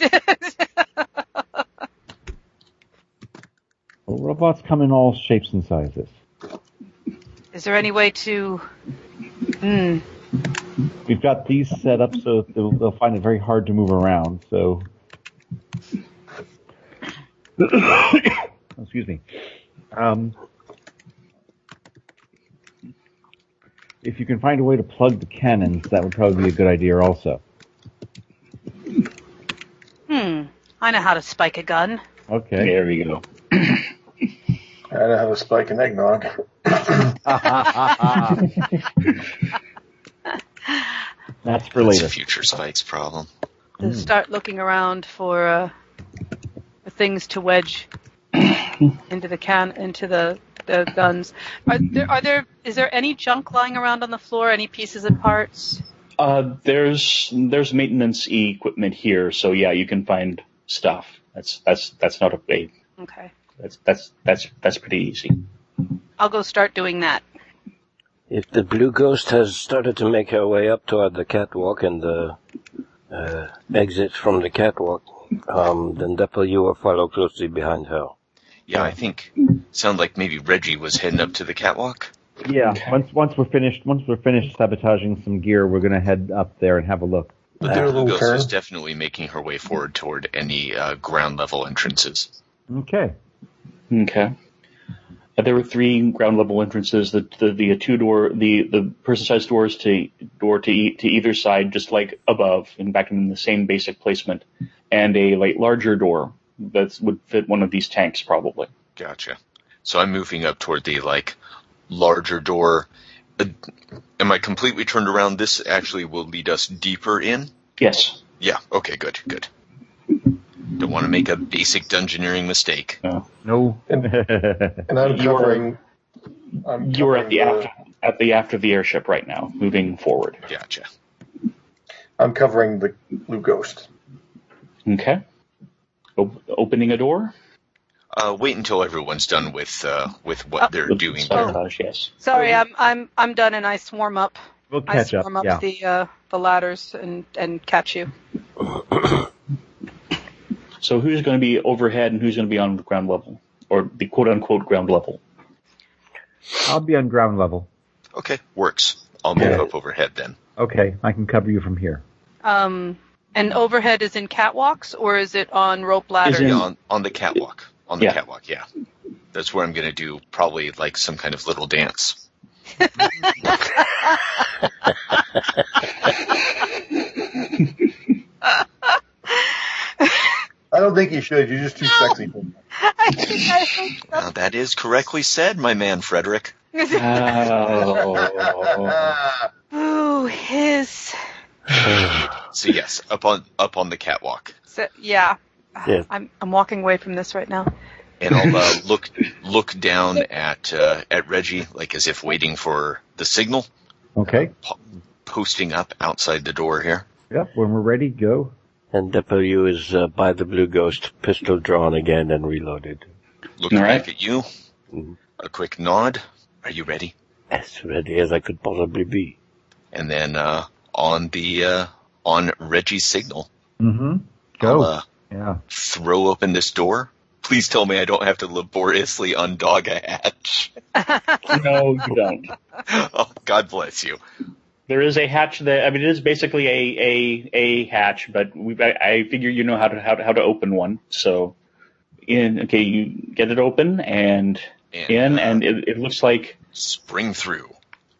Well, robots come in all shapes and sizes.
Is there any way to? Hmm.
We've got these set up so they'll, they'll find it very hard to move around. So, excuse me. Um, if you can find a way to plug the cannons, that would probably be a good idea. Also,
Hmm. I know how to spike a gun.
okay.
There we go.
I don't have a spike in eggnog.
That's for
It's
later.
a future spikes problem.
To Start looking around for, uh, for things to wedge into the can into the, the guns. Are there, are there? Is there any junk lying around on the floor? Any pieces and parts?
Uh, there's there's maintenance equipment here, so yeah, you can find stuff. That's that's that's not a big.
Okay.
That's that's that's that's pretty easy.
I'll go start doing that.
If the blue ghost has started to make her way up toward the catwalk and the uh, exit from the catwalk, um, then Depa, you will follow closely behind her.
Yeah, I think sound like maybe Reggie was heading up to the catwalk.
Yeah. Once once we're finished, once we're finished sabotaging some gear, we're gonna head up there and have a look.
But the
Uh,
Blue Ghost
okay.
is definitely making her way forward toward any uh, ground level entrances.
Okay.
Okay. Uh, there were three ground level entrances. The the, the uh, two door the, the person sized doors to door to e- to either side, just like above, and back in the same basic placement, and a like larger door that would fit one of these tanks probably.
Gotcha. So I'm moving up toward the like larger door. Uh, am I completely turned around? This actually will lead us deeper in.
Yes.
Yeah. Okay. Good. Good. Don't want to make a basic dungeoneering mistake.
No.
No.
And I'm
You are-
covering. I'm
You are at
covering
the aft at the aft of the airship right now, moving forward.
Gotcha.
I'm covering the blue ghost.
Okay. O- opening a door.
Uh, wait until everyone's done with uh, with what
Uh,
they're
With
doing.
sabotage, yes.
Sorry, I'm I'm I'm done, and I swarm up.
we'll
I
catch up.
swarm up,
Yeah.
the uh, the ladders and and catch you.
So who's going to be overhead and who's going to be on the ground level, or the quote unquote ground level?
I'll be on ground level.
Okay. Works. I'll move
Yeah.
up overhead then.
Okay. I can cover you from here.
Um, and overhead is in catwalks or is it on rope ladders?
Is it-
Yeah, on, on the catwalk. On the
Yeah.
catwalk. Yeah. That's where I'm gonna do probably like some kind of little dance.
I don't think you should. You're just too sexy. For that.
I think I hope
Now, that is correctly said, my man Frederick.
Oh.
Ah,
Ooh, his.
So yes, up on up on the catwalk,
So, yeah.
Yeah.
I'm I'm walking away from this right now.
and I'll uh, look look down at uh, at Reggie like as if waiting for the signal,
Okay.
posting up outside the door here.
Yep. When we're ready, go.
And Depa, you is uh, by the blue ghost, pistol drawn again and reloaded.
Looking
All right.
back at you,
Mhm.
a quick nod. Are you ready?
As ready as I could possibly be.
And then uh, on the uh, on Reggie's signal,
Mm-hmm.
I'll
Go.
uh,
yeah.
throw open this door. Please tell me I don't have to laboriously undog a hatch.
no, you don't.
oh, God bless you.
There is a hatch that I mean, it is basically a a a hatch, but we I, I figure you know how to how to, how to open one. So, in okay, you get it open and in,
uh,
and it, it looks like
spring through.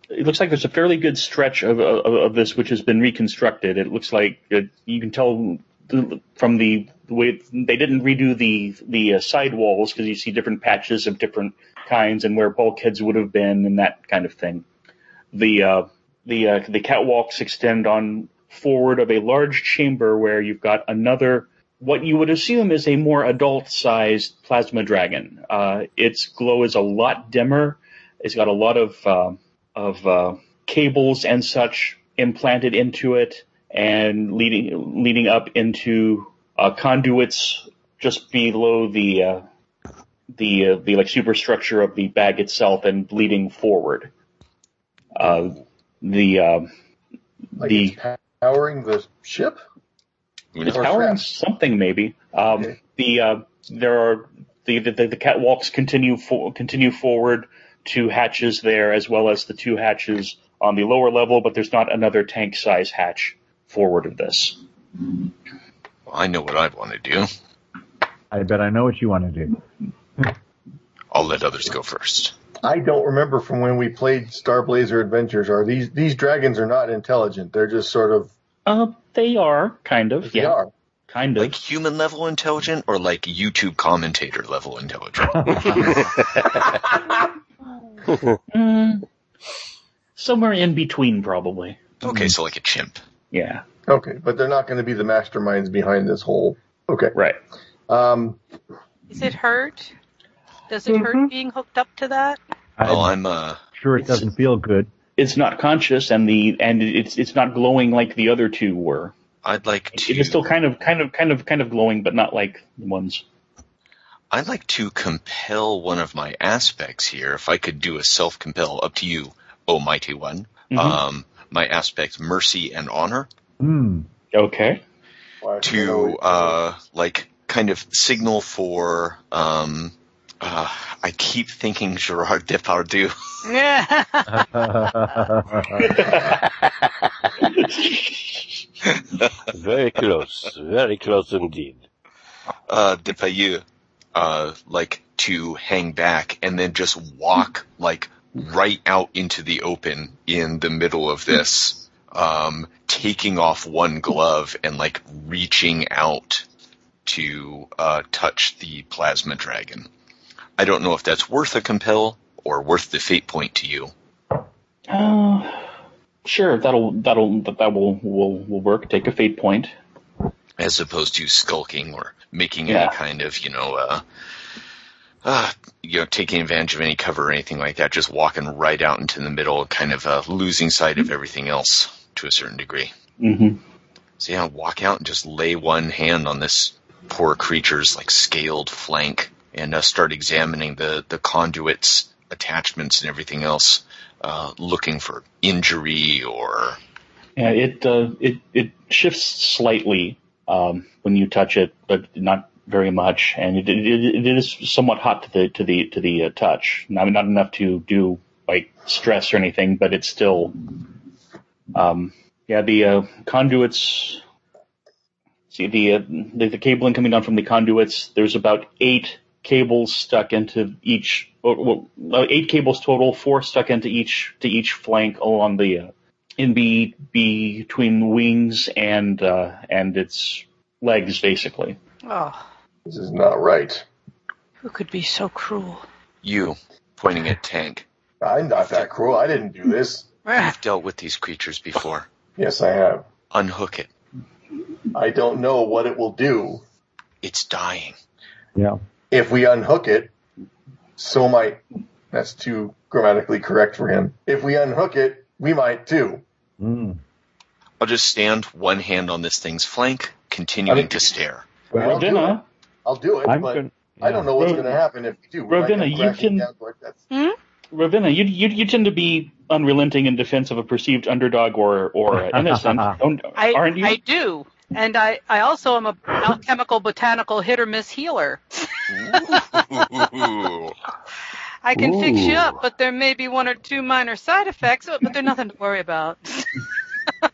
it looks like there's a fairly good stretch of, of, of this which has been reconstructed. It looks like it, you can tell the- from the, the way they didn't redo the the uh, sidewalls because you see different patches of different kinds and where bulkheads would have been and that kind of thing. The uh, the uh, the catwalks extend on forward of a large chamber where you've got another what you would assume is a more adult-sized plasma dragon. Uh, its glow is a lot dimmer. It's got a lot of uh, of uh, cables and such implanted into it and leading leading up into uh, conduits just below the uh, the uh, the like superstructure of the bag itself and bleeding forward. Uh, the uh,
Like
the
it's powering the ship.
it's
Or
powering
traps.
something maybe. Um,
Okay.
The uh, there are the the, the catwalks continue for, continue forward to hatches there as well as the two hatches on the lower level, but there's not another tank size hatch forward of this.
Well, I know what I want to do.
I bet I know what you want to do.
I'll let others go first.
I don't remember from when we played Star Blazer Adventures. Are these these dragons are not intelligent? They're just sort of
Uh, they are kind of
they
yeah,
are.
kind of.
Like human level intelligent or like YouTube commentator level intelligent?
Mm, somewhere in between, probably.
okay, so like a chimp.
Yeah,
Okay, but they're not going to be the masterminds behind this whole. Okay.
right.
Um,
Is it hurt? Does it hurt being hooked up to that?
I'm
Oh, I'm uh
sure it doesn't feel good.
It's not conscious, and the and it's it's not glowing like the other two were.
I'd like to
It is still kind of kind of kind of kind of glowing, but not like the ones.
I'd like to compel one of my aspects here. If I could do a self compel, up to you, oh mighty one.
Mhm.
Um, my aspect, mercy and honor,
Hmm.
Okay.
well, I
to
know-
uh, like kind of signal for. Um, uh, I keep thinking Gerard Depardieu.
Very close. Very close indeed.
uh, Depardieu, uh, like to hang back and then just walk like right out into the open in the middle of this, um, taking off one glove and like reaching out to uh, touch the plasma dragon. I don't know if that's worth a compel or worth the fate point to you.
Uh, sure, that'll that'll that, that will will will work. Take a fate point.
as opposed to skulking or making
Yeah.
any kind of you know uh, uh you know taking advantage of any cover or anything like that just walking right out into the middle kind of uh, losing sight of everything else to a certain degree
Mm-hmm.
so yeah walk out and just lay one hand on this poor creature's like scaled flank and uh, start examining the the conduits attachments and everything else uh, looking for injury or
Yeah, it uh, it it shifts slightly um, when you touch it, but not very much, and it, it, it is somewhat hot to the to the to the uh, touch. Not not enough to do like stress or anything, but it's still. Um, yeah, the uh, conduits. See the, uh, the the cabling coming down from the conduits. There's about eight cables stuck into each, or, well, uh, eight cables total. Four stuck into each to each flank along the uh, in be, between wings and uh, and its legs, basically.
Oh,
This is not right.
who could be so cruel?
you pointing at tank
I'm not that cruel. I didn't do this.
i've dealt with these creatures before
Yes, I have.
unhook it
I don't know what it will do
it's dying
yeah.
if we unhook it. So might. That's too grammatically correct for him. If we unhook it, we might too.
Mm.
I'll just stand one hand on this thing's flank, continuing
I mean-
to stare.
Well, I'll do it.
Rodina,
I'll do it,
I'm
but
gonna.
I don't know what's
Ro-
going to happen if we do. We might
Rovina,
come
you
crashing
can-
down to our deaths.
Ravenna, you, you you tend to be unrelenting in defense of a perceived underdog or or innocent, don't,
I,
aren't you?
I do. And I, I also am a alchemical botanical hit or miss healer.
Ooh.
I can fix you
Ooh.
up, but there may be one or two minor side effects, but but they're nothing to worry about.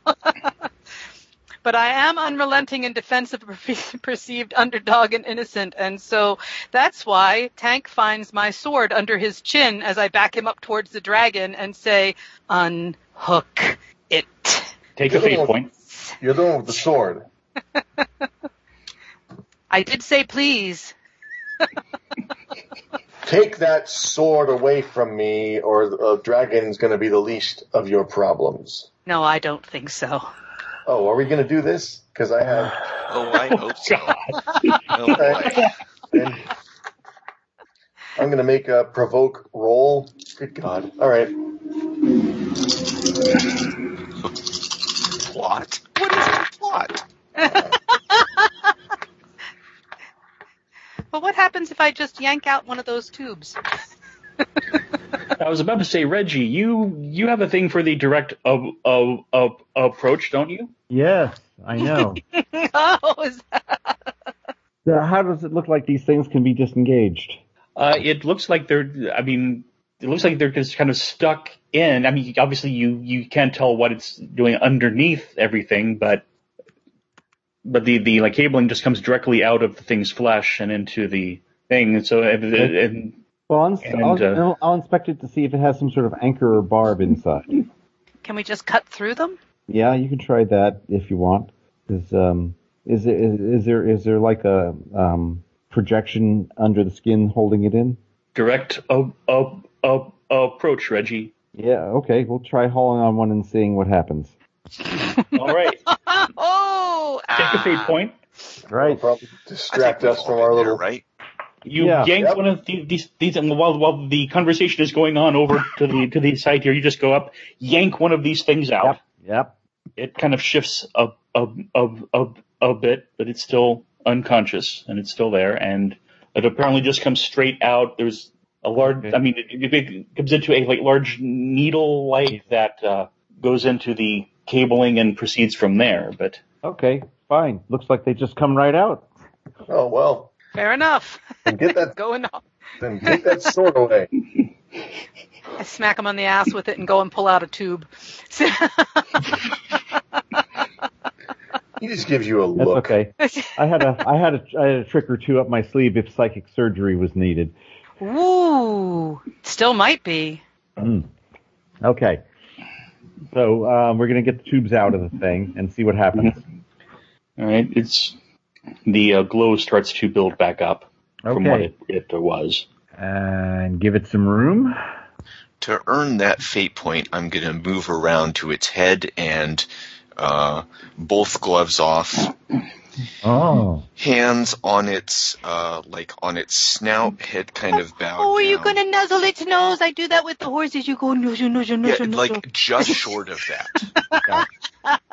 but I am unrelenting in defense of perce- perceived underdog and innocent, and so that's why Tank finds my sword under his chin as I back him up towards the dragon and say, "Unhook it."
Take a fate point.
You're the one with the sword.
I did say please.
Take that sword away from me, or the uh, dragon's going to be the least of your problems.
No, I don't think so.
Oh, are we going to do this? Because I have.
Oh, I hope so. Oh, boy.
and I'm going to make a provoke roll. Good God. All right.
Plot? What is the plot?
But what happens
happens if I just yank out one of those tubes?
I was about to say, Reggie, you you have a thing for the direct of of of approach, don't you?
Yes, I know.
oh, is that-
So how does it look like these things can be disengaged?
Uh, it looks like they're. I mean, it looks like they're just kind of stuck in. I mean, obviously you you can't tell what it's doing underneath everything, but but the the like cabling just comes directly out of the thing's flesh and into the thing. And so and, and
Well, I'll,
And,
I'll,
uh,
I'll- I'll inspect it to see if it has some sort of anchor or barb inside.
can we just cut through them?
Yeah, you can try that if you want. Is um is it is, is there is there like a um projection under the skin holding it in?
direct up up up approach, Reggie.
Yeah, okay. We'll try hauling on one and seeing what happens.
All right,
Oh,
take a fate point.
Right.
Probably distract us from our little.
right?
You
Yeah.
yank
Yep.
one of the, these these and while while the conversation is going on over to the to the side here, you just go up, yank one of these things out.
Yep. Yep.
It kind of shifts a a a a, a bit, but it's still unconscious and it's still there, and it apparently just comes straight out. There's a large, I mean, it, it- it comes into a like large needle like that uh, goes into the cabling and proceeds from there. But
Okay. Fine. Looks like they just come right out.
Oh well,
fair enough.
then get that
Go and
then take that sword away.
I smack him on the ass with it and go and pull out a tube.
He just gives you a
That's
look.
okay. I had a I had a I had a trick or two up my sleeve if psychic surgery was needed.
Ooh, still might be.
Okay. So um, we're gonna get the tubes out of the thing and see what happens.
all right, it's the uh, glow starts to build back up from what
Okay.
it, it was.
And give it some room.
To earn that fate point, I'm going to move around to its head and uh, both gloves off,
Oh.
hands on its uh, like on its snout, head kind of bowed.
Oh, are you
down.
gonna nuzzle its nose? I do that with the horses. You go nuzzle, nuzzle,
Yeah,
nuzzle, nuzzle.
like just short of that,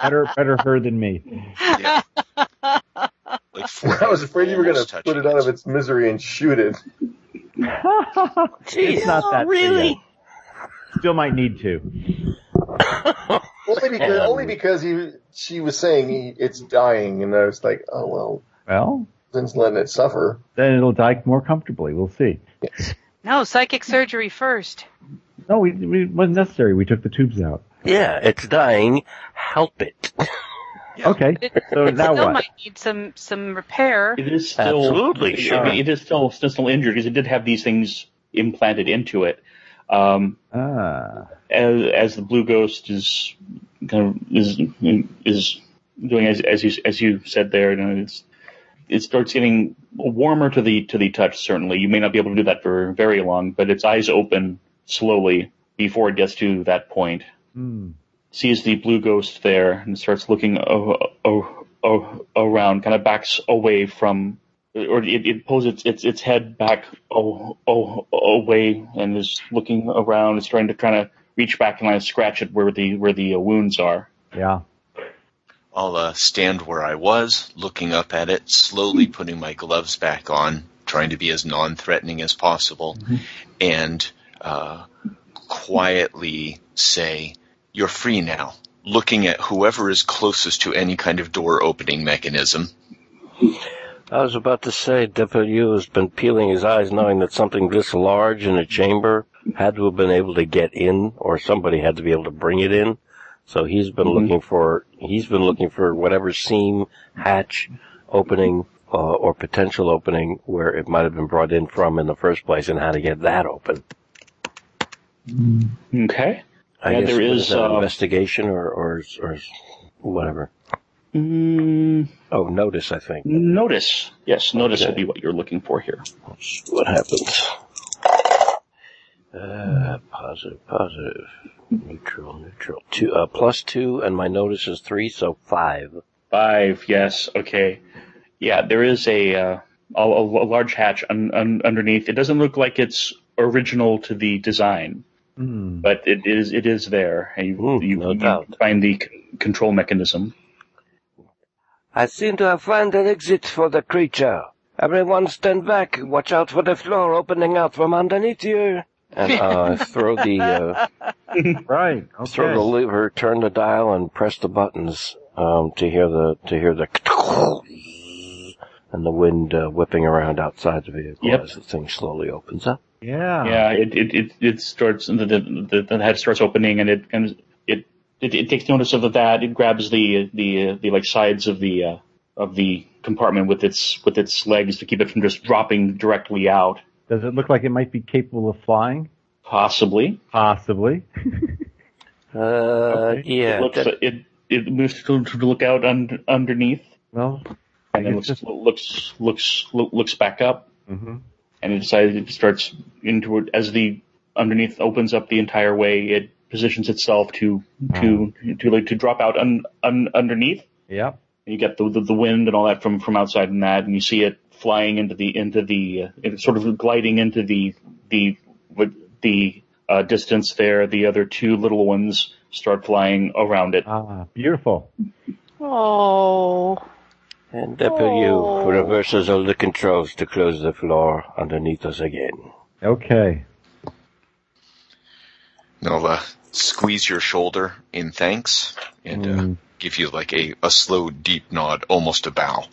Better better her than me.
like four.
I was afraid you were going
almost
to put
touching
it out of its misery and shoot it.
it's not that Oh, really. Still might need to.
Only because,
um,
only because he, she was saying he, it's dying, and I was like, oh well,
Well,
since letting it suffer.
then it'll die more comfortably. We'll see.
No, psychic surgery first.
No, we, we it wasn't necessary. We took the tubes out.
Yeah, it's dying. Help it.
Okay.
It,
So
it
now
still
what?
might need some some repair.
It is still
Absolutely,
it-
sure.
It is still still- still injured because it did have these things implanted into it. Um,
Ah.
as, as the blue ghost is kind of is is doing as as you as you said there, you know, it's it starts getting warmer to the to the touch. Certainly, you may not be able to do that for very long, but its eyes open slowly before it gets to that point.
Hmm.
sees the blue ghost there and starts looking o- o- o- around, kind of backs away from, or it, it pulls its, its its head back o- o- away and is looking around. It's trying to kind of reach back and kind of scratch it where the where the uh, wounds are.
Yeah.
I'll uh, stand where I was, looking up at it, slowly putting my gloves back on, trying to be as non threatening as possible,
Mm-hmm.
and uh, quietly say, You're free now. Looking at whoever is closest to any kind of door opening mechanism.
I was about to say, W has been peeling his eyes, knowing that something this large in a chamber had to have been able to get in, or somebody had to be able to bring it in. So he's been
Mm-hmm.
looking for he's been looking for whatever seam, hatch, opening, uh, or potential opening where it might have been brought in from in the first place, and how to get that open.
Okay.
I
Yeah,
guess
there
what
is,
that,
uh,
investigation or, or or whatever.
Mm,
Oh, notice I think.
notice. Yes, notice
Okay.
would be what you're looking for here.
what happens. Uh, positive, positive, neutral, neutral. Two, uh, plus two, and my notice is three, so five.
Five, yes, okay. Yeah, there is a uh, a, a- a large hatch un, un, underneath. It doesn't look like it's original to the design,
Hmm.
but it is it is there. And you,
Ooh,
you,
no
you
doubt.
find the c- control mechanism.
I seem to have found an exit for the creature. Everyone stand back. Watch out for the floor opening out from underneath you. And uh, throw the uh,
Right.
throw the
Okay.
lever, turn the dial, and press the buttons um, to hear the to hear the and the wind uh, whipping around outside the vehicle
Yep.
as the thing slowly opens up. Ah.
Yeah.
Yeah, it it it, it starts the, the the head starts opening and it comes it, it it takes notice of that. It grabs the the uh, the like sides of the uh, of the compartment with its with its legs to keep it from just dropping directly out.
Does it look like it might be capable of flying?
Possibly,
Possibly.
Uh,
Okay.
Yeah,
it looks
that-
it it moves to, to look out un, underneath
Well, I
and then
guess
looks
just.
looks looks loo- looks back up
Mhm.
and it decides it starts into it as the underneath opens up the entire way. It positions itself to to to like to drop out un, un, underneath.
Yep.
And you get the, the the wind and all that from from outside and that, and you see it flying into the into the uh, it sort of gliding into the the with the uh, distance there. The other two little ones start flying around it.
Ah, beautiful.
Oh.
and W reverses all the controls to close the floor underneath us again.
Okay.
And I'll uh, squeeze your shoulder in thanks and
Mm-hmm.
uh, give you like a, a slow, deep nod, almost a bow.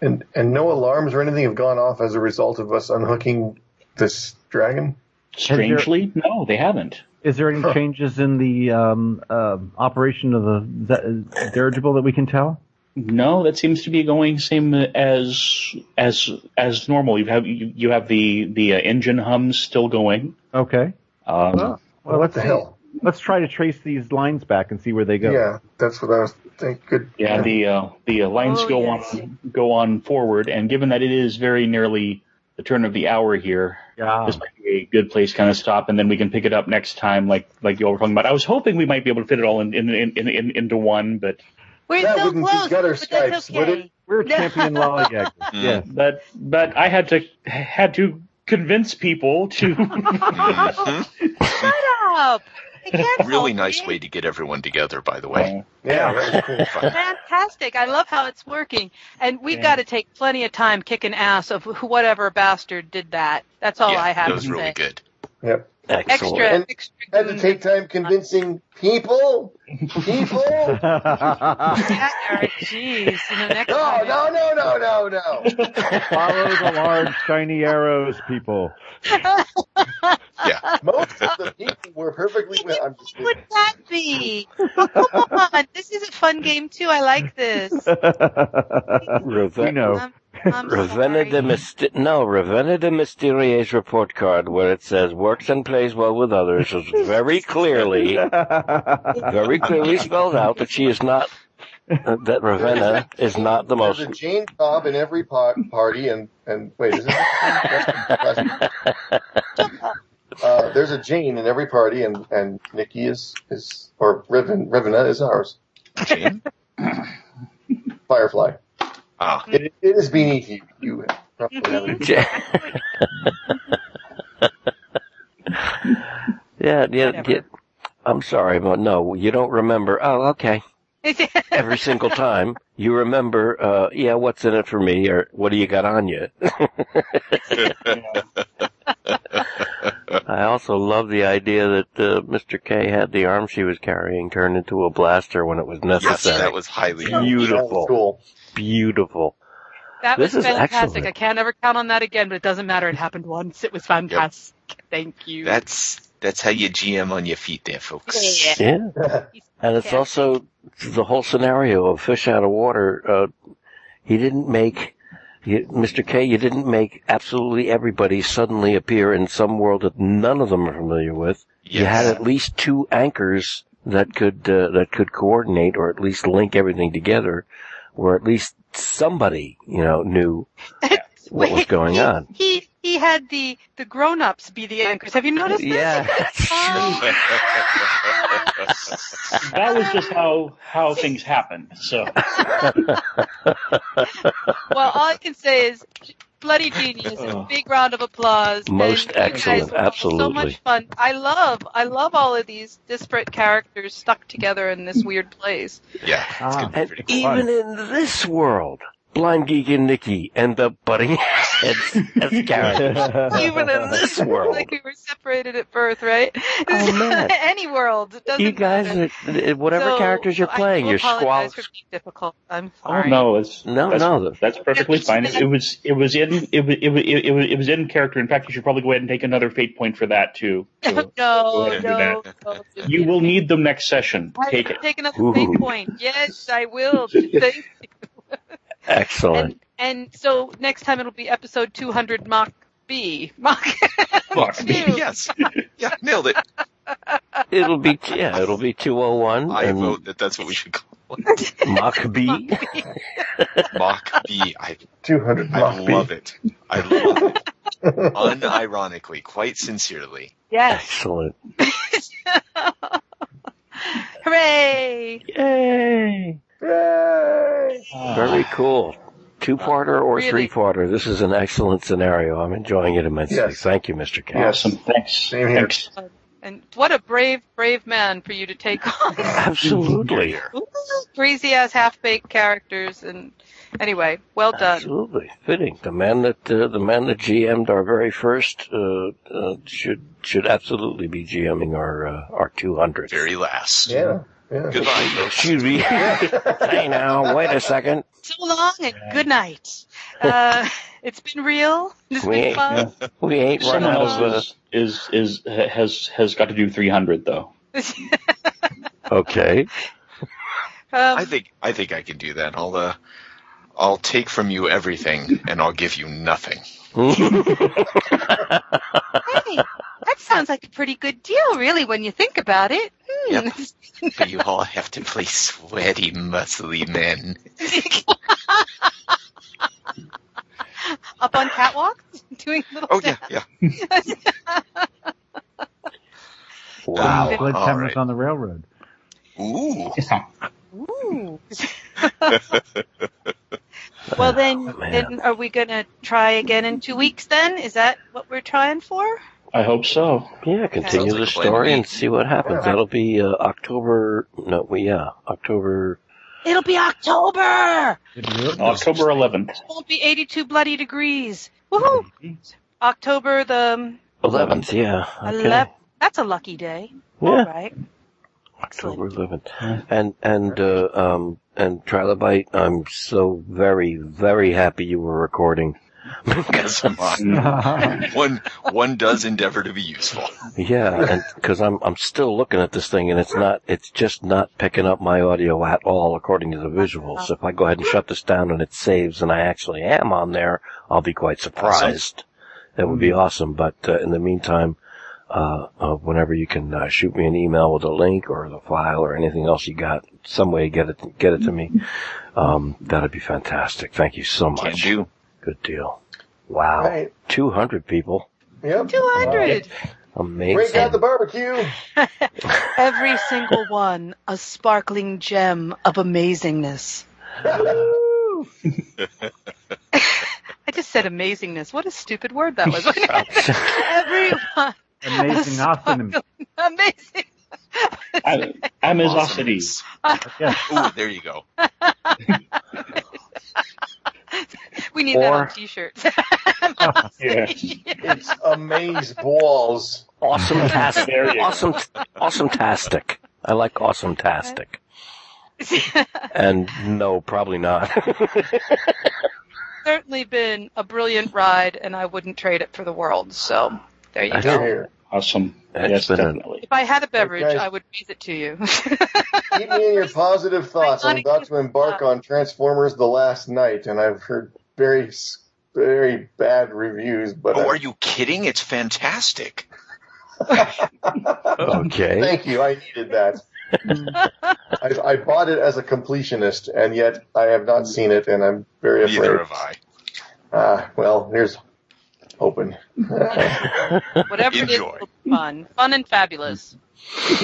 And and no alarms or anything have gone off as a result of us unhooking this dragon.
Strangely, no, they haven't.
Is there any changes in the um, uh, operation of the z- dirigible that we can tell?
No, that seems to be going same as as as normal. You have you, you have the the uh, engine hums still going.
Okay.
Um,
Well,
what
let's
the
see.
hell?
Let's try to trace these lines back and see where they go.
Yeah, that's what I was thinking. Good.
Yeah, the uh, the uh, lines
Oh,
go
yes.
on go on forward, and given that it is very nearly the turn of the hour here,
Yeah.
this might be a good place to kind of stop, and then we can pick it up next time, like like you all were talking about. I was hoping we might be able to fit it all in in in, in, in into one, but
We're
That
so
wouldn't be
close,
gutter
but that's
Skypes, would
okay.
We're champion lollygaggers. Yes.
but but I had to had to convince people to.
Mhm.
Shut up! I can't
really
help
nice
it.
way to get everyone together, by the way.
Yeah, that was cool.
Fantastic! I love how it's working, and we've
Yeah.
got to take plenty of time kicking ass of wh- whatever bastard did that. That's all
yeah,
I have
that
to
was
say.
really good.
Yep.
Excellent.
Extra,
And
extra.
Had to
goon.
take time convincing people. People.
Yeah, Eric, Jeez, you know, next
No,
time-
Oh, no, no, no, no, no.
Follow the large shiny arrows, people.
Most of the people were perfectly. Well, I'm just
What would that be? Oh, come on, this is a fun game too. I like this.
we
Reven-
know.
I'm, I'm
Ravenna
sorry.
de Myster- no, Ravenna de Mysterie's report card where it says works and plays well with others is very clearly, very clearly spelled out that she is not, uh, that Ravenna is not the
There's
most.
a Jane Cobb in every po- party, and and wait, is it? Uh, there's a Jane in every party, and and Nikki is is or Riven Rivenna is ours.
Jane?
Firefly.
Ah,
It, it is beneath you. You probably haven't.
yeah, yeah,
Whatever.
yeah. I'm sorry, but no, you don't remember. Oh, okay. Every single time you remember, uh, yeah, what's in it for me, or what do you got on you? I also love the idea that uh, Mr. K had the arm she was carrying turned into a blaster when it was
yes,
necessary.
that was highly.
beautiful,
Cool.
beautiful.
that
This
was
is
fantastic.
excellent.
I can't ever count on that again, but it doesn't matter. It happened once. It was fantastic. Thank you.
That's that's how you GM on your feet, there, folks.
Yeah.
Yeah, and it's
Okay.
also the whole scenario of fish out of water. Uh, he didn't make. You, Mr. K, you didn't make absolutely everybody suddenly appear in some world that none of them are familiar with. you had
Yes.
at least two anchors that could uh, that could coordinate or at least link everything together, or at least somebody you know knew what was going
he,
on.
He he had the the grown ups be the anchors. Have you noticed that?
Yeah,
Oh,
that was just how how things happened. So
well, all I can say is bloody genius.
Oh.
Big round of applause.
Most
and you guys
excellent,
were all So
absolutely.
much fun. I love, I love all of these disparate characters stuck together in this weird place.
Yeah. It's
Ah.
gonna be pretty cool.
even in this world, Blind Geek and Nikki end up butting heads as characters, even in this world.
like we were separated at birth, right?
Oh, man.
Any world. It doesn't
You guys,
matter.
are, uh, whatever
So,
characters you're
I
playing,
do
you're
apologize
squalls.
for being difficult. I'm
Oh
sorry.
no, it's
No,
that's,
no.
that's perfectly fine. It was it was in it was it was, it was it was in character. In fact, you should probably go ahead and take another fate point for that too.
no,
too.
no,
ahead and do that.
no.
You will need them next session.
I
Take it.
take another
Ooh.
fate point. Yes, I will. Thank
Excellent.
and and so next time it'll be episode 200 mock B mock
Fuck.
Two.
yes, yeah, nailed it.
uh,
it'll be yeah, it'll be two oh one
I
and
vote that that's what we should call it.
Mach B.
Mock B. I,
200
I
mock
love
beat.
it. I love it. Unironically, quite sincerely.
yes
Excellent.
hooray
Yay!
Yay!
Very cool. Two parter or
Really?
three parter. This is an excellent scenario. I'm enjoying it immensely.
Yes.
Thank you, Mr. K.
Yes.
Awesome. Thanks.
Same here.
Thanks.
and what a brave brave man for you to take on
Absolutely.
crazy ass half baked characters and anyway well done
Absolutely fitting. The man that uh, the man that GM'd our very first uh, uh, should should absolutely be GMing our uh, our 200.
Very last.
Yeah. Yeah.
Goodbye. folks.
Excuse me. hey now, wait a second.
so long and good night uh, it's been real it's
We-
been fun
We ain't run
Someone else
out of. Uh,
is, is is has has got to do three hundred though.
okay.
um,
I think I think I can do that. I'll uh, I'll take from you everything and I'll give you nothing.
hey, that sounds like a pretty good deal, really, when you think about it. Hmm.
But you all have to play sweaty, muscly men.
Up on catwalks, doing little.
Oh yeah, yeah.
Wow.
Glad
All
Kevin was
right.
on the railroad.
Ooh.
Ooh. well, then,
Oh, man.
then are we gonna try again in two weeks? Then is that what we're trying for?
I hope so.
Yeah, continue
Sounds
the
like quite
story
a
and see what happens.
Yeah.
That'll be uh, October. No, we yeah, October.
It'll be October.
October eleventh.
It won't be 82 bloody degrees. Woohoo!
Mm-hmm.
October the
Eleventh, yeah. Okay.
11th. That's a lucky day. All
Yeah,
right.
October eleventh. And and uh, um and Trilobite, I'm so very very happy you were recording because I'm
one one does endeavor to be useful.
yeah, and because I'm I'm still looking at this thing and it's not it's just not picking up my audio at all according to the visuals. So if I go ahead and shut this down and it saves and I actually am on there, I'll be quite surprised. That would be awesome. But uh, in the meantime, uh, uh, whenever you can uh, shoot me an email with a link or the file or anything else you got, some way to get it get it to me, um, that'd be fantastic. Thank you so
Can
much.
do.
Good deal. Wow,
Right.
two hundred people,
Yep.
200.
amazing.
Break out the barbecue.
Every single one a sparkling gem of amazingness. I just said amazingness. What a stupid word that was. Everyone.
Amazing awesome.
Amazing.
I- I'm his Austin.
Awesomeness. Ooh, there you go.
We need that
Or-
on t-shirts.
Yeah.
It's amaze balls.
Awesome
There you
tastic.
go.
awesome, awesome tastic. I like awesome tastic. And no, probably not.
Certainly been a brilliant ride and I wouldn't trade it for the world. So there you
That's
Here,
go.
here.
Awesome.
That's
yes,
been a-
definitely.
If I had a beverage,
guys.
I would raise it to you.
Keep me in your positive thoughts. I'm about to embark on Transformers: The Last Night, and I've heard very, s- very bad reviews. But
Oh,
I-
are you kidding? It's fantastic.
Okay.
thank you, I needed that. I, I bought it as a completionist, and yet I have not seen it, and I'm very afraid.
Neither have I.
Ah, well, here's open.
Whatever it is,
Enjoy.
it'll be fun. Fun and fabulous.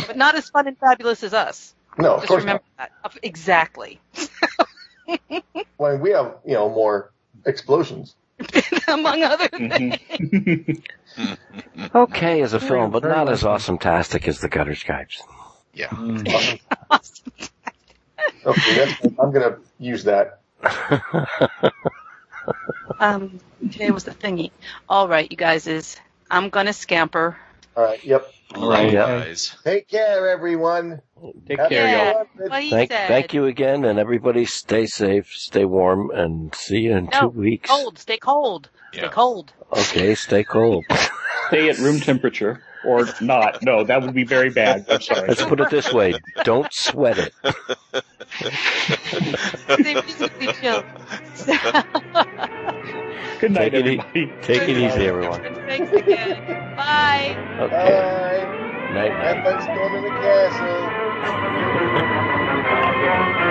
But not as fun and fabulous as us.
no, of
Just
course
remember that. Of- Exactly.
not. When we have, you know, more explosions.
Among other things.
Mm-hmm.
Mm-hmm.
Okay as a film, but not as awesome tastic as the Gutter Skypes.
Yeah.
Okay, that's, I'm going to use that.
Um, today was the thingy. All right, you guys is I'm gonna scamper.
All right. Yep.
Love you
Yeah.
guys.
Take care, everyone.
Take
Have
care,
a
y'all.
good
Yeah.
one.
What he
Thank,
said.
thank you again, and everybody stay safe, stay warm, and see you in
No,
two weeks.
Cold. Stay cold. Stay
Yeah.
cold.
Okay, stay cold.
Stay at room temperature or not. No, that would be very bad. I'm sorry.
Let's put it this way: don't sweat it.
Stay reasonably chill.
Good night,
Take it e-
everybody.
Take it easy, everyone.
Thanks again. Bye.
Okay,
Bye.
night, night.
Have fun storming the castle.